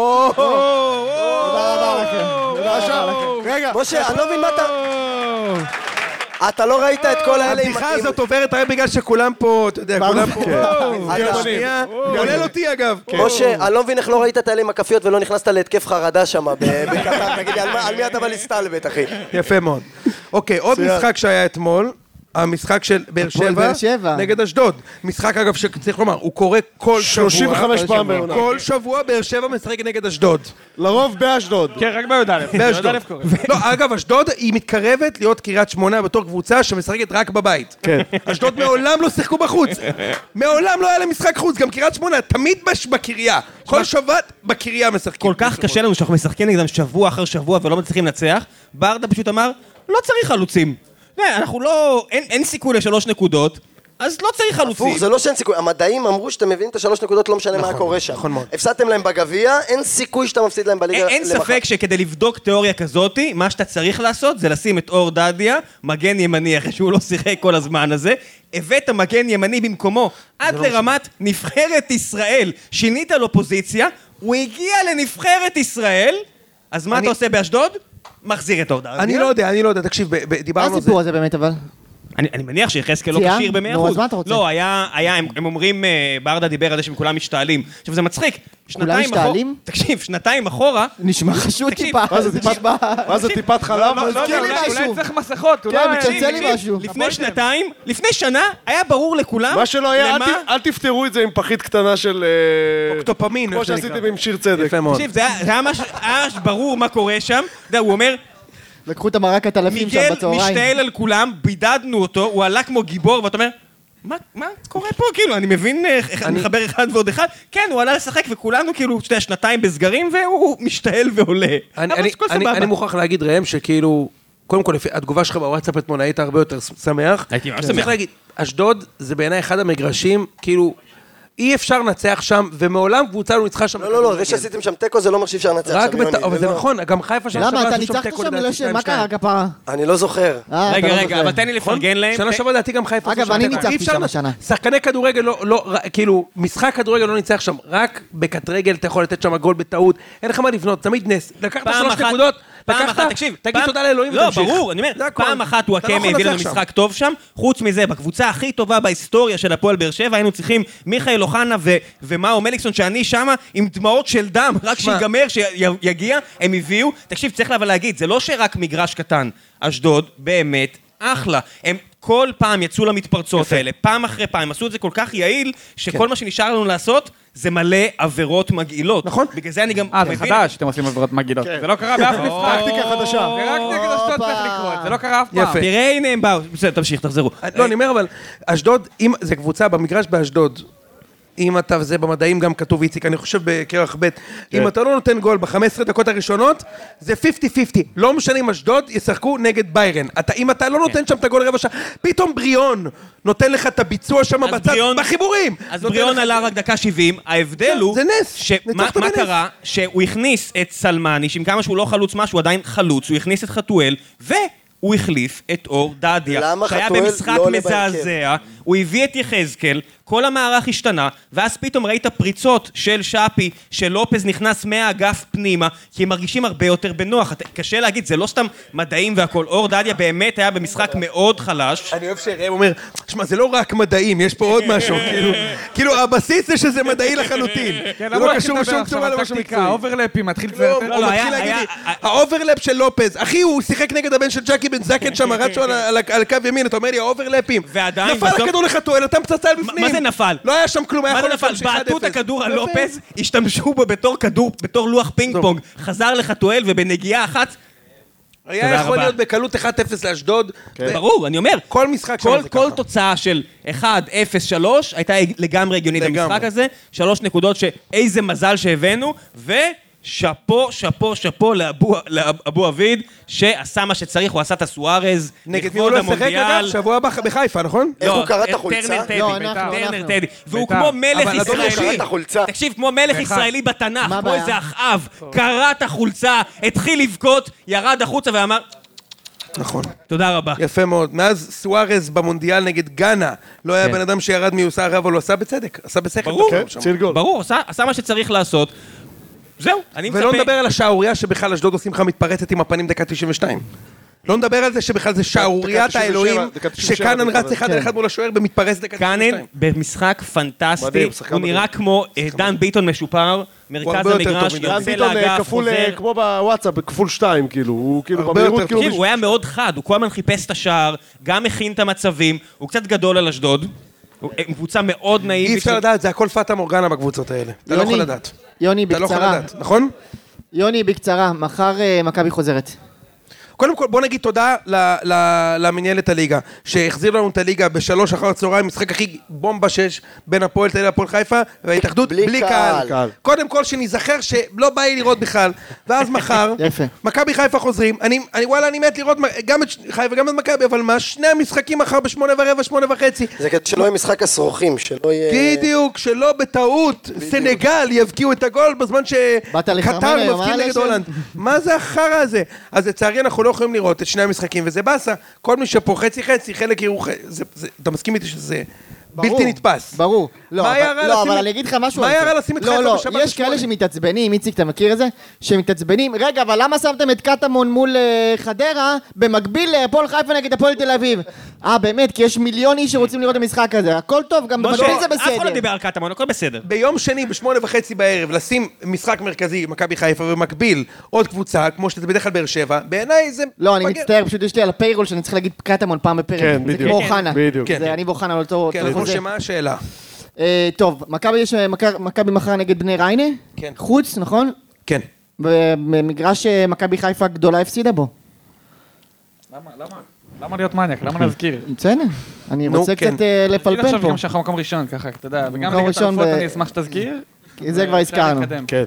Speaker 3: רבה לכם. לא, רגע,
Speaker 5: משה, אני לא מבין מה אתה... אתה לא ראית את כל האלה עם...
Speaker 1: אה. הבדיחה
Speaker 5: עם-
Speaker 1: הזאת עוברת רק בגלל שכולם פה, אתה יודע, כולם פה...
Speaker 3: כן.
Speaker 5: אתה-
Speaker 1: שנייה, כולל אותי אגב.
Speaker 5: משה, אני לא מבין איך לא ראית את האלה עם הכאפיות ולא נכנסת להתקף חרדה שם ב- בקטר. תגיד לי, על מה- על מי אתה בא להסתלבט, אחי?
Speaker 1: יפה מאוד. אוקיי, עוד משחק שהיה אתמול, המשחק של באר שבע,
Speaker 2: באר שבע.
Speaker 1: נגד אשדוד. משחק, אגב, שצריך לומר, הוא קורה כל שבוע.
Speaker 3: 35
Speaker 1: כל
Speaker 3: פעם
Speaker 1: שבוע.
Speaker 3: בעונה.
Speaker 1: כל שבוע באר שבע משחקת נגד אשדוד.
Speaker 3: לרוב באשדוד.
Speaker 6: כן, רק בי"א.
Speaker 1: באשדוד.
Speaker 6: בי"א קורה.
Speaker 1: לא, אגב, אשדוד היא מתקרבת להיות קריית שמונה בתור קבוצה שמשחקת רק בבית.
Speaker 3: כן.
Speaker 1: אשדוד מעולם לא שיחקו בחוץ. מעולם לא היה להם משחק חוץ, גם קריית שמונה, תמיד בש- בקריה. כל שבת בקריה משחקים.
Speaker 7: כל כך קשה לנו שאנחנו משחקים נגדם שבוע אחר שבוע ולא מצליחים לנצח, ברדה פשוט אמר, לא צריך חלוצים. אתה יודע, אנחנו לא... אין, אין סיכוי לשלוש נקודות, אז לא צריך חלוצים.
Speaker 5: הפוך, זה לא שאין סיכוי. המדעים אמרו שאתם מביאים את השלוש נקודות, לא משנה מה קורה שם.
Speaker 1: נכון מאוד.
Speaker 5: הפסדתם להם בגביע, אין סיכוי שאתה מפסיד להם בליגה
Speaker 7: אין, אין
Speaker 5: למחר.
Speaker 7: ספק שכדי לבדוק תיאוריה כזאתי, מה שאתה צריך לעשות זה לשים את אור דדיה, מגן ימני, אחרי שהוא לא שיחק כל הזמן הזה, הבאת מגן ימני במקומו
Speaker 2: לא
Speaker 7: עד לרמת נבחרת ישראל, שינית לו פוזיציה, הוא הגיע לנבחרת ישראל, אז מה אתה עושה באשדוד? מחזיר את אור דדיה.
Speaker 1: אני לא יודע, אני לא יודע, תקשיב, ב- ב-
Speaker 2: מה
Speaker 1: דיברנו על זה.
Speaker 2: הסיפור הזה באמת, אבל?
Speaker 7: אני, אני מניח שיחזקאל לא
Speaker 2: פציעה?
Speaker 7: כשיר ב-100%.
Speaker 2: נו, אז מה אתה רוצה?
Speaker 7: לא, היה, היה הם, הם אומרים, אה, ברדה דיבר על זה שהם כולם משתעלים. עכשיו, זה מצחיק. שנתיים
Speaker 2: משתעלים?
Speaker 7: אחורה, תקשיב, שנתיים אחורה,
Speaker 2: נשמע חשוד
Speaker 7: תקשיב,
Speaker 2: טיפה.
Speaker 3: מה זה, טיפת-
Speaker 2: נשמע-
Speaker 3: מה זה טיפת חלב?
Speaker 6: לא, לא,
Speaker 3: מזכיר לי
Speaker 6: אולי-
Speaker 3: משהו.
Speaker 6: אולי צריך מסכות, אולי...
Speaker 2: מצלצל לי
Speaker 6: תקשיב,
Speaker 2: משהו.
Speaker 7: לפני שנתיים, לפני שנה, היה ברור לכולם
Speaker 3: מה שלא היה, אל
Speaker 7: לא. למה...
Speaker 3: ת- אל תפתרו את זה עם פחית קטנה של... אה,
Speaker 1: אוקטופמין,
Speaker 3: כמו
Speaker 1: איך זה
Speaker 3: שעשיתם
Speaker 1: נקרא.
Speaker 3: עם שיר צדק.
Speaker 1: יפה מאוד.
Speaker 7: תקשיב, זה היה- זה היה ממש היה ברור מה קורה שם. אתה יודע, הוא אומר,
Speaker 2: לקחו את המרק התלפים שם
Speaker 7: מיגל
Speaker 2: בצהריים.
Speaker 7: משתעל על כולם, בידדנו אותו, הוא עלה כמו גיבור, ואתה אומר... מה, מה קורה פה? כאילו, אני מבין איך איך מחבר אחד ועוד אחד. כן, הוא עלה לשחק, וכולנו כאילו, שתי שנתיים בסגרים, והוא משתעל ועולה.
Speaker 1: אני,
Speaker 7: אבל
Speaker 1: אני,
Speaker 7: הכל
Speaker 1: אני,
Speaker 7: סבבה.
Speaker 1: אני מוכרח להגיד, ראם, שכאילו, קודם כל, לפי- התגובה שלך בוואטסאפ אתמול היית הרבה יותר ס- שמח.
Speaker 7: הייתי ממש
Speaker 1: צריך
Speaker 7: שמח.
Speaker 1: להגיד, אשדוד זה בעיניי אחד המגרשים, כאילו, אי אפשר לנצח שם, ומעולם קבוצה לא ניצחה שם.
Speaker 5: לא, לא, לא, זה
Speaker 1: בכדורגל.
Speaker 5: שעשיתם שם תיקו זה לא אומר שאי אפשר לנצח
Speaker 1: רק
Speaker 5: שם, יוני.
Speaker 1: בת... אבל זה
Speaker 5: לא-
Speaker 1: נכון, גם חיפה שנה
Speaker 2: למה,
Speaker 1: שעברה
Speaker 2: אתה
Speaker 1: עשו שם
Speaker 2: ניצחת
Speaker 1: תיקו,
Speaker 2: שם?
Speaker 1: לדעתי,
Speaker 2: לא ש- מה
Speaker 1: 2-2.
Speaker 2: קרה כפרה?
Speaker 5: אני לא זוכר.
Speaker 2: אה, אתה
Speaker 7: רגע,
Speaker 2: לא
Speaker 7: רגע,
Speaker 2: זוכר.
Speaker 7: אבל תן לי לפרגן להם.
Speaker 1: שנה
Speaker 7: תן-
Speaker 1: שעברה נכון? לדעתי גם חיפה. עשו
Speaker 2: אגב,
Speaker 1: שם
Speaker 2: אני
Speaker 1: תיקו.
Speaker 2: ניצחתי
Speaker 1: אי אפשר
Speaker 2: שם
Speaker 1: לנ-
Speaker 2: השנה.
Speaker 1: שחקני כדורגל לא, לא, ר- כאילו, משחק כדורגל לא ניצח שם, רק בקט רגל אתה יכול לתת שם גול בטעות, אין לך מה לבנות, תמיד נס. לקחת
Speaker 7: פעם
Speaker 1: שלוש
Speaker 7: אחת-
Speaker 1: נקודות,
Speaker 7: פעם
Speaker 1: לקחת,
Speaker 7: אחת, תקשיב,
Speaker 1: תגיד
Speaker 7: פעם-
Speaker 1: תודה לאלוהים
Speaker 7: לא,
Speaker 1: ותמשיך.
Speaker 7: ברור, אני
Speaker 1: זה
Speaker 7: אומר,
Speaker 1: הכל.
Speaker 7: פעם אחת הוא
Speaker 1: אתה לא
Speaker 7: הקמא
Speaker 1: יכול
Speaker 7: הביא לנו
Speaker 1: לנצח שם.
Speaker 7: משחק טוב שם, חוץ מזה, בקבוצה הכי טובה בהיסטוריה של הפועל באר שבע, היינו צריכים מיכאל אוחנה ו- ומאו מליקסון, שאני שמה עם דמעות של דם, רק שיגמר, שיגיע, הם הביאו. תקשיב, צריך אבל להגיד, זה לא שרק מגרש קטן, אשדוד, באמת, אחלה. הם... כל פעם יצאו למתפרצות האלה, פעם אחרי פעם, עשו את זה כל כך יעיל, שכל
Speaker 1: כן.
Speaker 7: מה שנשאר לנו לעשות זה מלא עבירות מגעילות.
Speaker 1: נכון.
Speaker 7: בגלל זה אני גם
Speaker 6: אה, זה
Speaker 7: מבין-
Speaker 6: חדש, אתם עושים עבירות מגעילות. זה לא קרה באף משחק.
Speaker 3: טקטיקה חדשה.
Speaker 6: זה רק נגד אשדוד צריך לקרות, זה לא קרה אף פעם.
Speaker 1: יפה.
Speaker 7: תראה, הנה הם באו. בסדר, תמשיך, תחזרו.
Speaker 1: לא, אני אומר, אבל אשדוד, אם זה קבוצה במגרש באשדוד, אם אתה, זה במדעים גם כתוב, איציק, אני חושב בכרך ב',
Speaker 7: כן.
Speaker 1: אם אתה לא נותן גול ב-15 דקות הראשונות, זה 50-50. לא משנה אם אשדוד ישחקו נגד ביירן. אתה, אם אתה לא
Speaker 7: כן.
Speaker 1: נותן שם את הגול רבע שעה, פתאום בריאון נותן לך את הביצוע שם
Speaker 7: אז
Speaker 1: בצד,
Speaker 7: בריאון-
Speaker 1: בחיבורים!
Speaker 7: אז
Speaker 1: נותן
Speaker 7: בריאון
Speaker 1: לך-
Speaker 7: עלה רק דקה 70, ההבדל הוא...
Speaker 1: זה נס.
Speaker 7: שמה-
Speaker 1: ניצחת
Speaker 7: מה
Speaker 1: בנס.
Speaker 7: קרה? שהוא הכניס את סלמני, שעם כמה שהוא לא חלוץ משהו, הוא עדיין חלוץ, הוא הכניס את חתואל, והוא החליף את אור דדיה.
Speaker 5: למה
Speaker 7: שהיה
Speaker 5: חתואל
Speaker 7: במשחק
Speaker 5: לא עולה
Speaker 7: מזעזע, הוא הביא את יחזקאל, כל המערך השתנה, ואז פתאום ראית פריצות של שפי, של לופז נכנס מהאגף פנימה, כי הם מרגישים הרבה יותר בנוח. אתה- קשה להגיד, זה לא סתם מדעים והכול. אור דדיה באמת היה במשחק מאוד חלש.
Speaker 1: אני אוהב שראם אומר, שמע, זה לא רק מדעים, יש פה עוד משהו, כאילו, כאילו, הבסיס זה שזה מדעי לחלוטין.
Speaker 6: כן,
Speaker 1: זה
Speaker 6: למה
Speaker 1: לא קשור
Speaker 6: הוא מתחיל לדבר
Speaker 1: בשום
Speaker 6: עכשיו
Speaker 1: צורה
Speaker 6: על
Speaker 1: למה
Speaker 6: טקטיקה,
Speaker 1: שמקצועי.
Speaker 6: אוברלפים, מתחיל
Speaker 1: לא,
Speaker 6: לצרפר.
Speaker 1: הוא
Speaker 7: לא,
Speaker 1: מתחיל
Speaker 7: היה-
Speaker 1: להגיד לי,
Speaker 7: היה-
Speaker 1: האוברלאפ של לופז, אחי,
Speaker 7: כן,
Speaker 1: הוא שיחק נגד הבן של ג'קי בן זקן שם, רץ לו על- על על קו ימין, אתה אומר לי, האוברלאפים.
Speaker 7: ועדיין,
Speaker 1: נפל
Speaker 7: בסוף
Speaker 1: הכדור לחתואל, נתן פצצה על בפנים.
Speaker 7: מה זה נפל?
Speaker 1: לא היה שם כלום, היה
Speaker 7: מה זה
Speaker 1: יכול להיות
Speaker 7: נפל?
Speaker 1: שם 1-0.
Speaker 7: בעטו את הכדור על לופז, השתמשו בו בתור כדור, בתור לוח פינג פונג. חזר לחתואל ובנגיעה אחת,
Speaker 1: היה
Speaker 7: תודה
Speaker 1: יכול
Speaker 7: רבה.
Speaker 1: להיות בקלות 1-0 לאשדוד. זה-
Speaker 7: ברור, אני אומר.
Speaker 1: כן. כל משחק שם
Speaker 7: כל,
Speaker 1: זה
Speaker 7: כל
Speaker 1: ככה.
Speaker 7: תוצאה של 1-0-3 הייתה לגמרי הגיונית
Speaker 1: לגמרי.
Speaker 7: במשחק הזה. שלוש נקודות שאיזה מזל שהבאנו, ושאפו, שאפו, שאפו לאבו, לאבו עביד, שעשה מה שצריך, הוא עשה את הסוארז.
Speaker 1: נגד מי הוא
Speaker 7: לכבוד
Speaker 1: לא ישחק אגב?
Speaker 7: המונדיאל.
Speaker 1: שבוע הבא בחיפה, נכון?
Speaker 5: איך הוא קרא את
Speaker 7: אה,
Speaker 5: החולצה?
Speaker 7: טרנר טדי,
Speaker 2: לא, אנחנו,
Speaker 7: טרנר
Speaker 2: אנחנו.
Speaker 7: טדי. והוא
Speaker 6: בית"ר.
Speaker 7: כמו מלך
Speaker 1: אבל אדוני,
Speaker 5: הוא קרא
Speaker 7: ישראלי.
Speaker 5: את החולצה.
Speaker 7: תקשיב, כמו מלך
Speaker 6: אחד.
Speaker 7: ישראלי בתנ"ך,
Speaker 2: מה
Speaker 7: כמו
Speaker 2: הבעיה?
Speaker 7: איזה אחאב, קרע את החולצה, התחיל לבכות, ירד החוצה ואמר,
Speaker 1: נכון.
Speaker 7: תודה רבה.
Speaker 1: יפה מאוד. מאז סוארז במונדיאל נגד גאנה, לא היה בן אדם שירד מיוסר רב, אבל הוא עשה בצדק. עשה בשכל.
Speaker 7: ברור.
Speaker 1: את הקרב שם.
Speaker 3: כן, ציל גול.
Speaker 7: ברור, עשה, עשה מה שצריך לעשות. זהו, אני מצפה...
Speaker 1: ולא נדבר על השערורייה שבכלל אשדוד עושים לך מתפרצת עם הפנים דקה 92. לא נדבר על זה שבכלל זה שערוריית
Speaker 3: 97,
Speaker 1: האלוהים,
Speaker 3: דקה 97,
Speaker 1: שקאנן
Speaker 3: אתה
Speaker 1: רץ
Speaker 3: מתכוון.
Speaker 1: אחד על אחד מול השוער במתפרץ דקה 92.
Speaker 7: קאנן במשחק פנטסטי,
Speaker 3: מדהים, שחקן
Speaker 7: הוא נראה כמו אה, דן ביטון משופר, מרכז
Speaker 1: הרבה יותר טוב
Speaker 7: המגרש,
Speaker 1: מדן
Speaker 3: רן
Speaker 7: יוצא
Speaker 3: ביטון אה,
Speaker 7: לאגף,
Speaker 3: כפול,
Speaker 7: חוזר.
Speaker 3: אה, כמו בוואטסאפ, כפול שתיים, כאילו, הוא כאילו
Speaker 1: הרבה
Speaker 3: במהירות,
Speaker 1: יותר
Speaker 3: כאילו...
Speaker 7: תקשיב,
Speaker 3: מישהו-
Speaker 7: הוא היה מאוד חד, הוא כל הזמן חיפש את השער, גם הכין את המצבים, הוא קצת גדול על אשדוד, הוא הם קבוצה מאוד נאיבית.
Speaker 1: אי אפשר לדעת, זה הכל פטה מורגנה בקבוצות האלה. אתה לא
Speaker 2: יוני,
Speaker 1: יכול לדעת.
Speaker 2: יוני,
Speaker 1: אתה לא יכול
Speaker 2: בקצרה.
Speaker 1: לדעת, נכון?
Speaker 2: יוני, בקצרה, מחר אה, מכבי חוזרת.
Speaker 1: קודם כל, בוא נגיד תודה ל- ל- למנהלת הליגה, שהחזיר לנו את הליגה בשלוש אחר הצהריים, משחק הכי בומבה שיש בין הפועל תל אביב להפועל חיפה, וההתאחדות
Speaker 5: בלי
Speaker 1: בלי,
Speaker 5: קהל.
Speaker 1: קהל. קודם כל, שניזכר שלא בא לי לראות בכלל, ואז מחר,
Speaker 2: יפה.
Speaker 1: מכבי חיפה חוזרים, אני, אני וואלה, אני מת לראות מ- גם את ש- חיפה וגם את מכבי, אבל מה, שני המשחקים מחר בשמונה ורבע, שמונה וחצי.
Speaker 5: זה כדי שלא יהיה משחק הסרוכים, שלא יהיה...
Speaker 1: בדיוק, שלא בטעות סנגל יבקיעו את הגול בזמן
Speaker 2: באת לחרמן
Speaker 1: שקטר
Speaker 2: היום,
Speaker 1: מבקיעים
Speaker 2: אה,
Speaker 1: נגד
Speaker 2: לשם?
Speaker 1: הולנד. מה זה החרא הזה? אז לצערי אנחנו לא יכולים לראות את שני המשחקים, וזה באסה. כל מי שפה חצי חצי, חלק יראו... ח- זה- זה- אתה מסכים איתי שזה בלתי נתפס.
Speaker 2: ברור. לא,
Speaker 1: מה
Speaker 2: אבל-
Speaker 1: היה רע
Speaker 2: לא,
Speaker 1: לשים
Speaker 2: אבל
Speaker 1: את-
Speaker 2: אני אגיד לך משהו.
Speaker 1: מה
Speaker 2: על
Speaker 1: היה
Speaker 2: זה.
Speaker 1: רע לשים את
Speaker 2: לא,
Speaker 1: חיפה
Speaker 2: לא,
Speaker 1: בשבת
Speaker 2: יש כאלה
Speaker 1: בשמונה?
Speaker 2: שמתעצבנים, איציק, אתה מכיר את זה? שמתעצבנים, רגע, אבל למה שמתם את קטמון מול אה, חדרה במקביל להפועל חיפה נגד הפועל תל אביב? אה, באמת, כי יש מיליון איש שרוצים לראות את המשחק הזה. הכל טוב, גם
Speaker 7: משה,
Speaker 2: במקביל זה
Speaker 7: אף אחד לא
Speaker 2: בסדר.
Speaker 7: דיבר על קטמון, הכל בסדר.
Speaker 1: ביום שני בשמונה וחצי בערב לשים משחק מרכזי מכבי חיפה ומקביל עוד קבוצה כמו שזה בדרך כלל באר שבע בעיניי זה
Speaker 2: לא, אני
Speaker 1: מגן.
Speaker 2: מצטער, פשוט יש לי על הפיירול שאני צריך להגיד קטמון פעם בפרק.
Speaker 3: כן,
Speaker 2: זה
Speaker 3: בדיוק.
Speaker 2: כמו
Speaker 3: כן,
Speaker 2: אוחנה.
Speaker 3: בדיוק.
Speaker 1: כן.
Speaker 2: זה אני ואוחנה על אותו
Speaker 1: כן,
Speaker 2: אותו
Speaker 1: אז
Speaker 2: חוזה.
Speaker 1: משה מה השאלה?
Speaker 2: אה, טוב, מכבי יש- מכר- מכבי מחר נגד בני ריינה?
Speaker 1: כן.
Speaker 2: חוץ, נכון?
Speaker 1: כן.
Speaker 2: במגרש שמכבי חיפה הגדולה הפסידה בו.
Speaker 6: למה, למה? למה להיות מניאק? למה להזכיר?
Speaker 2: בסדר, אני
Speaker 1: נו,
Speaker 2: רוצה
Speaker 1: כן.
Speaker 2: קצת אה,
Speaker 6: תגיד
Speaker 2: לפלפל
Speaker 6: עכשיו
Speaker 2: פה.
Speaker 6: גם שאנחנו מקום ראשון, ככה, אתה יודע, וגם
Speaker 2: מקום
Speaker 6: נגד
Speaker 2: ראשון
Speaker 6: האלופות
Speaker 2: ב-
Speaker 6: אני אשמח שתזכיר.
Speaker 2: כי זה כבר
Speaker 6: ואפשר
Speaker 2: הזכרנו.
Speaker 6: אה, להתקדם.
Speaker 3: כן.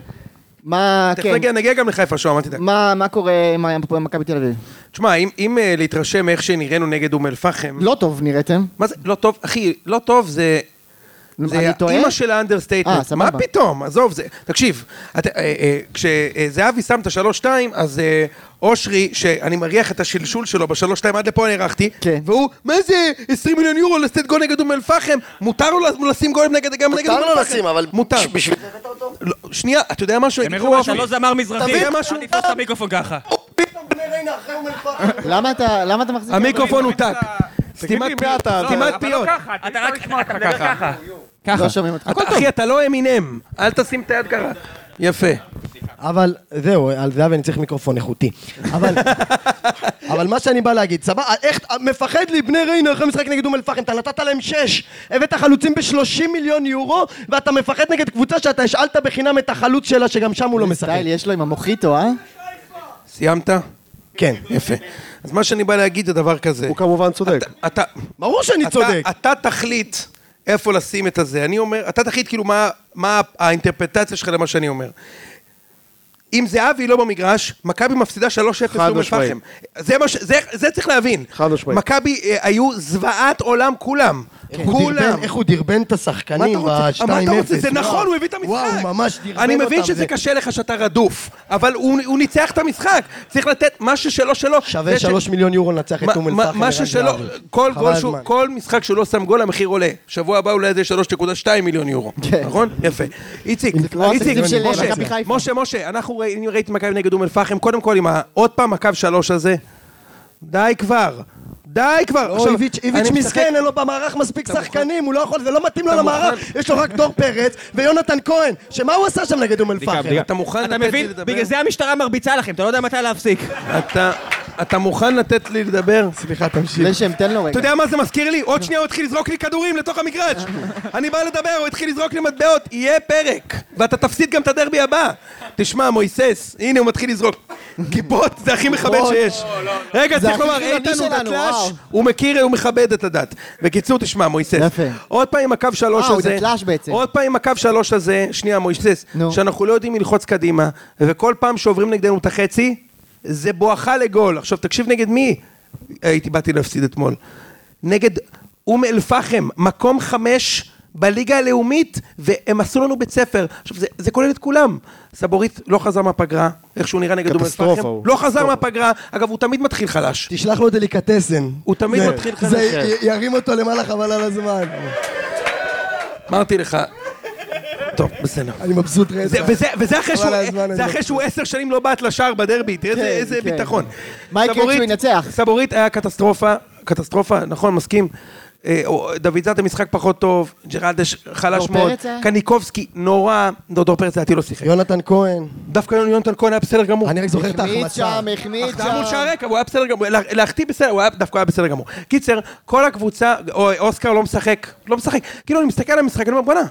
Speaker 2: מה,
Speaker 1: תכף
Speaker 2: כן,
Speaker 1: נגיע- נגיע גם לחיפה שוהם אל תדאג.
Speaker 2: מה מה קורה עם הפועל מכבי תל אביב?
Speaker 1: תשמע אם- אם אה, להתרשם מאיך שנראינו נגד אום אל פחם
Speaker 2: לא טוב נראיתם.
Speaker 1: מה זה לא טוב? אחי, לא טוב זה...
Speaker 2: אני טועה?
Speaker 1: אימא של האנדרסטייטמנט.
Speaker 2: אה, סבבה.
Speaker 1: מה פתאום? עזוב, זה... תקשיב, את- אה, אה, כשזהבי שם את השלוש-שתיים, אז אה, אושרי, שאני מריח את השלשול שלו בשלוש-שתיים, עד לפה אני הארכתי,
Speaker 2: כן.
Speaker 1: והוא, מה זה 20 מיליון יורו לשאת גול נגד אום אל-פחם? מותר לו לש- לשים גולים נגד גם נגד אום
Speaker 5: מותר
Speaker 1: אל-פחם?
Speaker 5: לו לשים, אבל...
Speaker 1: מותר.
Speaker 5: בשביל...
Speaker 1: לא, שנייה, אתה יודע משהו? אני
Speaker 6: הם
Speaker 1: אגיד לך
Speaker 6: הראו
Speaker 1: משהו.
Speaker 7: אתה לא זמר מזרחי,
Speaker 1: תביא משהו.
Speaker 7: אל תפתח את המיקרופון ככה.
Speaker 5: פתאום בני ריינה אחרי אום אל-פחם.
Speaker 2: למה אתה למה אתה מחזיק?
Speaker 1: המיקרופון הותק.
Speaker 3: תגיד לי,
Speaker 1: סתימת
Speaker 3: מה אתה-
Speaker 1: פיות. סתימת
Speaker 6: אבל לא
Speaker 1: פיות.
Speaker 6: ככה, אתה רק לשמוע אותך ככה.
Speaker 2: לא שומעים אותך.
Speaker 1: אתה- אחי, אתה לא אמינם. אל תשים את היד ככה. יפה.
Speaker 10: אבל זהו, על זהבי אני צריך מיקרופון איכותי. אבל, אבל מה שאני בא להגיד, סבבה, איך, מפחד מבני ריינה אחרי משחק נגד אום אל-פחם, אתה נתת להם שש, הבאת חלוצים ב-30 מיליון יורו, ואתה מפחד נגד קבוצה שאתה השאלת בחינם את החלוץ שלה, שגם שם הוא לא משחק.
Speaker 2: סטייל יש לו עם המוחיטו, אה?
Speaker 1: סיימת?
Speaker 10: כן.
Speaker 1: יפה. אז מה שאני בא להגיד זה דבר כזה.
Speaker 3: הוא כמובן צודק.
Speaker 1: אתה- אתה,
Speaker 10: ברור שאני צודק.
Speaker 1: אתה, אתה תחליט איפה לשים את הזה. אני אומר, אתה תחליט כאילו מה, מה האינטרפטציה שלך למה שאני אומר. אם זהבי לא במגרש, מכבי מפסידה 3-0
Speaker 3: חד
Speaker 1: לאום
Speaker 3: משמעית.
Speaker 1: אל-פחם. זה, מה ש- זה, זה צריך להבין.
Speaker 3: חד משמעית.
Speaker 1: מכבי אה, היו זוועת עולם כולם.
Speaker 10: איך הוא
Speaker 1: כולם.
Speaker 10: דרבן- איך הוא דרבן את השחקנים
Speaker 1: מה אתה
Speaker 10: ב-2-0.
Speaker 1: רוצה? מה אתה רוצה? זה נכון, הוא הביא את המשחק.
Speaker 10: וואו, ממש דרבן אותם.
Speaker 1: אני מבין שזה
Speaker 10: זה-
Speaker 1: קשה לך שאתה רדוף, אבל הוא הוא ניצח את המשחק. צריך לתת משהו שלא שלו.
Speaker 10: שווה
Speaker 1: זה ש-
Speaker 10: 3 מיליון יורו לנצח את
Speaker 1: מה-
Speaker 10: אום
Speaker 1: מה-
Speaker 10: אל-פחם.
Speaker 1: מה
Speaker 10: ערן
Speaker 1: ששלא,
Speaker 10: זהבי.
Speaker 1: כל
Speaker 10: חבל
Speaker 1: גול
Speaker 10: הזמן.
Speaker 1: שהוא- כל משחק שהוא לא שם גול, המחיר עולה. שבוע הבא אולי זה 3.2 מיליון יורו,
Speaker 10: כן.
Speaker 1: נכון? יפה. איציק,
Speaker 2: כמו
Speaker 1: איציק,
Speaker 2: התקציב של
Speaker 1: משה,
Speaker 2: מכבי חיפה.
Speaker 1: משה, משה, אנחנו ראינו- ראיתי מכבי נגד אום אל-פחם, קודם כל עם ה- עוד פעם הקו שלוש הזה, די כבר. די כבר!
Speaker 10: לא,
Speaker 1: עכשיו,
Speaker 10: איביץ'
Speaker 1: אני
Speaker 10: איביץ'
Speaker 1: משחק-
Speaker 10: מסכן, אין לו במערך מספיק שחקנים, הוא לא יכול, זה לא מתאים לו למערך, יש לו רק דור פרץ ויונתן כהן, שמה הוא עשה שם נגד אום אל-פחם?
Speaker 1: אתה מוכן
Speaker 7: אתה
Speaker 1: לתת לי
Speaker 7: מבין?
Speaker 1: לדבר?
Speaker 7: בגלל זה המשטרה מרביצה לכם, אתה לא יודע מתי להפסיק.
Speaker 1: אתה... אתה מוכן לתת לי לדבר?
Speaker 10: סליחה, תמשיך.
Speaker 2: לשם, תן לו
Speaker 1: אתה
Speaker 2: רגע.
Speaker 1: יודע מה זה מזכיר לי? עוד שנייה הוא התחיל לזרוק לי כדורים לתוך המגרש. אני בא לדבר, הוא התחיל לזרוק לי מטבעות. יהיה פרק, ואתה תפסיד גם את הדרבי הבא. תשמע, מויסס, הנה הוא מתחיל לזרוק. כיפות זה הכי מכבד שיש. רגע, צריך
Speaker 2: הכי
Speaker 1: לומר,
Speaker 2: חילוני
Speaker 1: איתן הוא
Speaker 2: שלנו,
Speaker 1: דתל"ש,
Speaker 2: וואו.
Speaker 1: הוא מכיר, הוא מכבד את הדת. בקיצור, תשמע, מויסס.
Speaker 2: יפה.
Speaker 1: עוד פעם עם הקו שלוש
Speaker 2: אה, הוא
Speaker 1: הזה.
Speaker 2: דתל"ש בעצם.
Speaker 1: עוד פעם עם הקו שלוש הזה, שנייה, מויסס,
Speaker 2: נו.
Speaker 1: שאנחנו לא יודעים ללחוץ קדימה, וכל פעם שעוברים נגדנו את החצי, זה בואכה לגול. עכשיו, תקשיב נגד מי הייתי באתי להפסיד אתמול. נגד אום אל-פחם, מקום חמש בליגה הלאומית, והם עשו לנו בית ספר. עכשיו, זה, זה כולל את כולם. סבורית לא חזר מהפגרה, איך שהוא נראה נגד אום
Speaker 3: קטסטרופה
Speaker 1: אל-פחם.
Speaker 3: הוא.
Speaker 1: לא חזר מהפגרה, אגב, הוא תמיד מתחיל חלש.
Speaker 10: תשלח לו דליקטסן.
Speaker 1: הוא תמיד
Speaker 10: זה-
Speaker 1: מתחיל חלש.
Speaker 10: זה י- ירים אותו למעלה חבל על הזמן.
Speaker 1: אמרתי לך... טוב, בסדר.
Speaker 10: אני מבסוט רצח.
Speaker 1: זה, וזה, וזה אחרי, שהוא,
Speaker 10: חבל על הזמן,
Speaker 1: זה
Speaker 10: אני-
Speaker 1: אחרי שהוא עשר שנים לא בעט לשער בדרבי, תראה איזה- איזה
Speaker 2: כן.
Speaker 1: ביטחון.
Speaker 2: מה יקרה
Speaker 1: סבורית-
Speaker 2: כשהוא ינצח?
Speaker 1: סבורית היה קטסטרופה, קטסטרופה, נכון, מסכים. אה, או- דוד זאדה משחק פחות טוב, ג'רלדש חלש
Speaker 2: דור
Speaker 1: מאוד,
Speaker 2: פרץ היה?
Speaker 1: קניקובסקי נורא, לא, דור פרץ לדעתי לא שיחק.
Speaker 10: יונתן כהן.
Speaker 1: דווקא יונתן כהן היה בסדר גמור.
Speaker 10: אני רק זוכר את
Speaker 2: החמיץ
Speaker 10: ההחמצה.
Speaker 2: שם, החמיץ
Speaker 1: זה היה מול
Speaker 2: שם.
Speaker 1: שער ריק, אבל הוא היה בסדר גמור, לה- להחטיא בסדר, הוא היה, דווקא היה בסדר גמור. קיצר, כל הקבוצה, או- אוסקר לא משחק, לא משחק. כאילו, אני מסתכל על המשחק, אני אומר, בואנה,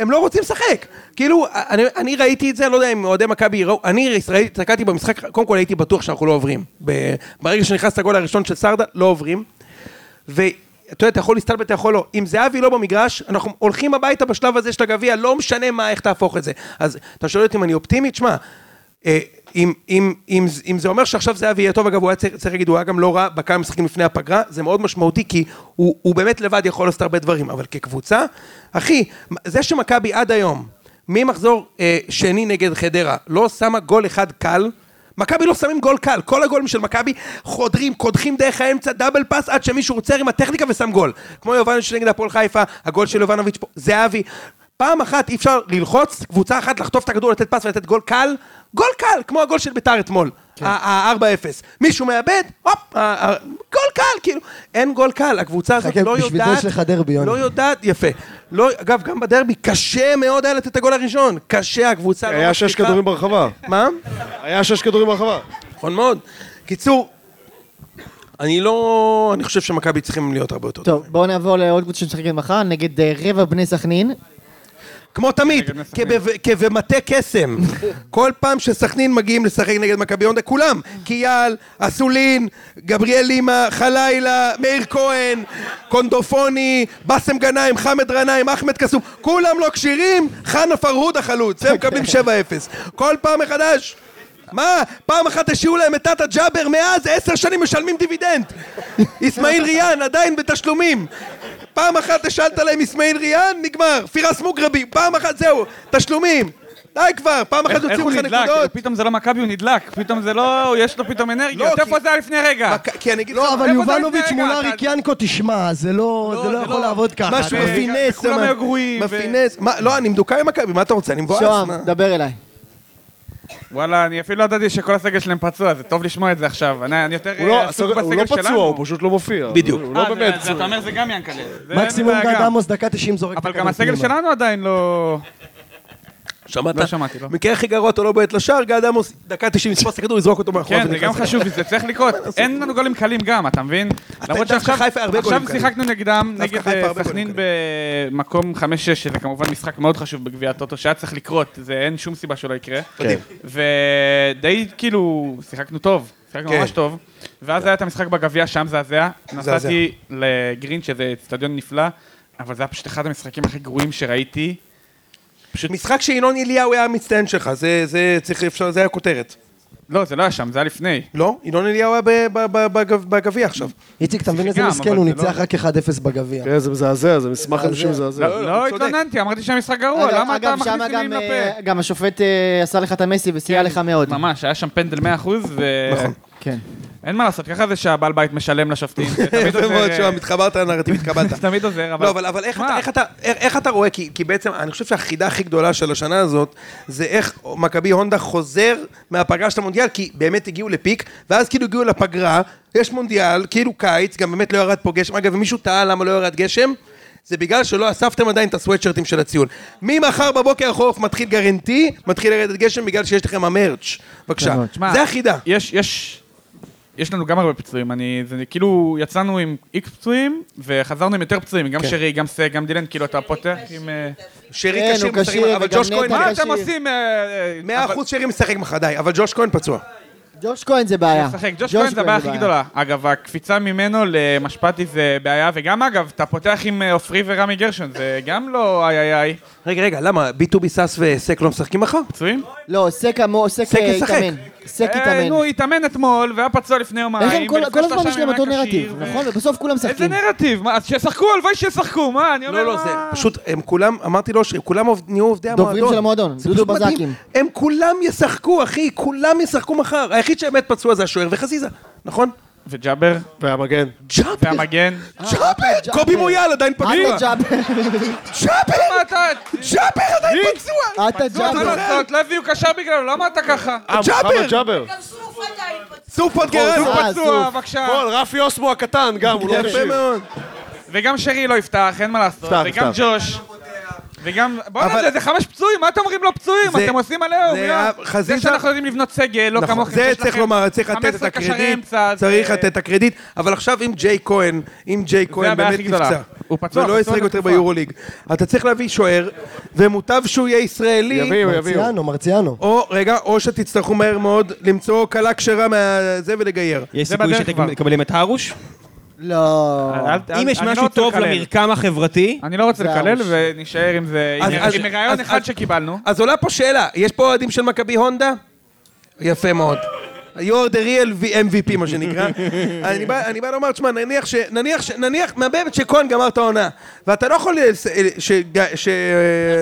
Speaker 1: הם לא רוצים לשחק. כאילו, אני, אני ראיתי את זה, לא יודע אם אוהדי מכבי יראו, אני ראיתי, הסתכלתי במשחק, קודם כל הייתי בטוח שאנחנו לא עוברים. ב- ברגע שנכנס הגול הראשון של סרדה, לא עוברים. ואתה יודע, אתה יכול להסתלבט, אתה יכול לא. אם זהבי לא במגרש, אנחנו הולכים הביתה בשלב הזה של הגביע, לא משנה מה, איך תהפוך את זה. אז אתה שואל אותי אם אני אופטימי? תשמע, אה, אם, אם, אם, אם זה אומר שעכשיו זהבי יהיה טוב, אגב, הוא היה צריך, צריך להגיד, הוא היה גם לא רע בכמה משחקים לפני הפגרה, זה מאוד משמעותי, כי הוא, הוא באמת לבד יכול לעשות הרבה דברים, אבל כקבוצה, אחי, זה שמכבי עד היום, ממחזור אה, שני נגד חדרה, לא שמה גול אחד קל, מכבי לא שמים גול קל, כל הגולים של מכבי חודרים, קודחים דרך האמצע, דאבל פאס עד שמישהו עוצר עם הטכניקה ושם גול. כמו יובנוביץ' נגד הפועל חיפה, הגול של יובנוביץ' פה, זהבי. פעם אחת אי אפשר ללחוץ, קבוצה אחת לחטוף את הכדור, לתת פס ולתת גול קל, גול קל, כמו הגול של ביתר אתמול,
Speaker 10: כן.
Speaker 1: ה-4-0. מישהו מאבד, הופ, ה- ה- גול קל, כאילו, אין גול קל, הקבוצה הזאת
Speaker 10: חכה,
Speaker 1: לא יודעת...
Speaker 10: בשביל זה יש לך דרבי, יוני.
Speaker 1: לא יודעת, יפה. לא, אגב, גם בדרבי קשה מאוד היה לתת את הגול הראשון. קשה, הקבוצה לא
Speaker 3: היה שש
Speaker 1: מצליחה.
Speaker 3: כדורים ברחבה.
Speaker 1: מה?
Speaker 3: היה שש כדורים ברחבה.
Speaker 1: נכון מאוד. קיצור, אני לא... אני חושב שמכבי צריכים להיות הרבה יותר
Speaker 2: טוב, בואו נעבור לעוד קבוצה שמשחקת מחר, נגד אה, רבע בני סכנין.
Speaker 1: כמו תמיד, כבב- כבמטה קסם. כל פעם שסכנין מגיעים לשחק נגד מכבי הונדה, כולם. קיאל, אסולין, גבריאל לימה, חלילה, מאיר כהן, קונדופוני, באסם גנאים, חמד גנאים, אחמד קסום. כולם לא כשירים, חנה פרהוד החלוץ. הם מקבלים 7-0. כל פעם מחדש. מה? פעם אחת השאירו להם את תת הג'אבר, מאז עשר שנים משלמים דיבידנד. אסמאעיל ריאן עדיין בתשלומים. פעם אחת השאלת להם אסמאעיל ריאן, נגמר. פירס מוגרבי, פעם אחת זהו, תשלומים. די כבר, פעם אחת
Speaker 6: איך איך
Speaker 1: יוציאו
Speaker 6: הוא
Speaker 1: לך
Speaker 6: נדלק?
Speaker 1: נקודות.
Speaker 6: פתאום זה לא מכבי, הוא נדלק. פתאום זה לא... יש לו פתאום אנרגיות.
Speaker 1: לא,
Speaker 6: איפה
Speaker 1: כי-
Speaker 6: זה היה לפני רגע?
Speaker 1: בק- כי אני אגיד לך,
Speaker 10: לא, אבל
Speaker 6: איפה אתה
Speaker 10: יובנוביץ'
Speaker 6: לפני
Speaker 10: מול
Speaker 6: רגע?
Speaker 10: אריק
Speaker 6: אתה-
Speaker 10: ינקו, תשמע, זה לא זה לא
Speaker 6: זה
Speaker 10: יכול
Speaker 6: לא-
Speaker 10: לעבוד ככה.
Speaker 1: משהו
Speaker 6: ו-
Speaker 1: מפינס.
Speaker 6: וכולם
Speaker 1: אתה
Speaker 6: היו
Speaker 1: מ-
Speaker 6: גרועים, ו-
Speaker 1: מפינס. מה, לא, אני מדוכא עם מכבי, מה אתה רוצה? אני מבואס.
Speaker 2: שוהם,
Speaker 1: מה?
Speaker 2: דבר אליי.
Speaker 6: וואלה, אני אפילו לא ידעתי שכל הסגל שלהם פצוע, זה טוב לשמוע את זה עכשיו. אני אני יותר
Speaker 3: הוא לא-
Speaker 6: אה, עסוק
Speaker 3: הוא לא
Speaker 6: בסגל
Speaker 3: פצוע,
Speaker 6: שלנו.
Speaker 3: הוא פשוט לא מופיע.
Speaker 1: בדיוק.
Speaker 3: הוא
Speaker 6: אה,
Speaker 3: לא
Speaker 6: זה-
Speaker 3: באמת...
Speaker 6: זה- אתה אומר זה גם ינקלה. זה
Speaker 10: מקסימום
Speaker 6: אין בעיה
Speaker 10: גד
Speaker 6: גם.
Speaker 10: עמוס, דקה 90 זורק את
Speaker 6: אבל גם
Speaker 10: הכדור
Speaker 6: הסגל
Speaker 10: פנימה.
Speaker 6: שלנו עדיין לא...
Speaker 1: כן, שמעת?
Speaker 6: לא שמעתי, לא.
Speaker 1: מקרה הכי גרוע, אתה לא בועט לשער, גד עמוס, דקה 90 יתפוס את הכדור, יזרוק אותו מאחורי.
Speaker 6: כן, זה גם חשוב, זה צריך לקרות. אין לנו גולים קלים גם, אתה מבין? למרות
Speaker 1: דווקא
Speaker 6: שעכשיו
Speaker 1: חיפה הרבה
Speaker 6: עכשיו
Speaker 1: גולים קלים.
Speaker 6: שיחקנו נגדם,
Speaker 1: דווקא
Speaker 6: נגד
Speaker 1: חיפה
Speaker 6: אה,
Speaker 1: הרבה גולים
Speaker 6: סכנין במקום 5-6, שזה כמובן משחק מאוד חשוב בגביע הטוטו, שהיה צריך לקרות, זה אין שום סיבה שלא יקרה.
Speaker 1: כן.
Speaker 6: ודי כאילו, שיחקנו טוב, שיחקנו
Speaker 1: כן.
Speaker 6: ממש טוב. ואז היה את המשחק בגביע, שם זעזע. נסעתי לגרין, שזה אצטדיון נפלא, אבל זה היה פשוט אחד המשחקים הכי גרועים שראיתי.
Speaker 1: משחק שינון אליהו היה המצטיין שלך, זה- זה צריך, אפשר, זה הכותרת.
Speaker 6: לא, זה לא היה שם, זה היה לפני.
Speaker 1: לא? ינון אליהו היה ב- ב- ב- בגב- בגביע עכשיו.
Speaker 10: איציק, אתה מבין איזה
Speaker 6: גם,
Speaker 10: מסכן,
Speaker 6: אבל
Speaker 10: הוא
Speaker 6: זה לא-
Speaker 10: ניצח רק 1-0 בגביע.
Speaker 3: כן, זה מזעזע, זה מסמך אנשים מזעזע.
Speaker 6: לא, לא
Speaker 1: צודק.
Speaker 6: התלוננתי, אמרתי שהמשחק גרוע, למה אתה
Speaker 2: אגב,
Speaker 6: מכניס
Speaker 2: שמה
Speaker 6: לי מילים
Speaker 2: גם,
Speaker 6: לפה?
Speaker 2: אה, גם השופט אה, עשה לך את המסי וסייע לך מאוד.
Speaker 6: ממש, היה שם פנדל 100% ו...
Speaker 1: נכון.
Speaker 2: כן.
Speaker 6: אין מה לעשות, ככה זה שהבעל בית משלם לשופטים. זה תמיד
Speaker 1: יפה
Speaker 6: עוזר,
Speaker 1: מאוד,
Speaker 6: אה,
Speaker 1: שוהם, התחברת לנרטיב, התקבלת.
Speaker 6: זה תמיד עוזר, אבל...
Speaker 1: לא, אבל, אבל איך,
Speaker 6: מה?
Speaker 1: אתה, איך, אתה, איך, איך אתה רואה, כי, כי בעצם אני חושב שהחידה הכי גדולה של השנה הזאת, זה איך מכבי הונדה חוזר מהפגרה של המונדיאל, כי באמת הגיעו לפיק, ואז כאילו הגיעו לפגרה, יש מונדיאל, כאילו קיץ, גם באמת לא ירד פה גשם, אגב, אם מישהו טעה למה לא ירד גשם, זה בגלל שלא אספתם עדיין את הסוואטשרטים של הציון. ממחר בבוקר החורף מתחיל
Speaker 6: כן,
Speaker 1: גרנטי, מתחיל לרדת גשם בגלל שיש לכם המרץ'. בבקשה.
Speaker 6: תשמע,
Speaker 1: זה החידה.
Speaker 6: יש, יש... יש לנו גם הרבה פצועים, אני, זה כאילו, יצאנו עם איקס פצועים, וחזרנו עם יותר פצועים,
Speaker 1: כן.
Speaker 6: גם שרי, גם סק, גם דילן, כאילו, אתה פותח עם... אה,
Speaker 1: שרי
Speaker 2: כן,
Speaker 1: קשיר
Speaker 2: הוא
Speaker 1: משחק,
Speaker 2: כשיר,
Speaker 1: אבל
Speaker 2: וגם
Speaker 1: ג'וש כהן,
Speaker 2: נטע
Speaker 6: מה
Speaker 2: כשיר.
Speaker 6: אתם עושים? אה, אה,
Speaker 1: מאה
Speaker 6: אבל-
Speaker 1: אחוז שרי משחק מחר, די, אבל ג'וש כהן פצוע.
Speaker 2: ג'וש כהן זה בעיה.
Speaker 6: לשחק. ג'וש כהן זה הבעיה הכי גדולה. אגב, הקפיצה ממנו למשפטי זה בעיה, וגם אגב, אתה פותח עם אה, עופרי ורמי גרשון, זה גם לא איי איי איי.
Speaker 1: רגע, רגע, למה? ביטובי סאס וסק לא משחקים מחר?
Speaker 6: פצועים?
Speaker 2: לא, סק אמור, סק
Speaker 1: סק ישחק.
Speaker 2: התאמן. סק
Speaker 6: אה,
Speaker 2: התאמן.
Speaker 6: נו, התאמן אתמול, והיה פצוע לפני יומיים.
Speaker 2: איך הם כל-
Speaker 6: ולפני
Speaker 2: כל
Speaker 6: שלושה
Speaker 2: הזמן יש להם
Speaker 6: ימים
Speaker 2: אותו
Speaker 6: היה
Speaker 2: נרטיב,
Speaker 6: כשיר, ו-
Speaker 2: נכון? ובסוף כולם
Speaker 6: איזה
Speaker 2: משחקים.
Speaker 6: נרטיב? מה, אז שישחקו, הלוואי שישחקו, מה, אני אומר,
Speaker 1: לא, לא, זה
Speaker 6: מה?
Speaker 1: פשוט, הם כולם, אמרתי לו שהם כולם עובד- נהיו עובדי המועדון.
Speaker 2: דוברים של המועדון,
Speaker 1: זה
Speaker 2: דודו
Speaker 1: פשוט מדהים.
Speaker 2: בזקים.
Speaker 1: הם כולם ישחקו, אחי, כולם ישחקו מחר. היחיד שבאמת פצוע זה השוער וחזיזה, נכון?
Speaker 6: וג'אבר,
Speaker 3: והמגן.
Speaker 1: ג'אבר,
Speaker 6: והמגן.
Speaker 1: ג'אבר, קובי מויאל עדיין פצוע.
Speaker 2: עטה ג'אבר.
Speaker 1: ג'אבר,
Speaker 6: מה אתה...
Speaker 1: ג'אבר עדיין פצוע.
Speaker 2: עטה
Speaker 6: מה
Speaker 2: ג'אבר.
Speaker 6: לעשות? לא הביאו קשר בגללו, למה אתה ככה?
Speaker 3: אה,
Speaker 1: ג'אבר!
Speaker 3: מוחמד ג'אבר.
Speaker 11: גם סוף עדיין פצוע.
Speaker 1: סופות
Speaker 6: הוא
Speaker 1: גרנו.
Speaker 2: אה,
Speaker 6: פצוע,
Speaker 2: זוף.
Speaker 6: בבקשה.
Speaker 3: כל, רפי אוסמו הקטן גם, הוא לא
Speaker 1: יפה
Speaker 3: קשיר.
Speaker 1: מאוד.
Speaker 6: וגם שרי לא יפתח, אין מה לעשות.
Speaker 3: יפתח,
Speaker 6: וגם
Speaker 3: יפתח.
Speaker 6: ג'וש.
Speaker 7: לא
Speaker 6: וגם, בואנה,
Speaker 1: אבל-
Speaker 6: זה- זה חמש פצועים, מה אתם אומרים לא פצועים?
Speaker 1: זה-
Speaker 6: אתם עושים עליהם,
Speaker 1: זה
Speaker 6: לא.
Speaker 1: ה- חזיזה-
Speaker 6: זה שאנחנו יודעים לבנות סגל, לא
Speaker 1: נכון,
Speaker 6: כמוכם.
Speaker 1: זה
Speaker 6: שיש
Speaker 1: צריך
Speaker 6: לכם
Speaker 1: לומר, צריך לתת את
Speaker 6: 15 קשרי
Speaker 1: הקרדיט,
Speaker 6: אמצע, זה-
Speaker 1: צריך לתת את הקרדיט, אבל עכשיו אם ג'יי כהן, אם ג'יי כהן
Speaker 6: הבעיה
Speaker 1: באמת
Speaker 6: הכי גדולה.
Speaker 1: נפצע,
Speaker 6: הוא פצוע,
Speaker 1: ולא
Speaker 6: פצוע
Speaker 1: ישחק יותר
Speaker 6: בתקופה.
Speaker 1: ביורוליג, אתה צריך להביא שוער, ומוטב שהוא יהיה ישראלי,
Speaker 3: יביאו, יביאו.
Speaker 10: מרציאנו, מרציאנו.
Speaker 1: או, רגע, או שתצטרכו מהר מאוד למצוא כלה כשרה מהזה ולגייר.
Speaker 7: יש
Speaker 6: זה
Speaker 7: סיכוי
Speaker 6: בדרך כבר.
Speaker 7: שמקבלים את הרוש?
Speaker 2: לא.
Speaker 6: אל- אל-
Speaker 7: אם יש
Speaker 6: אני לא
Speaker 7: משהו
Speaker 6: רוצה
Speaker 7: טוב
Speaker 6: לקלל.
Speaker 7: למרקם החברתי,
Speaker 6: אני לא רוצה
Speaker 2: זה
Speaker 6: לקלל,
Speaker 2: הראש.
Speaker 6: ונשאר עם זה, עם-
Speaker 1: אז-
Speaker 6: עם הרעיון
Speaker 1: אז-
Speaker 6: אחד
Speaker 1: אז-
Speaker 6: שקיבלנו.
Speaker 1: אז עולה פה שאלה, יש פה אוהדים של מכבי הונדה? יפה מאוד. You're the real MVP, מה שנקרא. אני, בא, אני בא לומר, תשמע, נניח ש... נניח ש... נניח, מהבאמת שכהן גמר את העונה, ואתה לא יכול... לס- ש... ש...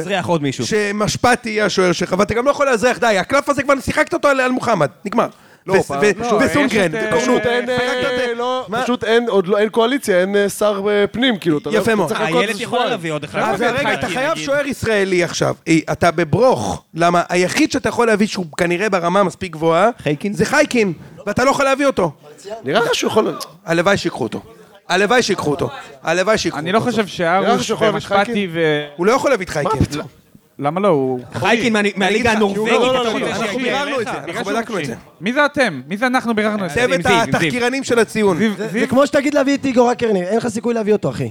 Speaker 7: תצריח עוד מישהו.
Speaker 1: שמשפטי יהיה השוער שלך, ואתה גם לא יכול לאזרח, די, הקלף הזה כבר שיחקת אותו על, על מוחמד, נגמר.
Speaker 3: לא,
Speaker 1: וס-
Speaker 3: פעם-
Speaker 1: ו-
Speaker 3: לא,
Speaker 1: וסונגרן,
Speaker 6: יש את,
Speaker 1: קורנו,
Speaker 3: פשוט אין,
Speaker 1: שיחקת
Speaker 3: אה,
Speaker 1: את-
Speaker 3: לא,
Speaker 1: מה?
Speaker 3: פשוט אין, עוד לא, אין קואליציה, אין אה, שר אה, פנים, כאילו, אתה לא-
Speaker 1: יפה
Speaker 3: אתה
Speaker 1: מאוד.
Speaker 3: צריך לחכות
Speaker 7: איילת
Speaker 3: איזה
Speaker 7: יכולה
Speaker 3: שבועיים.
Speaker 7: להביא עוד אחד.
Speaker 1: אז רגע, אתה חייב שוער ישראלי עכשיו. אי, אתה בברוך. למה? היחיד שאתה יכול להביא, שהוא כנראה ברמה מספיק גבוהה,
Speaker 7: חייקין?
Speaker 1: זה חייקין, ואתה לא יכול להביא אותו.
Speaker 3: נראה לך שהוא יכול...
Speaker 1: הלוואי שיקחו אותו. הלוואי שיקחו אותו. הלוואי שיקחו
Speaker 6: אני לא
Speaker 1: אותו.
Speaker 6: חושב
Speaker 3: נראה לך
Speaker 6: שהרוש
Speaker 3: שהוא יכול להביא
Speaker 6: ומשפטי
Speaker 3: חלקים?
Speaker 6: ו...
Speaker 1: הוא לא יכול להביא את חייקין.
Speaker 6: למה לא? הוא...
Speaker 7: חייקין מה- מהליגה הנורבגית.
Speaker 3: לא, לא,
Speaker 7: אתה
Speaker 3: לא,
Speaker 7: רוצה
Speaker 3: לא,
Speaker 7: שיגיע
Speaker 1: אנחנו ביררנו את זה,
Speaker 7: אליך?
Speaker 1: אנחנו בדקנו את זה.
Speaker 6: מי זה אתם? מי זה אנחנו ביררנו את זה?
Speaker 1: צוות
Speaker 7: עם זיו, עם זיו.
Speaker 1: התחקירנים של הציון.
Speaker 10: זה כמו שתגיד להביא את איגור הקרני, אין לך סיכוי להביא אותו, אחי.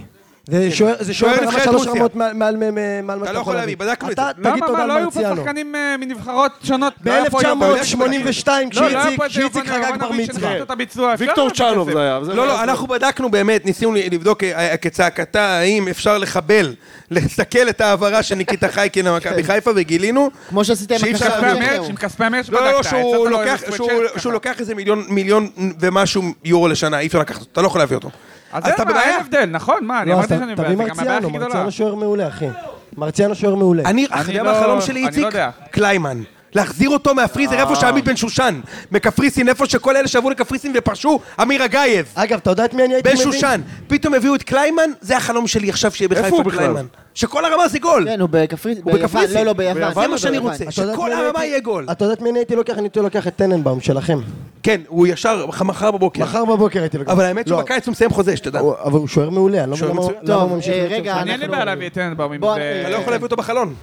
Speaker 10: זה שוער- זה שוער
Speaker 1: שוער
Speaker 10: ברמה
Speaker 1: נבחרת
Speaker 10: שלוש
Speaker 1: רוסיה.
Speaker 10: רמות מעל- מעל מעל- מעל מה
Speaker 1: לא
Speaker 10: שאתה
Speaker 1: יכול להביא, בדקנו את זה.
Speaker 10: אתה תגיד
Speaker 6: למה?
Speaker 10: תודה
Speaker 6: מה,
Speaker 10: על
Speaker 6: לא היו פה
Speaker 10: מרציאנו.
Speaker 6: שחקנים אה, מנבחרות שונות? לא היה פה יובנוביץ'.
Speaker 10: ב-1982,
Speaker 6: לא, לא היה
Speaker 10: כשאיציק
Speaker 6: פה את
Speaker 10: כשאיציק
Speaker 6: יובנוביץ',
Speaker 10: חגג בר
Speaker 6: יובנוביץ'
Speaker 10: מצווה.
Speaker 6: שנחת את הביצוע. אפשר
Speaker 3: ויקטור
Speaker 6: להביא
Speaker 3: צ'אנוב
Speaker 6: כסף.
Speaker 3: זה היה. זה
Speaker 1: לא,
Speaker 3: היה-
Speaker 1: לא, אנחנו בדקנו באמת, ניסינו לבדוק אה, כצעקתה, האם אפשר לחבל, לסכל את ההעברה של ניקיטה חייקין למכבי
Speaker 7: כן.
Speaker 1: חיפה, וגילינו
Speaker 2: כמו שעשית עם
Speaker 1: שאי אפשר
Speaker 2: הקשר
Speaker 6: כספי
Speaker 1: להביא.
Speaker 2: בדרך
Speaker 6: המרץ,
Speaker 2: כלל.
Speaker 6: עם כספי המרץ שבדקת.
Speaker 1: לא, לא, לא,
Speaker 6: יצאת לו
Speaker 1: שהוא
Speaker 6: עם
Speaker 1: לוקח-
Speaker 6: סוואצ'רט
Speaker 1: שהוא-
Speaker 6: ככה.
Speaker 1: שהוא לוקח איזה מיליון, מיליון ומשהו יורו לשנה, אי אפשר לקחת אותו, אתה לא יכול להביא אותו.
Speaker 6: אז אין
Speaker 1: אתה
Speaker 6: מה,
Speaker 1: בבעיה.
Speaker 6: אין הבדל, נכון, מה, אני
Speaker 10: לא, אז
Speaker 6: אמרתי
Speaker 10: ת-
Speaker 6: שאני
Speaker 10: תביא
Speaker 6: בעיה, זה גם הבעיה
Speaker 10: מרציאנו,
Speaker 6: הכי גדולה.
Speaker 10: מרציאנו שוער מעולה, אחי. מרציאנו שוער מעולה.
Speaker 1: אני, אתה יודע מה
Speaker 6: לא-
Speaker 1: החלום שלי,
Speaker 6: אני לא
Speaker 1: איציק?
Speaker 6: יודע.
Speaker 1: קליימן. להחזיר אותו מהפריזר, איפה שעמית בן שושן. מקפריסין, איפה שכל אלה שעברו לקפריסין ופרשו, אמיר אגייב.
Speaker 10: אגב, אתה יודע את מי אני הייתי
Speaker 1: בן
Speaker 10: מביא?
Speaker 1: שושן. פתאום הביאו את קליימן, זה החלום שלי עכשיו שיהיה
Speaker 3: הוא
Speaker 1: בחיפה
Speaker 3: בכלל?
Speaker 1: קליימן. שכל הרמה זה גול.
Speaker 2: כן, הוא בקפריסין.
Speaker 1: הוא בקפריסין.
Speaker 2: לא, לא, ביוון.
Speaker 1: זה מה שאני
Speaker 2: ביוון.
Speaker 1: רוצה,
Speaker 10: אתה יודע את
Speaker 1: שכל
Speaker 10: מי אני
Speaker 1: הרמה
Speaker 10: הייתי-
Speaker 1: יהיה גול.
Speaker 10: אתה יודע את מי אני הייתי לוקח? אני הייתי לוקח את טננבאום שלכם.
Speaker 1: כן, הוא ישר מחר בבוקר.
Speaker 10: מחר בבוקר הייתי לוקח.
Speaker 1: אבל האמת
Speaker 10: לא,
Speaker 1: שבקיץ הוא מסיים חוזה, שתדע.
Speaker 10: הוא- אבל הוא שוער מעולה, אני לא
Speaker 1: שוער
Speaker 10: מבין למה-
Speaker 1: מצוין.
Speaker 10: למה הוא
Speaker 2: טוב,
Speaker 10: ממשיך
Speaker 2: אה,
Speaker 10: להיות
Speaker 2: רגע,
Speaker 10: שוער.
Speaker 6: אני אין לי
Speaker 2: אנחנו-
Speaker 6: בעיה להביא את טננבאום אם
Speaker 2: בוא,
Speaker 6: זה...
Speaker 1: אתה לא יכול להביא אותו בחלון.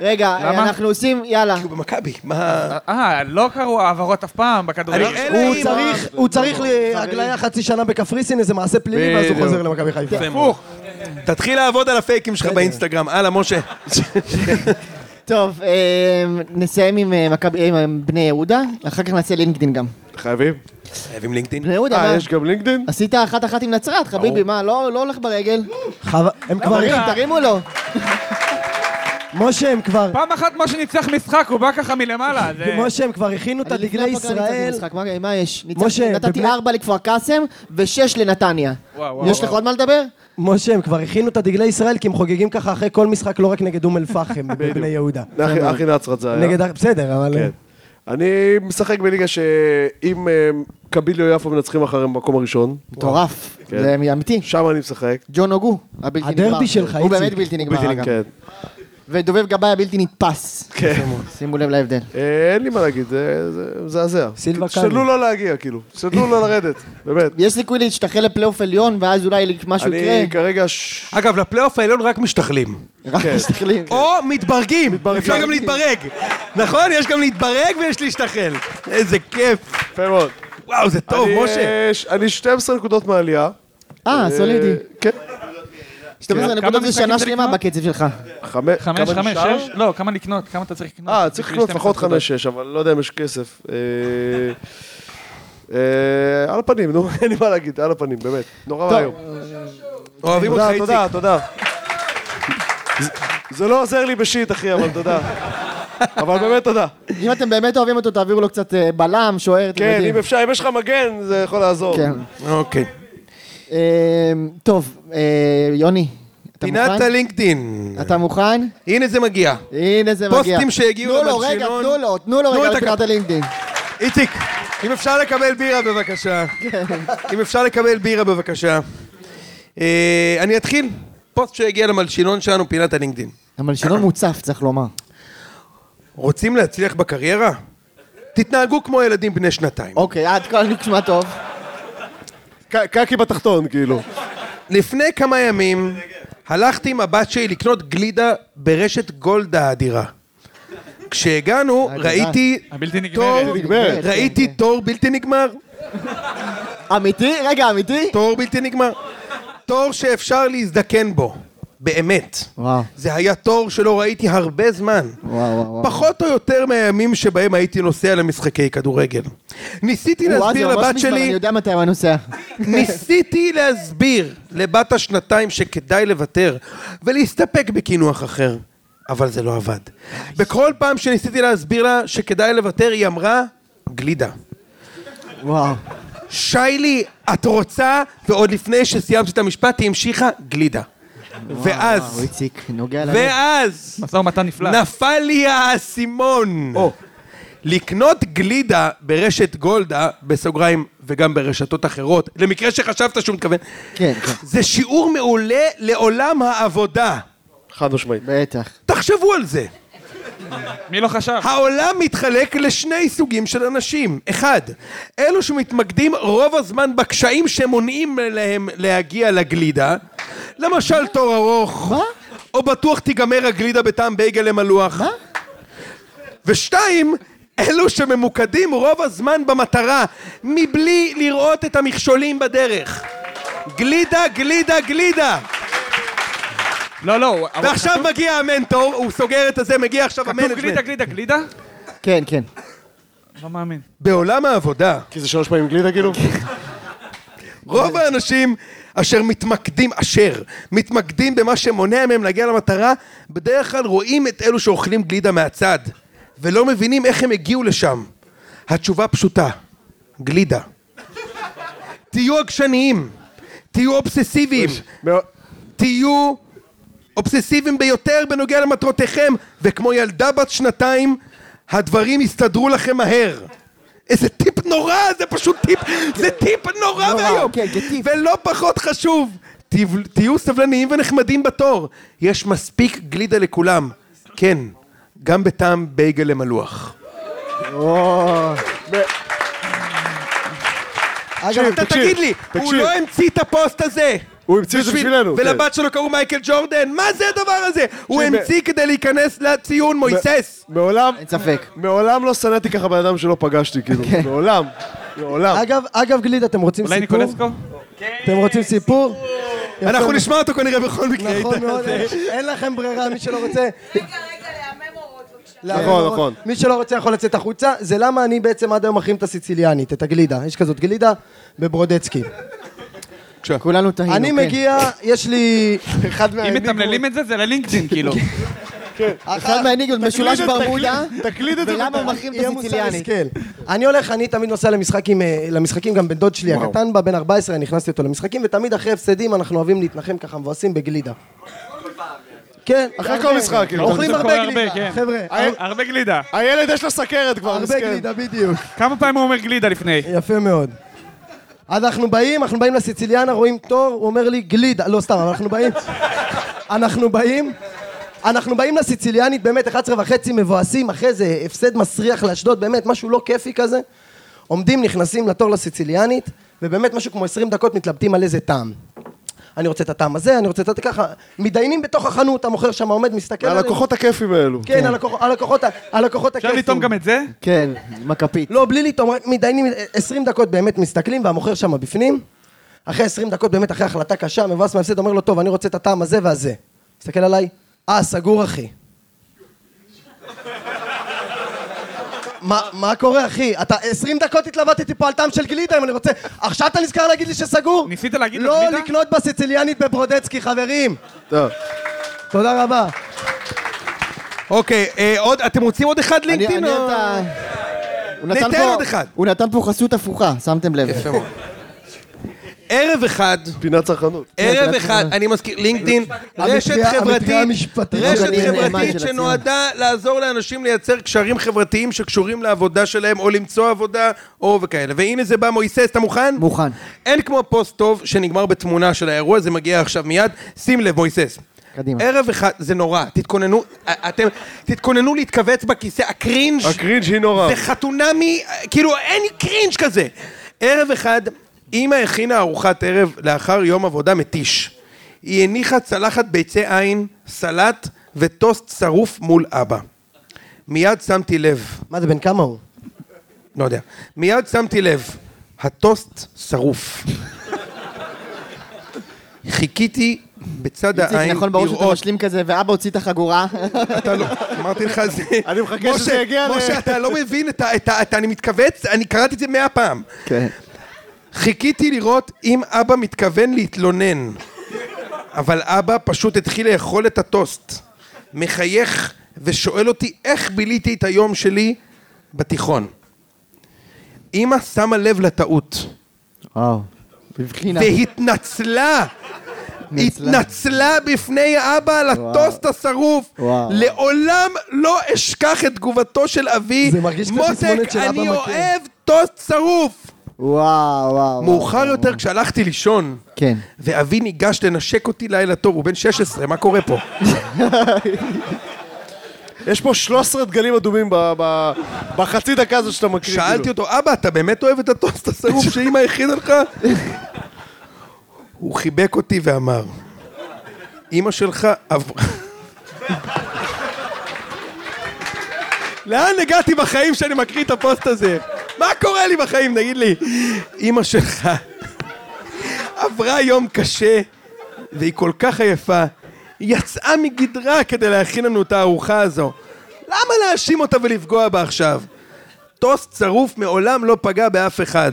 Speaker 2: רגע, אה,
Speaker 6: למה?
Speaker 2: אנחנו עושים, יאללה.
Speaker 1: הוא במכבי, מה...
Speaker 6: אה, לא קרו העברות אף פעם
Speaker 1: אני-
Speaker 6: בכדורגל. לא,
Speaker 1: אלה
Speaker 10: הוא
Speaker 1: אם-
Speaker 10: צריך- הוא צריך
Speaker 1: אה,
Speaker 10: להגליה חצי שנה בקפריסין, איזה מעשה פלילי, ואז הוא
Speaker 3: בדיוק.
Speaker 10: חוזר למכבי חיפה.
Speaker 6: הפוך.
Speaker 1: תתחיל לעבוד על הפייקים שלך באינסטגרם, הלאה, משה.
Speaker 2: טוב, אה, נסיים עם אה, מכבי- עם בני יהודה, אחר כך נעשה לינקדין גם.
Speaker 3: חייבים?
Speaker 1: חייבים לינקדאין.
Speaker 2: בני יהודה,
Speaker 3: אה,
Speaker 2: מה?
Speaker 3: יש גם לינקדאין?
Speaker 2: עשית אחת אחת עם נצרת, חביבי, מה, לא לא הולך ברגל?
Speaker 10: חבל- הם כבר...
Speaker 2: תרים, תרימו לו.
Speaker 10: משה, הם כבר...
Speaker 6: פעם אחת משה ניצח משחק, הוא בא ככה מלמעלה. זה-
Speaker 1: אה.
Speaker 10: משה, הם כבר הכינו את
Speaker 2: אני לפני
Speaker 10: הדגלי
Speaker 2: הפגרה ניצחתי
Speaker 10: ישראל.
Speaker 2: משחק, מה- מה יש? ניצחתי-
Speaker 10: משה,
Speaker 2: נתתי
Speaker 10: בבני-
Speaker 2: ארבע לכפר קאסם ושש לנתניה.
Speaker 6: וואו, וואו,
Speaker 2: יש לך עוד מה לדבר?
Speaker 10: משה, הם כבר הכינו את הדגלי ישראל, כי הם חוגגים ככה אחרי כל משחק, לא רק נגד אום אל-פחם, בבני יהודה.
Speaker 1: אה.
Speaker 3: אחי- אחי נצרת זה היה.
Speaker 10: נגד... ה- בסדר, אבל...
Speaker 3: כן. אני משחק בליגה שאם אה, קביליו יפו מנצחים אחרי המקום הראשון,
Speaker 2: מטורף.
Speaker 3: כן.
Speaker 2: זה אמיתי.
Speaker 3: שם אני משחק.
Speaker 2: ג'ון הוגו, הבלתי נגמר.
Speaker 10: הדרבי שלך,
Speaker 2: הוא
Speaker 10: איציק.
Speaker 2: באמת בלתי נגמר,
Speaker 3: בלתי-
Speaker 2: אגב.
Speaker 3: כן.
Speaker 2: ודובב גבאי הבלתי נתפס.
Speaker 3: כן.
Speaker 2: שימו- שימו לב להבדל.
Speaker 3: אה, אין לי מה להגיד, זה זה מזעזע.
Speaker 10: סילבה קאלי.
Speaker 3: תשתדלו לא להגיע, כאילו. תשתדלו לא לרדת, באמת.
Speaker 2: יש סיכוי להשתחל לפלייאוף עליון, ואז אולי משהו
Speaker 3: אני
Speaker 2: יקרה.
Speaker 3: כרגע... ש-
Speaker 1: אגב, לפלייאוף העליון רק משתחלים.
Speaker 2: רק מסתכלים.
Speaker 1: או כן. מתברגים. אפשר גם להתברג. נכון? יש גם להתברג ויש להשתחל. איזה כיף.
Speaker 3: יפה מאוד.
Speaker 1: וואו, זה טוב,
Speaker 3: אני,
Speaker 1: משה.
Speaker 3: אה, ש- אני 12 נקודות מעלייה.
Speaker 2: אה, סולידי.
Speaker 3: אה, כן.
Speaker 2: 12 נקודות זה
Speaker 6: משחקים
Speaker 2: שנה
Speaker 6: צריך
Speaker 2: שלמה
Speaker 6: לקנות?
Speaker 2: בקצב שלך.
Speaker 3: חמש,
Speaker 6: חמש,
Speaker 3: כמה
Speaker 6: חמש,
Speaker 3: נשאר?
Speaker 6: שש? לא, כמה לקנות? כמה אתה צריך לקנות?
Speaker 3: אה, צריך
Speaker 6: בשביל
Speaker 3: לקנות
Speaker 6: 12
Speaker 3: לפחות
Speaker 6: נקודות?
Speaker 3: חמש, שש, אבל לא יודע אם יש כסף. אה, אה, על הפנים, נו, אין לי מה להגיד, על הפנים, באמת. נורא ואיום.
Speaker 1: אוהבים אותך,
Speaker 3: תודה,
Speaker 1: איציק.
Speaker 3: תודה, תודה. זה- זה לא עוזר לי בשיט, אחי, אבל תודה. אבל באמת תודה.
Speaker 2: אם אתם באמת אוהבים אותו, תעבירו לו קצת אה, בלם, שוער, אתם
Speaker 3: כן,
Speaker 2: יודעים.
Speaker 3: אם אפשר, אם יש לך מגן, זה יכול לעזור.
Speaker 2: כן.
Speaker 1: אוקיי.
Speaker 2: אה, טוב, אה, יוני, אתה
Speaker 1: פינת
Speaker 2: מוכן?
Speaker 1: הלינקדאין.
Speaker 2: אתה מוכן?
Speaker 1: הנה זה מגיע.
Speaker 2: הנה זה מגיע.
Speaker 1: כן. פוסטים שהגיעו
Speaker 2: תנו לו, רגע,
Speaker 1: למלשינון.
Speaker 2: תנו לו, תנו לו
Speaker 1: תנו
Speaker 2: רגע
Speaker 1: את
Speaker 2: את
Speaker 1: הכ-
Speaker 2: פינת הלינקדאין.
Speaker 1: איציק, אם אפשר לקבל בירה בבקשה. אם אפשר לקבל בירה בבקשה. אה, אני אתחיל. פוסט שהגיע למלשינון שלנו, פינת הלינקדאין.
Speaker 2: המלשינון מוצף, צריך לומר.
Speaker 1: רוצים להצליח בקריירה? תתנהגו כמו ילדים בני שנתיים.
Speaker 2: אוקיי, עד כאן נשמע טוב.
Speaker 3: ק- קקי בתחתון, כאילו.
Speaker 1: לפני כמה ימים הלכתי עם הבת שלי לקנות גלידה ברשת גולדה האדירה. כשהגענו
Speaker 2: האדירה.
Speaker 1: ראיתי
Speaker 6: הבלתי נגמרת.
Speaker 1: תור,
Speaker 2: נגמרת,
Speaker 1: ראיתי
Speaker 2: כן,
Speaker 1: תור בלתי נגמר,
Speaker 2: אמיתי? רגע, אמיתי?
Speaker 1: תור בלתי נגמר. תור שאפשר להזדקן בו, באמת.
Speaker 2: וואו,
Speaker 1: זה היה תור שלא ראיתי הרבה זמן.
Speaker 2: וואו, וואו. וואו.
Speaker 1: פחות או יותר מהימים שבהם הייתי נוסע למשחקי כדורגל. ניסיתי
Speaker 2: וואו, זה
Speaker 1: להסביר
Speaker 2: ממש
Speaker 1: לבת
Speaker 2: מזמן,
Speaker 1: שלי...
Speaker 2: אני יודע מתי הוא נוסע.
Speaker 1: ניסיתי להסביר לבת השנתיים שכדאי לוותר ולהסתפק בקינוח אחר, אבל זה לא עבד. בכל פעם שניסיתי להסביר לה שכדאי לוותר, היא אמרה, גלידה.
Speaker 2: וואו.
Speaker 1: שיילי, את רוצה? ועוד לפני שסיימתי את המשפט, היא המשיכה, גלידה.
Speaker 2: וואו,
Speaker 1: ואז,
Speaker 2: איציק, נוגע לנו.
Speaker 1: ואז,
Speaker 6: משא ומתן נפלא.
Speaker 1: נפל לי האסימון. לקנות גלידה ברשת גולדה, בסוגריים, וגם ברשתות אחרות, למקרה שחשבת שהוא מתכוון,
Speaker 2: כן, כן,
Speaker 1: זה שיעור מעולה לעולם העבודה.
Speaker 3: חד משמעית.
Speaker 2: בטח.
Speaker 1: תחשבו על זה.
Speaker 6: מי לא חשב?
Speaker 1: העולם מתחלק לשני סוגים של אנשים. אחד, אלו שמתמקדים רוב הזמן בקשיים שמונעים להם להגיע לגלידה. למשל תור ארוך.
Speaker 2: מה?
Speaker 1: או בטוח תיגמר הגלידה בטעם בייגל למלוח.
Speaker 2: מה?
Speaker 1: ושתיים, אלו שממוקדים רוב הזמן במטרה, מבלי לראות את המכשולים בדרך. גלידה, גלידה, גלידה.
Speaker 6: לא, לא, הוא- אבל
Speaker 1: ועכשיו מגיע המנטור, הוא סוגר את הזה, מגיע עכשיו
Speaker 6: כתוב גלידה,
Speaker 1: המנג'מנט.
Speaker 6: גלידה, גלידה?
Speaker 2: כן, כן.
Speaker 6: לא מאמין.
Speaker 1: בעולם העבודה,
Speaker 3: כי זה שלוש פעמים גלידה, כאילו?
Speaker 1: רוב האנשים אשר מתמקדים, אשר מתמקדים במה שמונע מהם להגיע למטרה, בדרך כלל רואים את אלו שאוכלים גלידה מהצד, ולא מבינים איך הם הגיעו לשם. התשובה פשוטה, גלידה. תהיו עגשניים, תהיו אובססיביים,
Speaker 3: מאוד-
Speaker 1: תהיו אובססיביים ביותר בנוגע למטרותיכם, וכמו ילדה בת שנתיים, הדברים יסתדרו לכם מהר. איזה טיפ נורא, זה פשוט טיפ, זה טיפ נורא
Speaker 2: נורא,
Speaker 1: ואיום.
Speaker 2: כן, זה טיפ.
Speaker 1: ולא פחות חשוב, תב- תהיו סבלניים ונחמדים בתור. יש מספיק גלידה לכולם. כן, גם בטעם בייגל למלוח.
Speaker 5: אגב,
Speaker 1: אתה תגיד לי, הוא
Speaker 3: תקשיב.
Speaker 1: לא המציא את הפוסט הזה.
Speaker 3: הוא המציא את זה בשבילנו. כן.
Speaker 1: ולבת שלו קראו מייקל ג'ורדן, מה זה הדבר הזה? הוא
Speaker 3: תקשיב,
Speaker 1: המציא כדי להיכנס לציון, מויסס.
Speaker 3: מעולם,
Speaker 2: אין ספק.
Speaker 3: מעולם לא שנאתי ככה בן אדם שלא פגשתי, כאילו. מעולם. מעולם.
Speaker 5: אגב, אגב גלידה, אתם רוצים
Speaker 6: אולי
Speaker 5: סיפור?
Speaker 6: ניקולסקו?
Speaker 5: אתם רוצים סיפור?
Speaker 1: אנחנו נשמע אותו כנראה בכל מקרה.
Speaker 5: נכון מאוד, אין לכם ברירה, מי שלא רוצה...
Speaker 12: רגע, רגע, לעמם אורות בבקשה.
Speaker 3: נכון, נכון.
Speaker 5: מי שלא רוצה יכול לצאת החוצה, זה למה אני בעצם עד היום מחרים את הסיציליאנית, את הגלידה. יש כזאת גלידה בברודצקי.
Speaker 2: כולנו תהינו,
Speaker 5: אני
Speaker 2: כן.
Speaker 5: מגיע, יש לי אחד מה...
Speaker 6: אם מתמללים את זה, זה ללינקדאין,
Speaker 2: כן.
Speaker 6: כאילו.
Speaker 2: אה, אחד מהניגוד משולש ברמודה,
Speaker 3: תקליט את זה.
Speaker 2: ולמה הוא מכין את
Speaker 5: יהיה מוסר
Speaker 2: הסיציליאני?
Speaker 5: הסכל. אני הולך, אני תמיד נוסע למשחקים, אה, למשחקים, גם בן דוד שלי הקטן בה, בן 14, אני הכנסתי אותו למשחקים, ותמיד אחרי הפסדים אנחנו אוהבים להתנחם ככה מבואסים בגלידה. כן,
Speaker 3: אחרי כל
Speaker 5: הרבה.
Speaker 3: משחק, כאילו.
Speaker 5: אוכלים
Speaker 6: זה
Speaker 5: הרבה
Speaker 6: קורה הרבה,
Speaker 5: גלידה,
Speaker 6: כן.
Speaker 5: חבר'ה,
Speaker 6: הרבה גלידה.
Speaker 3: הילד יש לו סכרת כבר,
Speaker 5: הרבה
Speaker 3: אה, מסכן.
Speaker 5: גלידה בדיוק.
Speaker 6: כמה פעמים הוא אומר גלידה לפני?
Speaker 2: אה,
Speaker 5: יפה מאוד. אז אנחנו באים, אנחנו באים לסיציליאנה, רואים תור, הוא אומר לי גלידה, לא סתם, אבל אנחנו באים, אנחנו באים, אנחנו באים לסיציליאנית באמת 11 וחצי מבואסים, אחרי זה הפסד מסריח לאשדוד, באמת משהו לא כיפי כזה, עומדים, נכנסים לתור לסיציליאנית, ובאמת משהו כמו 20 דקות מתלבטים על איזה טעם.
Speaker 10: אני רוצה את הטעם הזה, אני רוצה את הטעם ככה. מתדיינים בתוך החנות, המוכר שם עומד, מסתכל עליהם.
Speaker 3: הלקוחות הכיפים האלו.
Speaker 10: כן, הלקוח- הלקוחות ה- הלקוחות הכיפים.
Speaker 6: את זה?
Speaker 2: כן, מכפית.
Speaker 10: לא, בלי לטעום, רק מתדיינים 20 דקות באמת מסתכלים, והמוכר שם בפנים. אחרי 20 דקות, באמת אחרי החלטה קשה, מבאס מההפסד, אומר לו, טוב, אני רוצה את הטעם הזה והזה. מסתכל עליי, אה, סגור אחי. מה, מה קורה אחי? אתה 20 דקות התלבטתי פה על טעם של גלידה אם אני רוצה... עכשיו אתה נזכר להגיד לי שסגור?
Speaker 6: ניסית להגיד לו
Speaker 10: לא
Speaker 6: גלידה?
Speaker 10: לקנות בסיציליאנית בברודצקי, חברים!
Speaker 3: טוב.
Speaker 10: תודה רבה.
Speaker 1: אוקיי, אה, עוד, אתם רוצים עוד אחד
Speaker 2: אני-
Speaker 1: לינקדאין?
Speaker 2: אני
Speaker 1: או-
Speaker 2: את ה- הוא נתן
Speaker 1: ניתן
Speaker 2: פה-
Speaker 1: עוד אחד.
Speaker 2: הוא נתן פה חסות הפוכה, שמתם לב.
Speaker 1: יפה מאוד. ערב אחד,
Speaker 3: פינת צרכנות.
Speaker 1: ערב
Speaker 2: זה
Speaker 1: אחד, אני מזכיר, לינקדאין,
Speaker 10: המטריה-
Speaker 1: רשת
Speaker 10: המטריה
Speaker 1: חברתית,
Speaker 10: המשפטית.
Speaker 1: רשת
Speaker 2: אני נאמן של
Speaker 1: חברתית
Speaker 2: עצמי.
Speaker 1: שנועדה לעזור לאנשים לייצר קשרים חברתיים שקשורים לעבודה שלהם, או למצוא עבודה, או וכאלה. והנה זה בא מויסס, אתה מוכן?
Speaker 2: מוכן.
Speaker 1: אין כמו פוסט טוב שנגמר בתמונה של האירוע, זה מגיע עכשיו מיד. שים לב, מויסס.
Speaker 2: קדימה.
Speaker 1: ערב אחד, זה נורא, תתכוננו, א- אתם, תתכוננו להתכווץ בכיסא, הקרינג'
Speaker 3: הקרינג' היא נורא.
Speaker 1: זה חתונמי, כאילו אין קרינג' כזה. ערב אחד, אימא הכינה ארוחת ערב לאחר יום עבודה מתיש. היא הניחה צלחת ביצי עין, סלט וטוסט שרוף מול אבא. מיד שמתי לב,
Speaker 10: מה זה, בן כמה הוא?
Speaker 1: לא יודע, מיד שמתי לב, הטוסט שרוף. חיכיתי בצד העין
Speaker 2: איציק,
Speaker 1: לראות...
Speaker 2: נכון, ברור שאתה משלים כזה, ואבא הוציא את החגורה.
Speaker 1: אתה לא, אמרתי לך, זה...
Speaker 3: אני מחכה שזה
Speaker 1: משה,
Speaker 3: יגיע ל-
Speaker 1: משה, אתה לא מבין, אתה- אתה, אתה- אני מתכווץ, אני קראתי את זה מאה פעם.
Speaker 2: כן.
Speaker 1: חיכיתי לראות אם אבא מתכוון להתלונן, אבל אבא פשוט התחיל לאכול את הטוסט, מחייך ושואל אותי איך ביליתי את היום שלי בתיכון. אמא שמה לב לטעות,
Speaker 2: וואו. בבחינה.
Speaker 1: והתנצלה,
Speaker 2: התנצלה.
Speaker 1: התנצלה בפני אבא על הטוסט השרוף.
Speaker 2: וואו.
Speaker 1: לעולם לא אשכח את תגובתו של אבי.
Speaker 10: זה מרגיש כמו תסמונת של אבא
Speaker 1: מותק, אני
Speaker 10: מכה."
Speaker 1: אוהב טוסט שרוף.
Speaker 2: וואו, וואו.
Speaker 1: מאוחר יותר כשהלכתי לישון.
Speaker 2: כן.
Speaker 1: ואבי ניגש לנשק אותי לילה טוב, הוא בן 16, מה קורה פה?
Speaker 3: יש פה 13 דגלים אדומים ב- ב- בחצי דקה הזאת שאתה מקריא. כאילו.
Speaker 1: שאלתי אותו, אבא, אתה באמת אוהב את הטוסט השרוף שאימא הכינה לך? הוא חיבק אותי ואמר, אימא שלך עברה... לאן הגעתי בחיים שאני מקריא את הפוסט הזה? מה קורה לי בחיים, תגיד לי? אימא שלך עברה יום קשה, והיא כל כך עייפה, היא יצאה מגדרה כדי להכין לנו את הארוחה הזו. למה להאשים אותה ולפגוע בה עכשיו? טוסט שרוף מעולם לא פגע באף אחד.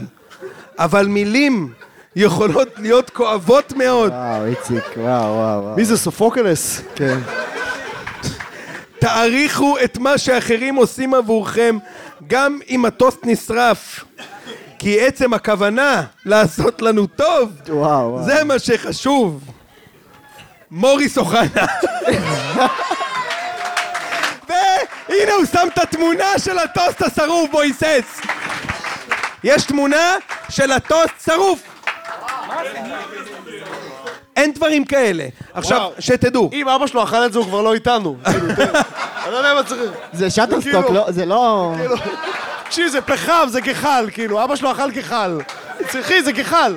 Speaker 1: אבל מילים יכולות להיות כואבות מאוד.
Speaker 2: וואו, איציק, וואו, וואו. וואו.
Speaker 3: מי זה סופוקלס?
Speaker 2: כן.
Speaker 1: תעריכו את מה שאחרים עושים עבורכם, גם אם הטוסט נשרף. כי עצם הכוונה לעשות לנו טוב,
Speaker 2: וואו, וואו.
Speaker 1: זה מה שחשוב. מוריס אוחנה. והנה הוא שם את התמונה של הטוסט השרוף, בויסס. יש תמונה של הטוסט שרוף. אין דברים כאלה. עכשיו, שתדעו.
Speaker 3: אם אבא שלו אכל את זה הוא כבר לא איתנו. כאילו, אתה יודע. אני לא יודע מה צריך...
Speaker 2: זה שטרסטוק,
Speaker 3: כאילו-
Speaker 2: לא, זה לא...
Speaker 3: תקשיב, זה פחם, זה גחל, כאילו, אבא שלו אכל גחל. צריכי, זה גחל.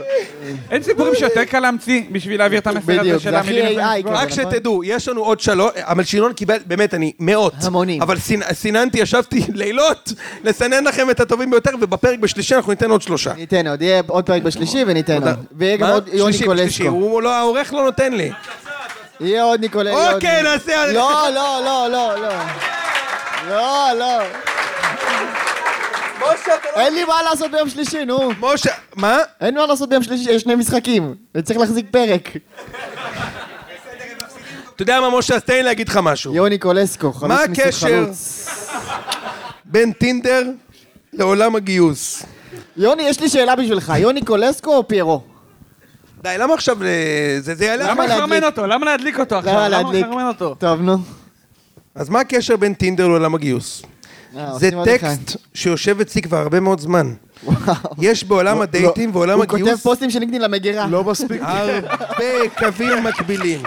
Speaker 6: אין סיפורים שיותר קל להמציא בשביל להעביר את המסר הזה
Speaker 2: בדיוק,
Speaker 6: של
Speaker 2: זה הכי
Speaker 6: המילים.
Speaker 2: AI,
Speaker 6: לפני
Speaker 2: כן.
Speaker 6: הסגור?
Speaker 1: רק שתדעו, יש לנו עוד שלוש, המלשינון קיבל, באמת, אני מאות.
Speaker 2: המונים.
Speaker 1: אבל סינ- סיננתי, ישבתי לילות לסנן לכם את הטובים ביותר, ובפרק בשלישי אנחנו ניתן עוד שלושה.
Speaker 2: ניתן עוד, יהיה עוד פרק בשלישי וניתן עוד. ויהיה גם
Speaker 1: מה?
Speaker 2: עוד יוני
Speaker 1: שלישי, שלישי.
Speaker 2: קולסקו.
Speaker 1: הוא לא, העורך לא נותן לי.
Speaker 2: יהיה עוד ניקולסקו.
Speaker 1: אוקיי, נעשה-
Speaker 2: לא, לא, לא, לא, לא. לא, לא. אין לי מה לעשות ביום שלישי, נו.
Speaker 1: משה, מה?
Speaker 2: אין מה לעשות ביום שלישי, יש שני משחקים. אני צריך להחזיק פרק.
Speaker 1: אתה יודע מה, משה, אז תן לי להגיד לך משהו.
Speaker 2: יוני קולסקו, חלוץ
Speaker 1: מה
Speaker 2: מסוג
Speaker 1: הקשר?
Speaker 2: חלוץ.
Speaker 1: בין טינדר לעולם הגיוס.
Speaker 2: יוני, יש לי שאלה בשבילך. יוני קולסקו או פיירו?
Speaker 1: די, למה עכשיו אה, זה זה יעלה?
Speaker 6: למה
Speaker 2: למה
Speaker 6: לחרמן
Speaker 2: להדליק?
Speaker 6: אותו? למה להדליק אותו עכשיו?
Speaker 2: למה להדליק?
Speaker 6: לחרמן אותו?
Speaker 2: טוב, נו.
Speaker 1: אז מה הקשר בין טינדר לעולם הגיוס?
Speaker 2: אה,
Speaker 1: זה
Speaker 2: עושים עוד אחד.
Speaker 1: טקסט שיושב אצלי כבר הרבה מאוד זמן. יש בעולם הדייטים ועולם
Speaker 2: הוא כותב
Speaker 1: הגיוס
Speaker 2: פוסטים של נגדין למגירה.
Speaker 3: לא מספיק.
Speaker 1: הרבה קווים מקבילים.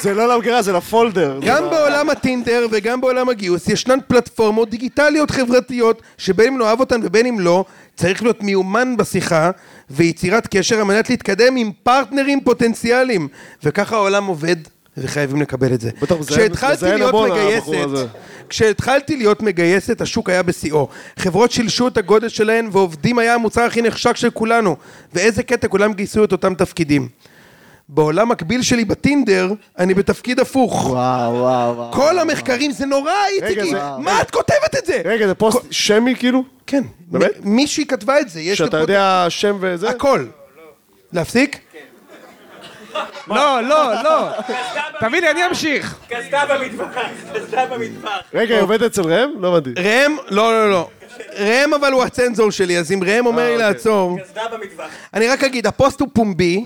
Speaker 3: זה לא למגירה, זה לפולדר. זה
Speaker 1: גם
Speaker 3: ב-
Speaker 1: בעולם הטינדר וגם בעולם הגיוס ישנן פלטפורמות דיגיטליות חברתיות שבין אם נאהב אותן ובין אם לא, צריך להיות לא, מיומן בשיחה ויצירת קשר על מנת להתקדם עם פרטנרים פוטנציאליים. וככה העולם עובד, וחייבים לקבל את זה.
Speaker 3: בטח מזיין-
Speaker 1: כשהתחלתי
Speaker 3: מזיין
Speaker 1: להיות
Speaker 3: המון, הבחור הזה.
Speaker 1: מגייסת, כשהתחלתי להיות מגייסת, השוק היה בשיאו. חברות שילשו את הגודל שלהן, ועובדים היה המוצר הכי נחשק של כולנו. ואיזה קטע, כולם גייסו את אותם תפקידים. בעולם מקביל שלי בטינדר, אני בתפקיד הפוך.
Speaker 2: וואו, וואו, וואו.
Speaker 1: כל המחקרים, זה נורא, איציקי,
Speaker 3: זה-
Speaker 1: מה את כותבת את זה?
Speaker 3: רגע, זה פוסט שמי כאילו?
Speaker 1: כן.
Speaker 3: באמת?
Speaker 1: מ- מישהי כתבה את זה, יש
Speaker 3: שאתה
Speaker 1: לי פה-
Speaker 3: יודע שם וזה?
Speaker 1: הכל. להפסיק? לא, לא, לא.
Speaker 6: תביא לי, אני אמשיך.
Speaker 3: רגע, היא עובדת אצל ראם? לא הבנתי.
Speaker 1: ראם, לא, לא, לא. ראם אבל הוא הצנזור שלי, אז אם ראם אומר לי לעצור... אני רק אגיד, הפוסט הוא פומבי,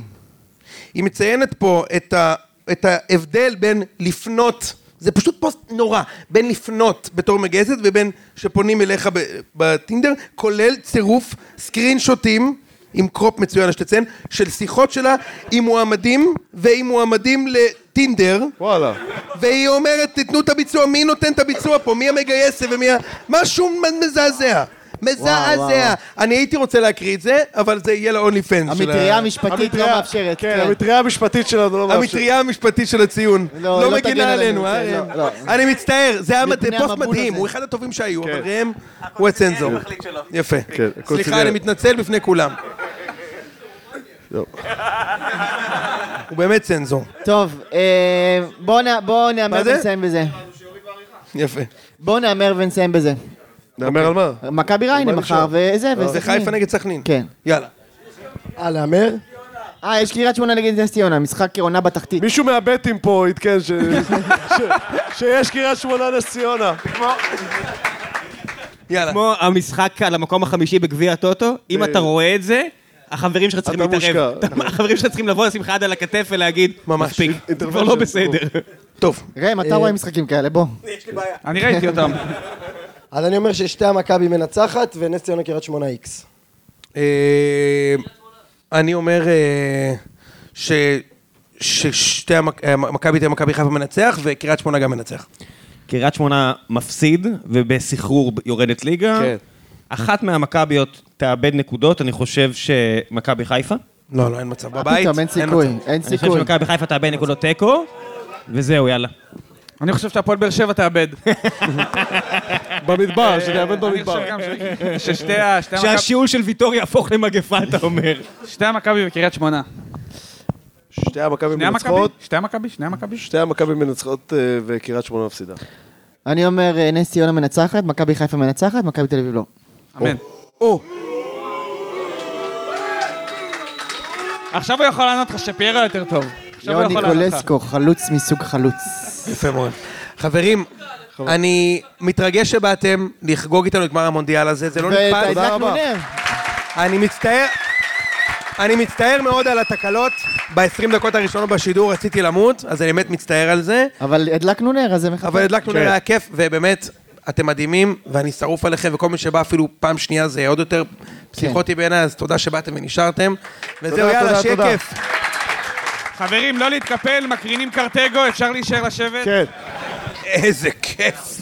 Speaker 1: היא מציינת פה את, ה, את ההבדל בין לפנות, זה פשוט פוסט נורא, בין לפנות בתור מגייסת ובין שפונים אליך ב, בטינדר, כולל צירוף סקרין שוטים. עם קרופ מצוין, יש לציין, של שיחות שלה עם מועמדים ועם מועמדים לטינדר.
Speaker 3: וואלה.
Speaker 1: והיא אומרת, תיתנו את הביצוע, מי נותן את הביצוע פה? מי המגייסת ומי ה... משהו מ- מזעזע. מזעזע. אני הייתי רוצה להקריא את זה, אבל זה יהיה ל-only fans של
Speaker 2: המטריה
Speaker 1: ה...
Speaker 2: המשפטית לא
Speaker 3: המטריה-
Speaker 2: מאפשרת.
Speaker 3: כן, המטריה המשפטית שלנו לא מאפשרת.
Speaker 1: המטריה המשפטית של הציון.
Speaker 2: לא,
Speaker 1: לא
Speaker 2: לא תגן
Speaker 1: מגינה עלינו,
Speaker 2: עלינו,
Speaker 1: אה,
Speaker 2: כן,
Speaker 1: ראם?
Speaker 2: לא,
Speaker 1: אני מצטער, זה היה מד-
Speaker 2: מפני
Speaker 1: פוסט
Speaker 2: המבול
Speaker 1: מדהים,
Speaker 2: הזה. כן.
Speaker 1: הוא אחד הטובים שהיו, אבל ראם הוא הצנזור. יפה.
Speaker 3: כן,
Speaker 1: סליחה,
Speaker 3: הקונסיליאר.
Speaker 1: אני מתנצל בפני כולם.
Speaker 3: לא.
Speaker 1: הוא באמת צנזור.
Speaker 2: טוב, אה, בואו נ- בואו נהמר
Speaker 1: מה זה?
Speaker 2: ונסיים בזה.
Speaker 1: יפה.
Speaker 2: בואו נהמר ונסיים בזה.
Speaker 3: נאמר על מה?
Speaker 2: מכבי ריינה מחר, וזה, וזה.
Speaker 1: לא, זה חיפה נגד סכנין.
Speaker 2: לא. כן.
Speaker 1: יאללה.
Speaker 10: אה, להמר?
Speaker 2: אה, יש קריית שמונה נגד נס ציונה, משחק עונה בתחתית.
Speaker 3: מישהו מהבטים פה עדכן ש- ש- שיש קריית שמונה נס ציונה.
Speaker 1: יאללה.
Speaker 7: כמו המשחק על המקום החמישי בגביע הטוטו, אם
Speaker 6: אה.
Speaker 7: אתה רואה את זה, החברים שלך צריכים
Speaker 3: אתה
Speaker 7: להתערב.
Speaker 3: מושקע.
Speaker 7: אתה- החברים שלך צריכים לבוא, לשים לך יד על הכתף ולהגיד,
Speaker 1: ממש.
Speaker 7: מספיק, זה כבר לא בסדר.
Speaker 1: טוב.
Speaker 2: ראם, אתה רואה משחקים כאלה, בוא.
Speaker 6: אני ראיתי אותם.
Speaker 10: אז אני אומר ששתי המכבי מנצחת ונס ציונה קריית שמונה איקס.
Speaker 1: אה, אני אומר אה, ש... ששתי המק- אה, מכבי תהיה מכבי חיפה מנצח וקריית שמונה גם מנצח.
Speaker 7: קריית שמונה מפסיד, ובסחרור יורדת ליגה.
Speaker 3: כן.
Speaker 7: אחת מהמכביות תאבד נקודות, אני חושב שמכבי חיפה.
Speaker 1: לא, לא, אין מצב. בבית,
Speaker 2: אה, פתאום אין סיכוי,
Speaker 1: מצב.
Speaker 2: אין
Speaker 7: אני חושב
Speaker 2: סיכוי.
Speaker 7: שמכבי חיפה תאבד נקודות תיקו, וזהו, יאללה.
Speaker 6: אני חושב שהפועל באר שבע תאבד.
Speaker 3: במדבר, שתאבד
Speaker 6: אני
Speaker 3: במדבר.
Speaker 6: חושב גם ש- ששתי ה- שתי המכב-
Speaker 7: שהשיעול של ויטור יהפוך למגפה, אתה אומר.
Speaker 6: שתי המכבי וקריית שמונה.
Speaker 3: שתי המכבי
Speaker 6: שני המכבי?
Speaker 3: מנצחות.
Speaker 6: שתי המכבי? שני המכבי?
Speaker 3: שתי המכבי מנצחות אה, וקריית שמונה מפסידה.
Speaker 2: אני אומר, אה, נס ציונה מנצחת, מכבי חיפה מנצחת, מכבי תל אביב לא.
Speaker 6: אמן.
Speaker 1: או,
Speaker 6: עכשיו הוא יכול לענות לך שפיירו יותר טוב. עכשיו הוא
Speaker 2: יוני
Speaker 6: יכול לענות לך.
Speaker 2: קולסקו, חלוץ מסוג חלוץ.
Speaker 1: יפה מאוד. חברים, אני מתרגש שבאתם לחגוג איתנו את גמר המונדיאל הזה, זה לא נקפד.
Speaker 2: והדלקנו נר.
Speaker 1: אני מצטער, אני מצטער מאוד על התקלות. ב-20 דקות הראשונות בשידור רציתי למות, אז אני באמת מצטער על זה.
Speaker 2: אבל הדלקנו נר, אז זה מחכה.
Speaker 3: כן.
Speaker 1: אבל הדלקנו נראה היה כיף, ובאמת, אתם מדהימים, ואני שרוף עליכם, וכל מי שבא אפילו פעם שנייה זה עוד יותר פסיכוטי בעיניי, אז תודה שבאתם ונשארתם. וזהו,
Speaker 3: כן. תודה,
Speaker 1: יאללה,
Speaker 3: תודה,
Speaker 1: שיהיה
Speaker 3: תודה.
Speaker 1: כיף.
Speaker 6: חברים, לא להתקפל, מקרינים קרטגו, אפשר להישאר לשבת.
Speaker 3: כן.
Speaker 1: איזה כיף.